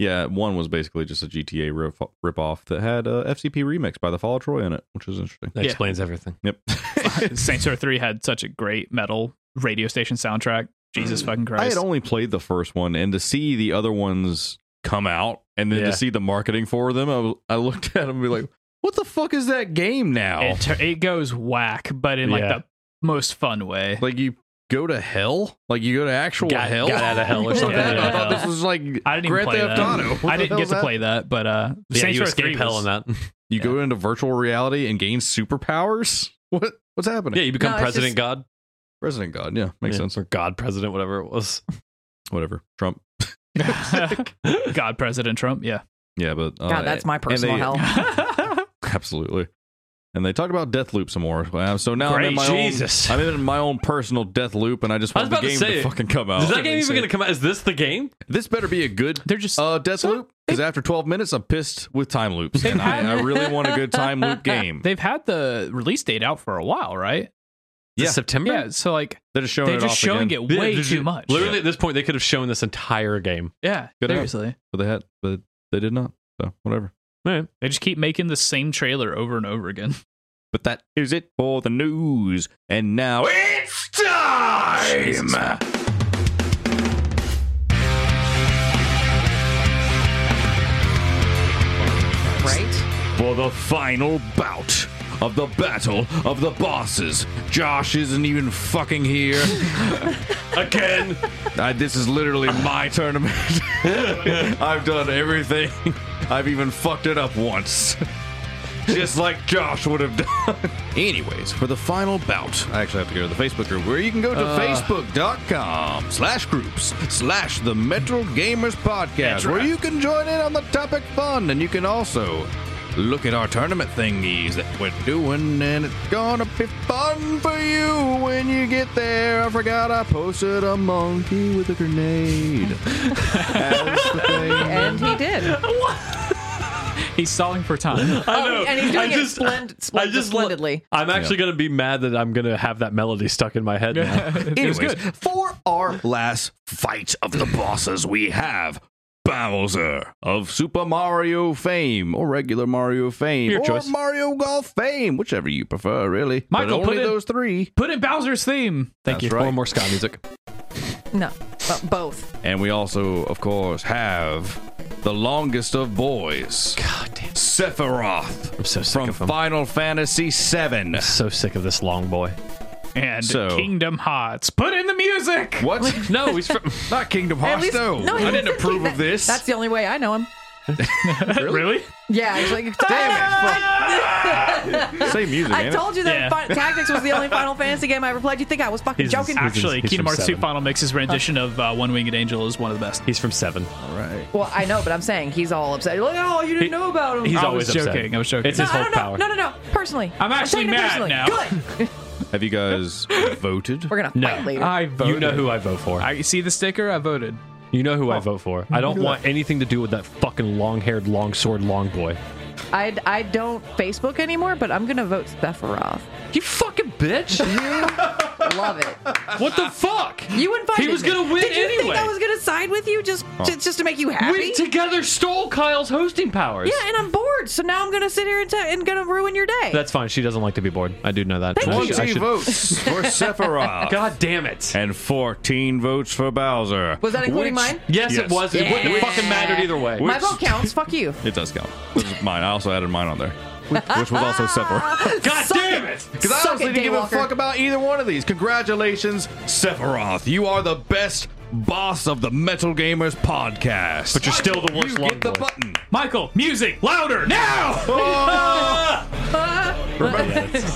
E: one was basically just a GTA rip ripoff that had a FCP remix by the Fall of Troy in it, which is interesting.
B: that
D: Yeah.
B: explains everything.
E: Yep.
D: [laughs] uh, Saints Row Three had such a great metal radio station soundtrack.
B: Mm.
D: Jesus fucking Christ!
E: I had only played the first one, and to see the other ones come out, and then
B: Yeah.
E: to see the marketing for them, I, was, I looked at them and be like, "What the fuck is that game now?"
D: It, tur- it goes whack, but in like
B: Yeah.
D: the most fun way.
E: like you go to hell? Like you go to actual
B: Got-
E: hell?
B: got out of hell or
E: What the
B: something.
E: heck? I
D: Yeah.
E: thought this was like
D: I didn't even
E: Grand
D: play
E: Theft
D: that.
E: Auto. What
D: I
E: the
D: didn't
E: hell
D: get
E: is
D: to
E: that?
D: play that, but uh,
B: Yeah, you
D: Saints Row 3
B: escape hell
D: was-
B: in that.
E: You
B: Yeah.
E: go into virtual reality and gain superpowers? What what's happening?
B: Yeah, you become
C: No, it's
B: President
C: just-
B: God.
E: President God. Yeah, makes
B: Yeah,
E: sense.
B: Or God President, whatever it was.
E: Whatever. Trump.
D: [laughs] God, President Trump. Yeah. [laughs]
E: Yeah, but uh,
C: God, that's my personal
E: [laughs] they-
C: hell.
E: [laughs] absolutely. And they talked about death loop some more. Uh, So now I'm
B: Great.
E: in my
B: Jesus.
E: own. I'm in my own personal death loop, and I just
B: I was
E: want the
B: about to
E: game
B: say,
E: to fucking come out.
B: Is that game even going to come out? Oh. Is this the game?
E: This better be a good
D: They're just
E: uh, death loop. Because after 12 minutes, I'm pissed with time loops, and I, I really want a good
B: [laughs]
E: time loop game.
D: they've had the release date out for a while, right?
B: This
E: Yeah.
B: September?
D: Yeah. So like
E: They're just showing
D: they're
E: it
D: just
E: off
D: showing
E: again.
D: it
B: Yeah,
D: way
B: did
D: too
B: you-
D: much.
B: Literally, at this point, they could have shown this entire game.
D: Yeah.
E: Good
D: seriously.
E: but they had, but they did not. So whatever.
D: They just keep making the same trailer over and over again. [laughs]
E: But that is it for the news, and now it's time.
C: Right?
E: for the final bout of the battle of the bosses. Josh isn't even fucking here.
B: Again.
E: I, Uh, this is literally my [laughs] tournament. I've done everything. [laughs] I've even fucked it up [laughs] once. Just like Josh would have done. Anyways, for the final bout, I actually have to go to the Facebook group where you can go to facebook.com slash groups slash the Metro Gamers Podcast where you can join in on the topic fun and you can also look at our tournament thingies that we're doing and it's gonna be fun for you when you get there. I forgot I posted a monkey with a grenade. [laughs] As the thing.
C: And he did.
D: He's stalling
E: [laughs]
D: for time.
B: I
C: Oh,
B: know.
C: and he's doing
B: I
C: it
B: just,
C: splend-
B: I
C: splend-
B: just lo-
C: splendidly.
B: I'm actually going to be mad that I'm going to have that melody stuck in my head now.
D: it was
E: Anyways,
D: good.
E: for our last fight of the bosses, we have Bowser of Super Mario fame, or regular Mario fame,
B: Your
E: or
B: choice.
E: Mario Golf fame, whichever you prefer, really.
D: Michael,
E: but only
D: put in-
E: those three.
D: Put in Bowser's theme. Thank
E: That's
D: you.
E: right.
B: Or more ska music.
C: No, but both.
E: And we also, of course, have the longest of boys,
B: God damn.
E: Sephiroth
B: I'm so sick
E: from
B: of him.
E: Final Fantasy VII.
B: so sick of this long boy.
D: And
E: So-
D: Kingdom Hearts. Put in the music.
E: What?
B: No, he's from.
E: [laughs] Not Kingdom
C: At
E: Hearts,
C: least-
E: though.
C: no, he
E: I
C: was
E: didn't
C: thinking
E: approve
C: that-
E: of this.
C: That's the only way I know him.
D: [laughs] Really?
C: Yeah, he's like, damn
E: Same music,
C: I
E: ain't it?
C: told you that
D: Yeah.
C: Fi- Tactics
B: [laughs]
C: was the only Final Fantasy game I ever played. You think I was fucking
B: He's-
C: joking?
B: he's-
D: Actually,
B: he's
D: Kingdom
B: from
D: Hearts 2
B: seven.
D: Final Mix's rendition of uh, One Winged Angel is one of the best.
B: He's from Seven.
C: well, I know, but I'm saying he's all upset. Like, oh, you didn't know about him.
B: He's
D: I
B: always
D: was
B: upset.
D: joking. I was joking.
B: It's
C: no,
B: his
C: I
B: whole
C: don't know.
B: power.
C: No, no, no. Personally,
D: I'm actually
C: taking it
D: mad
C: personally.
D: now.
C: Good.
E: Have you [laughs] guys voted?
C: We're gonna fight later.
D: I voted.
B: You know who I vote for.
D: I see the sticker. I voted.
B: you know who I vote for. I don't want anything to do with that fucking long-haired, long-sword, long boy.
C: I, I don't Facebook anymore, but I'm gonna vote Sephiroth.
B: You fucking bitch!
C: Love it.
B: what the fuck?
C: You invited.
B: He was
C: me.
B: gonna win
C: Did you think
B: anyway.
C: I was gonna side with you just
B: Oh.
C: ju- just to make you happy?
B: We together stole Kyle's hosting powers.
C: yeah, and I'm bored, so now I'm gonna sit here and, t- and gonna ruin your day.
B: That's fine. She doesn't like to be bored. I do know that.
C: Thank
B: I
C: you.
B: should- I
E: 20
B: should-
E: votes [laughs] for Sephiroth
B: God damn it.
E: and 14 votes for Bowser.
C: was that including
E: Which-
C: mine?
B: Yes,
E: Yes.
B: it was. It wouldn't have fucking mattered either way.
C: My vote counts.
B: [laughs]
C: Fuck you.
E: It does count. This is mine. I also added mine on
C: [laughs]
E: there, which, which was also Sephiroth.
B: God
C: Suck
B: damn it!
E: Because I
C: Suck
E: honestly
C: it,
E: didn't give a
C: Daywalker.
E: fuck about either one of these. Congratulations, Sephiroth. You are the best boss of the Metal Gamers podcast. But
B: you're still the worst
E: You get the
B: long boy.
E: button.
D: Michael, music louder now.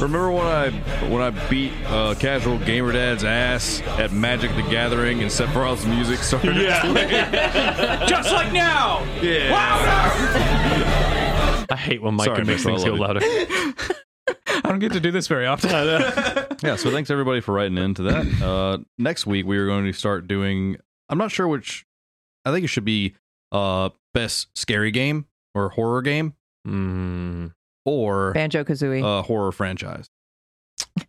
E: Remember when I when I beat uh, casual gamer dad's ass at Magic the Gathering and Sephiroth's music started?
D: Just like now.
E: Yeah.
B: I hate when Mike
E: Sorry,
B: can make
E: Mr.
B: things go
E: Loaded.
B: louder. [laughs]
D: I don't get to do this very often.
E: [laughs] yeah so thanks everybody for writing into that uh next week we are going to start doing i'm not sure which i think it should be uh best scary game or horror game
B: Mm.
E: or
C: Banjo Kazooie.
E: uh horror franchise
B: Because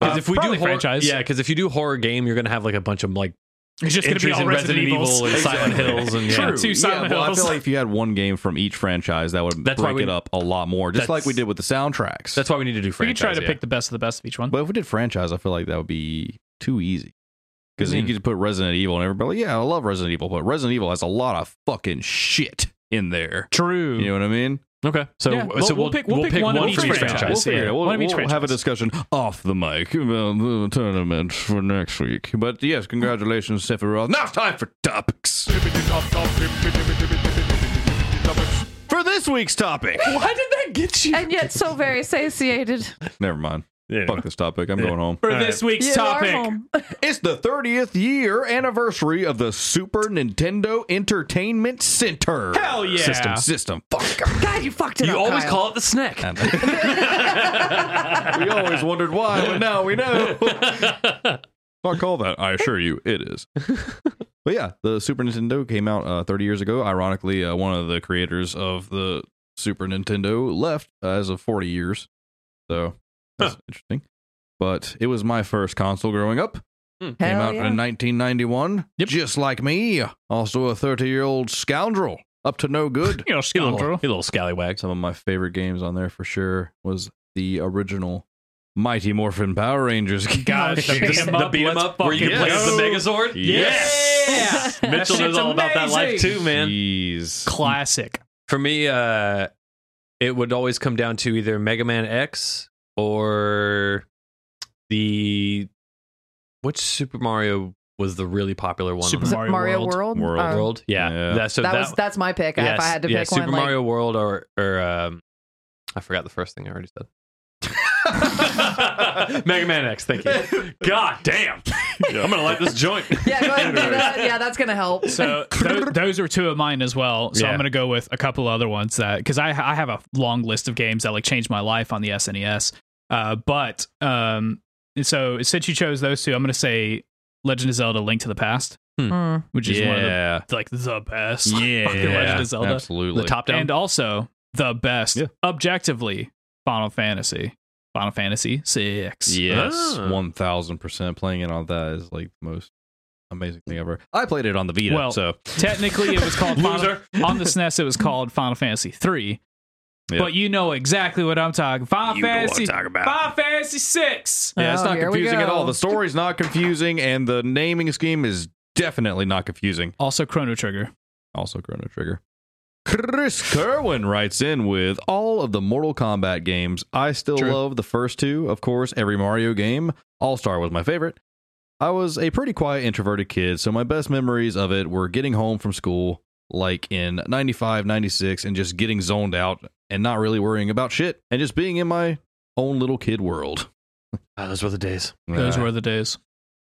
D: Uh,
B: if we do
D: probably
B: horror,
D: franchise.
B: yeah, because if you do horror game, you're gonna have like a bunch of like
D: [laughs] It's just gonna be
B: entries
D: all
B: in
D: Resident,
B: Resident,
D: Evils.
B: Evil and Silent Hills and yeah.
D: True. Two Silent
E: yeah, well, i
D: Hills.
E: feel like if you had one game from each franchise that would
B: That's why
E: break
B: we-
E: it up a lot more just
B: That's-
E: like we did with the soundtracks
B: That's why we need to do
D: We could
B: franchise.
D: try to
B: yeah.
D: pick the best of the best of each one.
E: but if we did franchise i feel like that would be too easy because
B: Mm.
E: you could put resident evil and everybody like, yeah i love resident evil but resident evil has a lot of fucking shit in there
D: True.
E: you know what i mean
B: Okay, so
D: Yeah, we'll-
B: so
D: we'll
B: we'll,
D: pick- we'll pick one of
B: one
D: each
B: from each
D: franchise.
B: franchise.
D: We'll
B: yeah.
D: figure it out.
E: We'll,
D: One of each
E: we'll have a
D: franchise.
E: discussion off the mic about the tournament for next week. But yes, congratulations, Sephiroth. Now it's time for topics. For this
B: [laughs]
E: week's topic.
B: Why did that get you?
C: and yet so very satiated.
E: Never mind.
B: Yeah.
E: Fuck this topic. I'm
B: Yeah.
E: going home.
D: For
B: All
D: this week's
C: You are
D: topic,
C: home. [laughs]
E: It's the 30th year anniversary of the Super Nintendo Entertainment Center.
D: hell yeah!
E: System, system. Fuck.
C: God, you fucked it
B: You
C: up.
B: always
C: Kyle.
B: call it the snack.
E: we always wondered why, but now we know. Fuck all that. I assure you, it is. but yeah, the Super Nintendo came out uh, 30 years ago. Ironically, uh, one of the creators of the Super Nintendo left uh, as of 40 years. So that's interesting. But it was my first console growing up. Came
C: Hell
E: out
C: yeah.
E: in 1991. Just like me, also a 30 year old scoundrel, up to no good.
D: You know,
B: You little,
D: scoundrel.
B: you little scallywag.
E: Some of my favorite games on there for sure was the original Mighty Morphin Power Rangers.
D: God,
B: The,
D: the beat 'em up,
B: beat 'em
D: let's
B: up where you can
D: fucking
B: play as the
D: go.
B: Megazord.
D: Yes!
B: [laughs] Mitchell
D: Yeah. That
B: knows
D: shit's
B: all about that life
D: amazing.
B: too, man.
E: Jeez.
D: Classic.
B: For me, uh, it would always come down to either Mega Man X or the which Super Mario was the really popular one. on
D: Super
B: that
C: Is it
D: Mario
C: Mario
D: World.
C: World.
E: World.
C: Um,
B: World, yeah.
E: Yeah.
B: That, so
C: that,
B: that,
C: was that's my pick. if I had to
B: yeah,
C: pick
B: Super
C: one,
B: Mario World or or um, I forgot the first thing I already said. [laughs] Mega Man X, thank you. [laughs] God damn, I'm gonna light this joint.
C: like, [laughs] yeah, go ahead and do that. yeah, that's gonna help.
D: So tho- those are two of mine as well. So
B: Yeah.
D: I'm gonna go with a couple other ones that because I I have a long list of games that like changed my life on the SNES. Uh, but um, and so since you chose those two, I'm gonna say Legend of Zelda: Link to the Past,
C: Mm.
D: which is one of the
E: Hmm. Yeah.
D: like the best.
E: Yeah.
D: [laughs] fucking Legend of Zelda.
E: Absolutely.
B: The top down.
D: and also the best
E: Yeah.
D: objectively Final Fantasy. Final Fantasy six.
E: Yes.
B: Ah.
E: 1000% playing it on that is like the most amazing thing ever. I played it on the Vita,
D: Well,
E: so
D: Technically, it was called
E: [laughs]
D: Final,
B: Loser.
D: on the SNES. It was called Final Fantasy three.
E: Yeah.
D: But you know exactly what I'm talking. Final
A: You know what I'm
D: Fantasy.
A: talking about.
D: Final Fantasy six.
E: yeah, it's
C: Oh,
E: not
C: here we
E: confusing at all.
C: go.
E: The story's not confusing and the naming scheme is definitely not confusing.
D: Also, Chrono Trigger.
E: Also, Chrono Trigger. Chris Kerwin writes in with all of the Mortal Kombat games. I still
D: True.
E: love the first two, of course, every Mario game. All Star was my favorite. I was a pretty quiet, introverted kid, so my best memories of it were getting home from school, like in 95, 96, and just getting zoned out and not really worrying about shit and just being in my own little kid world.
B: Ah, those were the days.
D: Those
E: Uh,
D: were the days.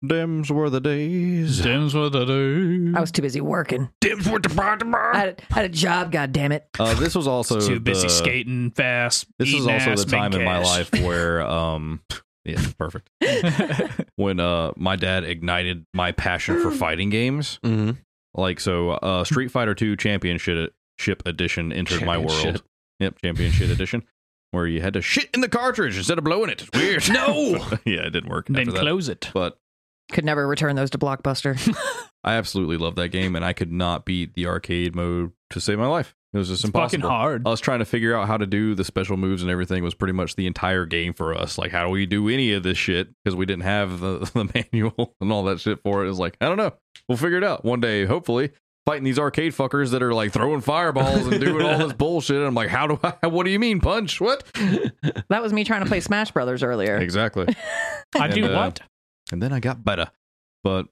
E: Dems were the days.
D: Them's were the days.
C: I was too busy working. I had, I had a job. God damn it.
E: Uh, this was also
D: [laughs] too busy
E: the-
D: skating fast.
E: This is
D: eating
E: also
D: ass,
E: the time in
D: making
E: my
D: cash.
E: life where, um, [laughs] yeah, perfect.
D: [laughs]
E: when uh my dad ignited my passion for fighting games.
B: Mm-hmm.
E: Like so uh Street Fighter 2 Championship Ship Edition entered my world.
B: Championship.
E: Yep, Championship Edition where you had to shit in the cartridge instead of blowing it. It's
B: [laughs]
E: weird.
B: No!
E: [laughs] yeah, it didn't work
D: And then
E: after that.
D: close it.
E: But
C: Could never return those
B: [laughs]
C: to Blockbuster.
E: I absolutely love that game and I could not beat the arcade mode to save my life. It was just
D: It's fucking
E: impossible. Uh,
D: hard.
E: us trying to figure out how to do the special moves and everything was pretty much the entire game for us. Like, how do we do any of this shit? Because we didn't have the, [laughs] the manual and all that shit for it. It was like, I don't know. We'll figure it out one day, hopefully. Fighting these arcade fuckers that are like throwing fireballs and doing all
C: [laughs]
E: this bullshit. I'm like, how do I? [laughs] What do you mean, punch? What?
C: that was me trying to play Smash Brothers earlier.
E: Exactly.
D: I do
E: and, uh,
D: what?
E: and then I got better. But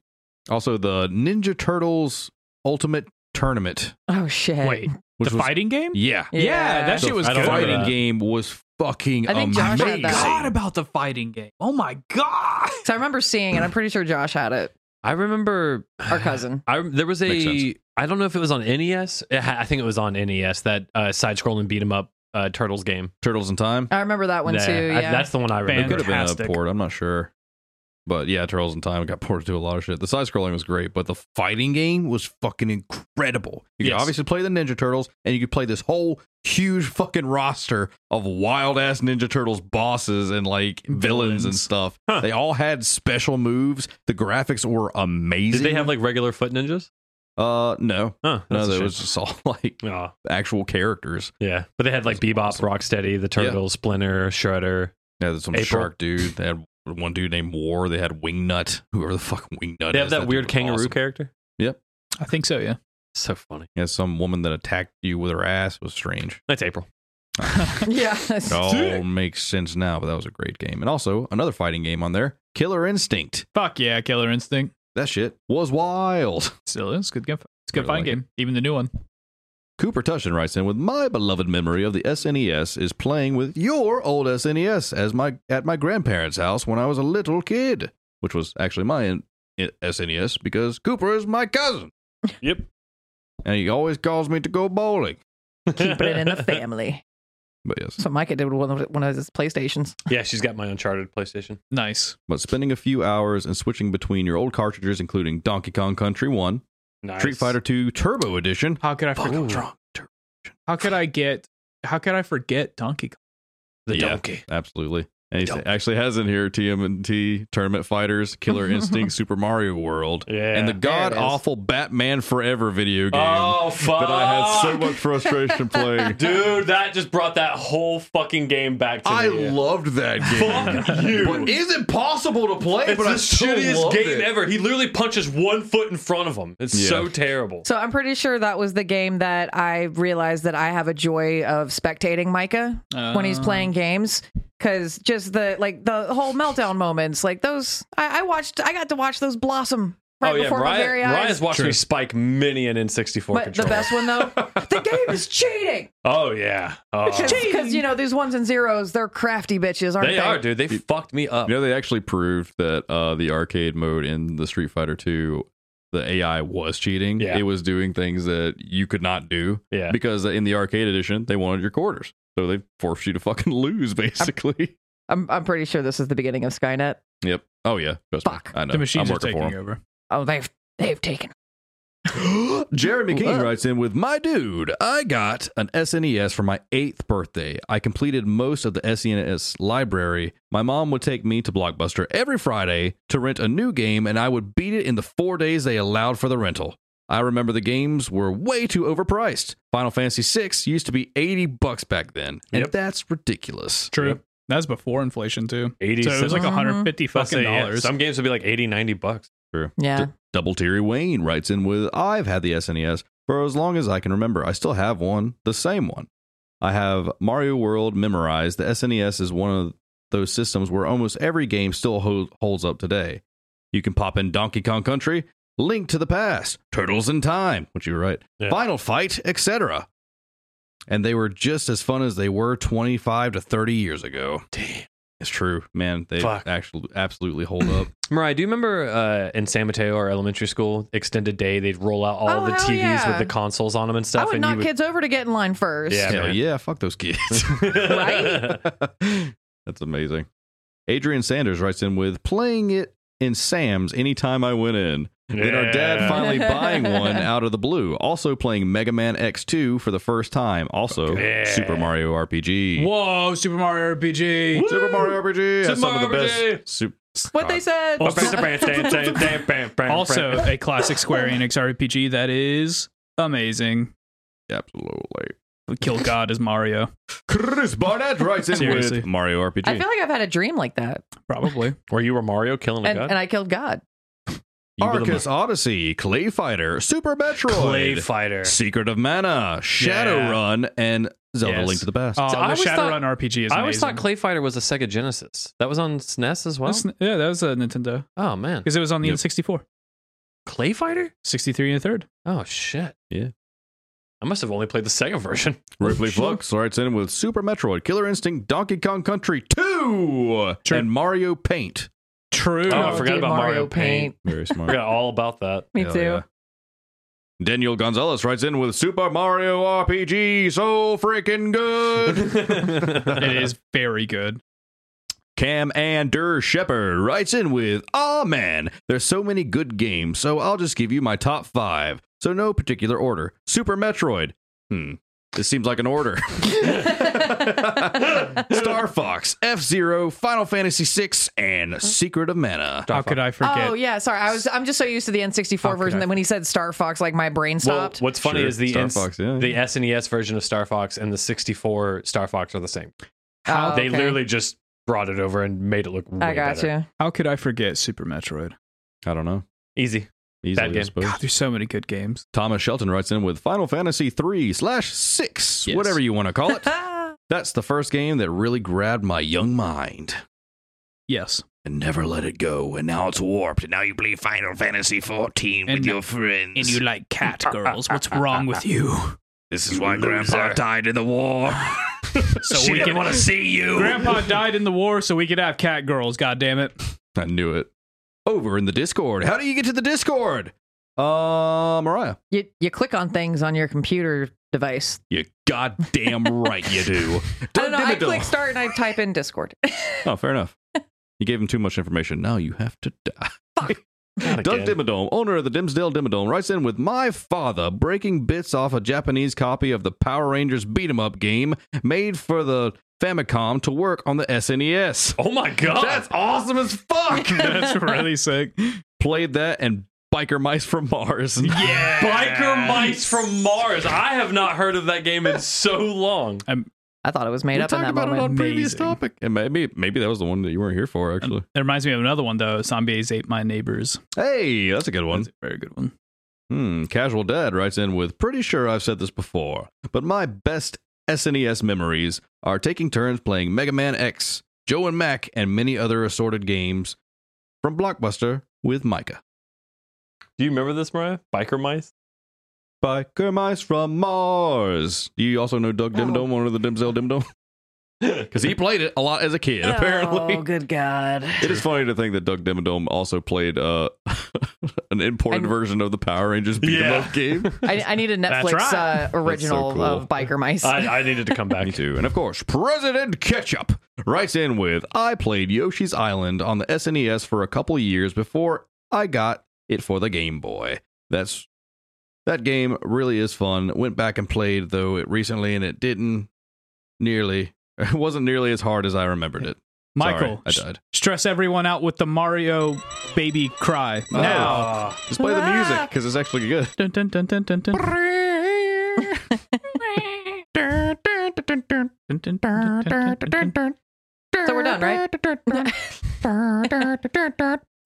E: also the Ninja Turtles Ultimate Tournament,
C: Oh shit.
D: Wait,
E: which
D: the
E: was
D: fighting game?
E: yeah,
D: Yeah, that
E: The
D: shit was
B: I
D: good.
B: don't remember
E: fighting
B: that.
E: game was fucking
C: I think Josh had
E: amazing.
C: that.
D: God about the fighting game. Oh my god.
C: So I remember seeing it. I'm pretty sure Josh had it.
B: I remember
C: Our cousin.
B: I there was
E: Makes
B: a
E: sense.
B: I don't know if it was on NES. It ha- I think it was on NES that uh, side scrolling beat 'em up uh, Turtles game.
E: Turtles in Time.
C: I remember that one
B: Nah,
C: too.
B: I-
C: Yeah.
B: that's the one I
D: Fan-
E: It could
B: remember.
E: have been
D: Fantastic.
E: a port. I'm not sure. But yeah, Turtles in Time got ported to a lot of shit. The side scrolling was great, but the fighting game was fucking incredible. You could
D: Yes.
E: obviously play the Ninja Turtles, and you could play this whole huge fucking roster of wild ass Ninja Turtles bosses and like villains, and
D: Villains.
E: stuff.
B: Huh.
E: They all had special moves. The graphics were amazing.
B: Did they have like regular foot ninjas?
E: Uh, no,
B: Huh,
E: no,
B: that's a
E: that
B: shame.
E: was just all [laughs] like
B: Aw,
E: actual characters.
B: yeah, but they had like
E: That's
B: Bebop,
E: awesome.
B: Rocksteady, the Turtles, Splinter, Shredder.
E: Yeah, there's some
B: April.
E: shark dude. They had one dude named War. They had Wingnut. Whoever the fuck Wingnut
B: They
E: is,
B: have that
E: dude
B: weird
E: was
B: kangaroo
E: awesome.
B: character.
D: I think so, yeah.
B: So funny.
E: Yeah, some woman that attacked you with her ass was strange.
B: That's April.
C: [laughs] yeah.
E: It
B: Oh.
E: all makes sense now, but that was a great game. And also another fighting game on there, Killer Instinct.
D: Fuck yeah, Killer Instinct.
E: That shit was wild. [laughs]
D: Still is good game. It's a good
E: Really
D: fighting
E: like
D: game. Even the new one.
E: Cooper Tushin writes in with my beloved memory of the SNES is playing with your old SNES as my at my grandparents' house when I was a little kid, which was actually my in, in- SNES E because Cooper is my cousin.
B: Yep.
E: And he always calls me to go bowling.
C: Keeping it in the [laughs] family.
E: But yes,
C: That's what Micah did with one of, one of his PlayStations.
B: [laughs] yeah, she's got my Uncharted PlayStation.
D: Nice.
E: but spending a few hours and switching between your old cartridges, including Donkey Kong Country One,
B: Nice.
E: Street Fighter Two Turbo Edition.
D: How could I
A: Fuck,
D: forget?
A: I'm drunk.
D: How could I get? How could I forget Donkey Kong?
A: The
E: Yeah.
A: donkey.
E: Absolutely. And he
A: Dope.
E: actually has in here TMNT Tournament Fighters, Killer Instinct, Super Mario World,
B: Yeah.
E: and the god
C: is.
E: awful Batman Forever video game
B: Oh fuck!
E: that I had so much frustration playing.
B: Dude, that just brought that whole fucking game back to
E: I
B: me.
E: loved that game.
B: Fuck you.
E: But is it possible to play?
B: It's
E: but
B: the
E: I still
B: shittiest
E: loved
B: game
E: it.
B: ever. He literally punches one foot in front of him. It's
E: Yeah.
B: so terrible.
C: So I'm pretty sure that was the game that I realized that I have a joy of spectating Micah when he's
D: Uh,
C: playing games because just the like the whole meltdown moments, like those. I, I watched. I got to watch those blossom right
B: oh yeah,
C: before my
B: Ryan,
C: very
B: Ryan's
C: eyes.
B: watched me spike mini an N64
C: But the
B: controller.
C: best one though, the game
B: [laughs]
C: is cheating
B: oh yeah, oh,
C: because you know these ones and zeros, they're crafty bitches, aren't they?
B: they are, dude. They fucked me up.
E: You know, they actually proved that uh, the arcade mode in the Street Fighter 2, the AI was cheating.
B: Yeah.
E: It was doing things that you could not do
B: Yeah,
E: because in the arcade edition, they wanted your quarters. So they forced you to fucking [laughs] lose, basically.
C: I'm I'm pretty sure this is the beginning of Skynet.
E: yep. Oh, yeah. Trust me.
C: Fuck.
E: I know.
D: The machines
E: I'm
D: are
E: working for
D: taking
E: 'em.
D: over.
C: Oh, they've they've taken.
E: [gasps] Jeremy King
C: What?
E: writes in with My dude, I got an SNES for my eighth birthday. I completed most of the SNES library. My mom would take me to Blockbuster every Friday to rent a new game, and I would beat it in the four days they allowed for the rental. I remember the games were way too overpriced. Final Fantasy VI used to be 80 bucks back then, and
B: Yep.
E: that's ridiculous.
D: True. That's before inflation too.
B: 80
D: So it was like
C: Mhm.
D: 150
B: fucking
D: fucking dollars.
B: Some games would be like 80, 90 bucks.
C: Yeah.
E: Double Terry Wayne writes in with I've had the SNES for as long as I can remember. I still have one, the same one. I have Mario World memorized. The SNES is one of those systems where almost every game still ho- holds up today. You can pop in Donkey Kong Country, Link to the Past, Turtles in Time, which you were right,
B: Yeah.
E: Final Fight, etc. And they were just as fun as they were 25 to 30 years ago.
B: Damn.
E: It's true, man. They
B: Fuck.
E: actually absolutely hold up.
B: [clears throat] Mariah, do you remember uh, in San Mateo or elementary school, extended day, they'd roll out all
C: Oh,
B: the
C: hell
B: TVs
C: yeah.
B: with the consoles on them and
C: I
B: stuff?
C: would
B: and you
C: knock kids over to get in line first.
B: Yeah.
E: Hell
B: man.
E: yeah, fuck those kids. [laughs]
C: Right?
E: That's amazing. Adrian Sanders writes in with playing it in Sam's anytime I went in. Then our dad
B: Yeah.
E: finally
B: [laughs]
E: buying one out of the blue. Also playing Mega Man X2 for the first time. Also
B: Yeah.
E: Super Mario RPG.
D: Whoa, Super Mario RPG.
E: Super Mario RPG has
B: Super
E: some of the
B: Mario
E: best. Sup-
C: What they said.
D: Also, a
B: [laughs]
D: classic Square Enix RPG that is amazing.
E: absolutely.
B: [laughs]
D: Kill God is Mario.
E: Chris Barnett writes in
D: Seriously.
E: with Mario RPG.
C: I feel like I've had a dream like that,
B: [laughs]
D: Probably.
B: Where you were Mario killing a
C: and,
B: Oh god?
C: and I killed God.
B: You were the
E: Arcus Odyssey, Clay Fighter, Super Metroid,
B: mo- Clay Fighter.
E: Secret of Mana, Shadowrun, and Zelda
B: Yes.
E: Link to the Past.
D: Oh,
B: I
D: the
B: always
D: Shadowrun
B: thought-
D: RPG is amazing.
B: I always thought Clay Fighter was a Sega Genesis. That was on SNES as well.
D: That's- yeah, that was a Nintendo
B: Oh man,
D: because it was on the
E: Yep.
D: N64,
B: Clay Fighter?
D: 63 and a third.
B: Oh shit.
E: Yeah.
B: I must have only played the Sega [laughs] version.
E: Ripley Flux writes in with Super Metroid, Killer Instinct, Donkey Kong Country 2,
D: True.
E: and Mario Paint.
D: True.
B: Oh, I forgot
C: dude,
B: about Mario Paint.
E: Very
B: I [laughs]
E: smart.
B: forgot all about that.
C: Me
E: Hell
C: too.
E: yeah. Daniel Gonzalez writes in with Super Mario RPG, so freaking good.
D: it is very good.
E: Cam Ander Shepard writes in with, Aw man, there's so many good games, so I'll just give you my top five. So no particular order. Super Metroid. Hmm. This seems like an order. [laughs] Star Fox, F Zero, Final Fantasy VI, and Secret of Mana.
D: How could I forget?
C: Oh yeah, sorry. I was I'm just so used to the N64
D: How could
C: version
D: I-
C: that when he said Star Fox, like my brain
B: Well,
C: stopped.
B: what's funny
E: Sure.
B: is the
E: Star
B: ins-
E: Fox, yeah.
B: the SNES version of Star Fox and the 64 Star Fox are the same.
C: Oh,
B: They
C: okay.
B: literally just brought it over and made it look. Way
C: I got
B: better.
C: you.
D: How could I forget Super Metroid?
E: I don't know.
B: Easy.
E: Easily,
B: Bad game.
E: I suppose.
D: God, there's so many good games.
E: Thomas Shelton writes in with Final Fantasy three slash six,
C: [laughs]
D: Yes.
E: whatever you want to call it.
C: Ah,
E: That's the first game that really grabbed my young mind
D: Yes.
A: and never let it go. And now it's warped. And now you play Final Fantasy 14 with
D: And-
A: your friends. [laughs]
D: And you like cat girls. What's wrong with you?
A: this is why
D: loser.
A: Grandpa died in the war.
D: [laughs] So
A: she
D: we
A: didn't
D: can.
A: want to see you.
D: Grandpa died in the war, so we could have cat girls. God damn it!
E: I knew it. Over in the Discord. How do you get to the Discord? Uh, Mariah.
C: You you click on things on your computer
B: [laughs]
C: device.
E: You goddamn right you [laughs] do.
C: I don't know. I
E: Dun-dun-dun-dun.
C: click start and I type in Discord. [laughs]
E: Oh, fair enough. You gave him too much information. Now you have to die.
B: Not
E: Doug
B: again.
E: Dimmadome, owner of the Dimsdale Dimmadome, writes in with my father breaking bits off a Japanese copy of the Power Rangers beat 'em up game made for the Famicom to work on the E SNES.
B: Oh my god.
E: That's awesome as fuck.
D: That's really sick.
E: Played that and Biker Mice from Mars. [laughs] Yeah.
B: Biker Mice from Mars. I have not heard of that game in so long.
C: I thought it was made
E: We
C: up in
E: talked
C: that
E: about
C: moment.
E: it on previous
D: Amazing.
E: topic. And maybe maybe that was the one that you weren't here for, actually.
D: It reminds me of another one though. Zombies ate my neighbors.
E: hey, that's a good one.
D: That's a very good one.
E: Hmm, Casual Dad writes in with Pretty sure I've said this before, but my best SNES memories are taking turns playing Mega Man X, Joe and Mac, and many other assorted games from Blockbuster with Micah.
B: Do you remember this, Mariah? Biker [laughs] Mice?
E: Biker Mice from Mars. Do you also know Doug
C: Oh.
E: Dimdome, owner of the Dimsdale [laughs] Dimdome? Because he played it a lot as a kid, apparently.
C: Oh,
B: [laughs]
C: good God.
E: It is funny to think that Doug Dimmadome also played uh, [laughs] an imported
C: I'm-
E: version of the Power Rangers beat 'em
B: Yeah.
E: up game.
D: [laughs]
C: I, I need a Netflix
D: right.
C: uh, original
E: cool.
C: of Biker Mice.
B: I, I needed to come back. [laughs]
E: Me too. And of course, President Ketchup writes in with I played Yoshi's Island on the SNES for a couple years before I got it for the Game Boy. That's that game really is fun. Went back and played though it recently and it didn't nearly [laughs] it wasn't nearly as hard as I remembered it.
D: Michael,
E: Sorry,
D: s-
E: I died.
D: stress everyone out with the Mario baby cry
E: Oh.
D: now.
E: Just play the music because it's actually good.
D: Dun, dun, dun, dun, dun, dun. Dun, dun, dun, dun, dun, dun, dun.
C: [laughs] so we're done, right?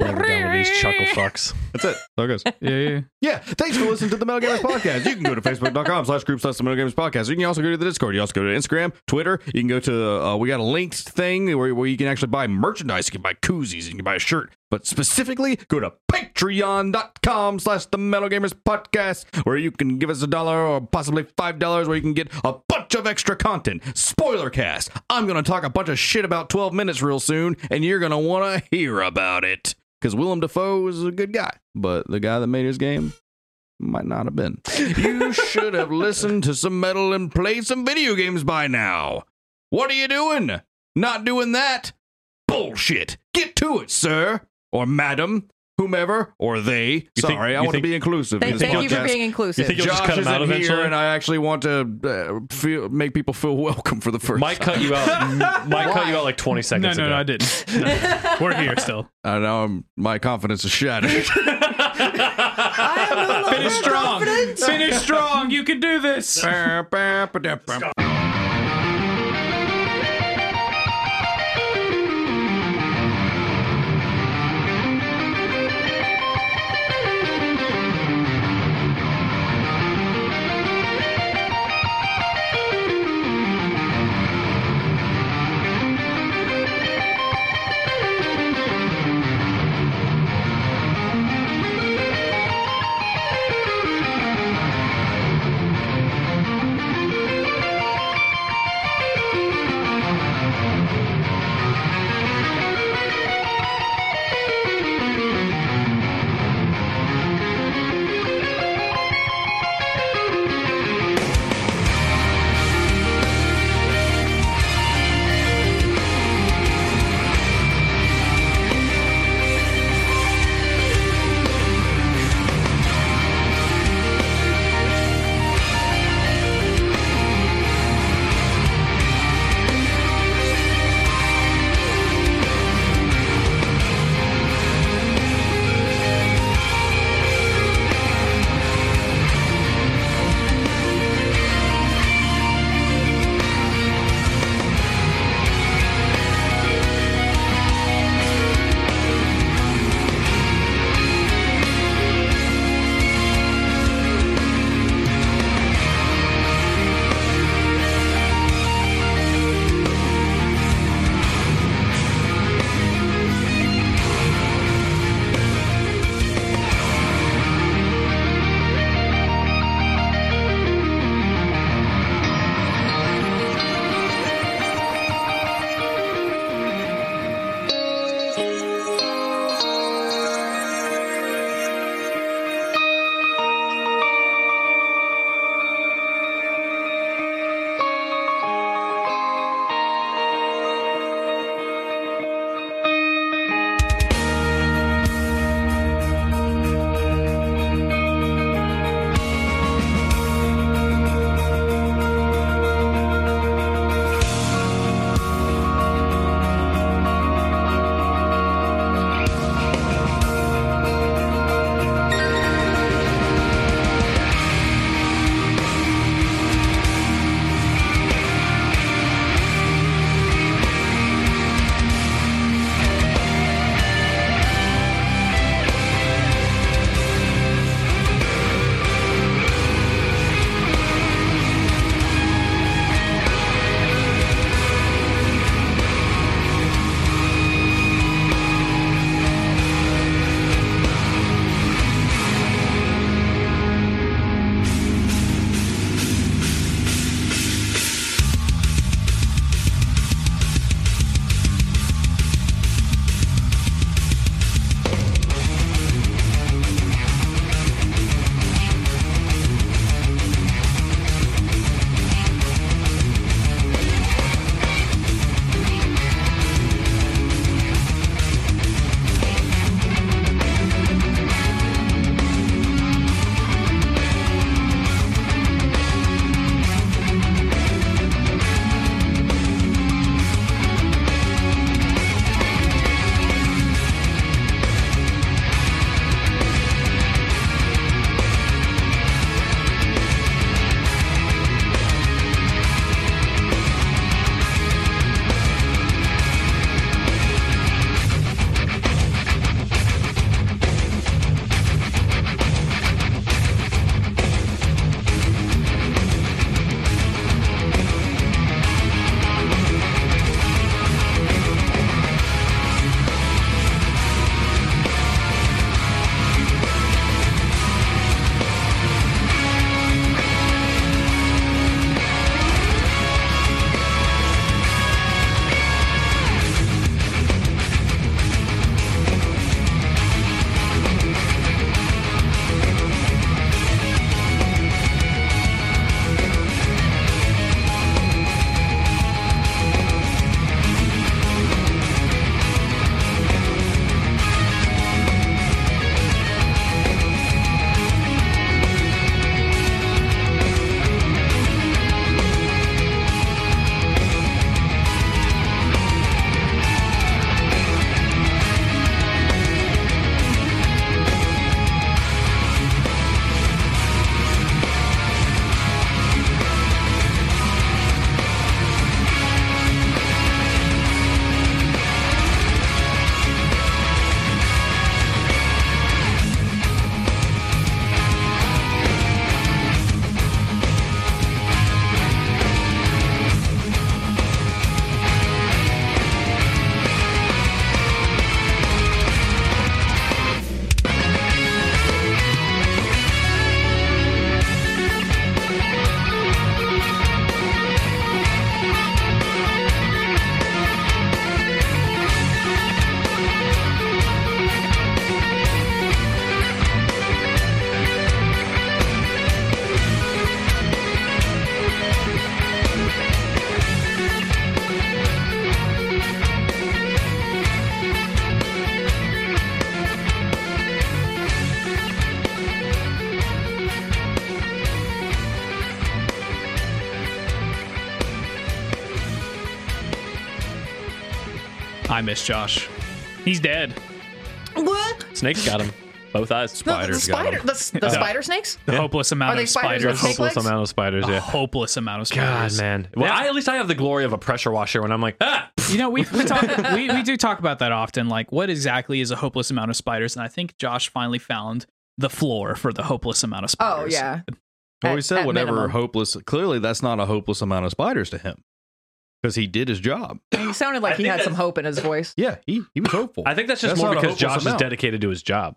B: Never done with these chuckle fucks.
E: That's it. So it goes.
D: Yeah, yeah.
E: Yeah, thanks for listening to the Metal Gamers Podcast. You can go to facebook.com slash group slash the Metal Gamers Podcast. You can also go to the Discord. You also go to Instagram, Twitter. You can go to, uh, we got a linked thing where, where you can actually buy merchandise. You can buy koozies. You can buy a shirt. But specifically, go to patreon.com slash the Metal Gamers Podcast where you can give us a dollar or possibly five dollars where you can get a bunch of extra content. Spoiler cast. I'm going to talk a bunch of shit about 12 minutes real soon and you're going to want to hear about it. Because Willem Dafoe is a good guy, but the guy that made his game might not have been. You should have listened to some metal and played some video games by now. What are you doing? Not doing that? Bullshit. Get to it, sir. Or madam, whomever, or they.
B: You think-
E: Sorry, I
B: you
E: want
B: think-
E: to be inclusive. in
C: Thank,
E: this
C: thank you for
E: podcast.
C: being inclusive.
B: think You'll just
E: Josh
B: cut 'em
E: isn't
B: out
E: here,
B: eventually?
E: and I actually want to uh, feel, make people feel [laughs] welcome for the
B: [laughs]
E: first
B: Mike
E: time.
B: cut you out. Mike cut you out like 20
D: No,
B: seconds
D: no, no, I
B: ago.
D: didn't. We're here still.
E: I know I'm, my confidence is shattered. [laughs]
D: Finish strong. Finish strong. You can do this. I miss Josh. He's dead.
C: What?
B: Snake's got him. Both eyes.
C: No, the spider, the, s- the
D: Yeah.
C: spider snakes.
D: The hopeless amount
C: Are they
D: of
C: spiders
D: spiders.
C: with snake
B: Hopeless
C: legs?
B: amount of spiders,
D: A
B: yeah.
D: hopeless amount of
B: Oh, God,
D: spiders.
B: man. Well, I, at least I have the glory of a pressure washer when I'm like, ah,
D: You know, we we talk we, we do talk about that often. Like, what exactly is a hopeless amount of spiders? And I think Josh finally found the floor for the hopeless amount of
C: Oh
D: spiders.
C: yeah.
E: Well,
C: At-
E: we
C: at
E: said whatever
C: minimum.
E: hopeless. Clearly, that's not a hopeless amount of spiders to him because he did his job.
C: He sounded like he
B: think
C: had some
B: that's-
C: hope in his voice.
E: Yeah, he, he was hopeful.
B: I think that's just
E: That's
B: more
E: not a
B: because
E: hopeless
B: Josh is
E: amount.
B: dedicated to his job.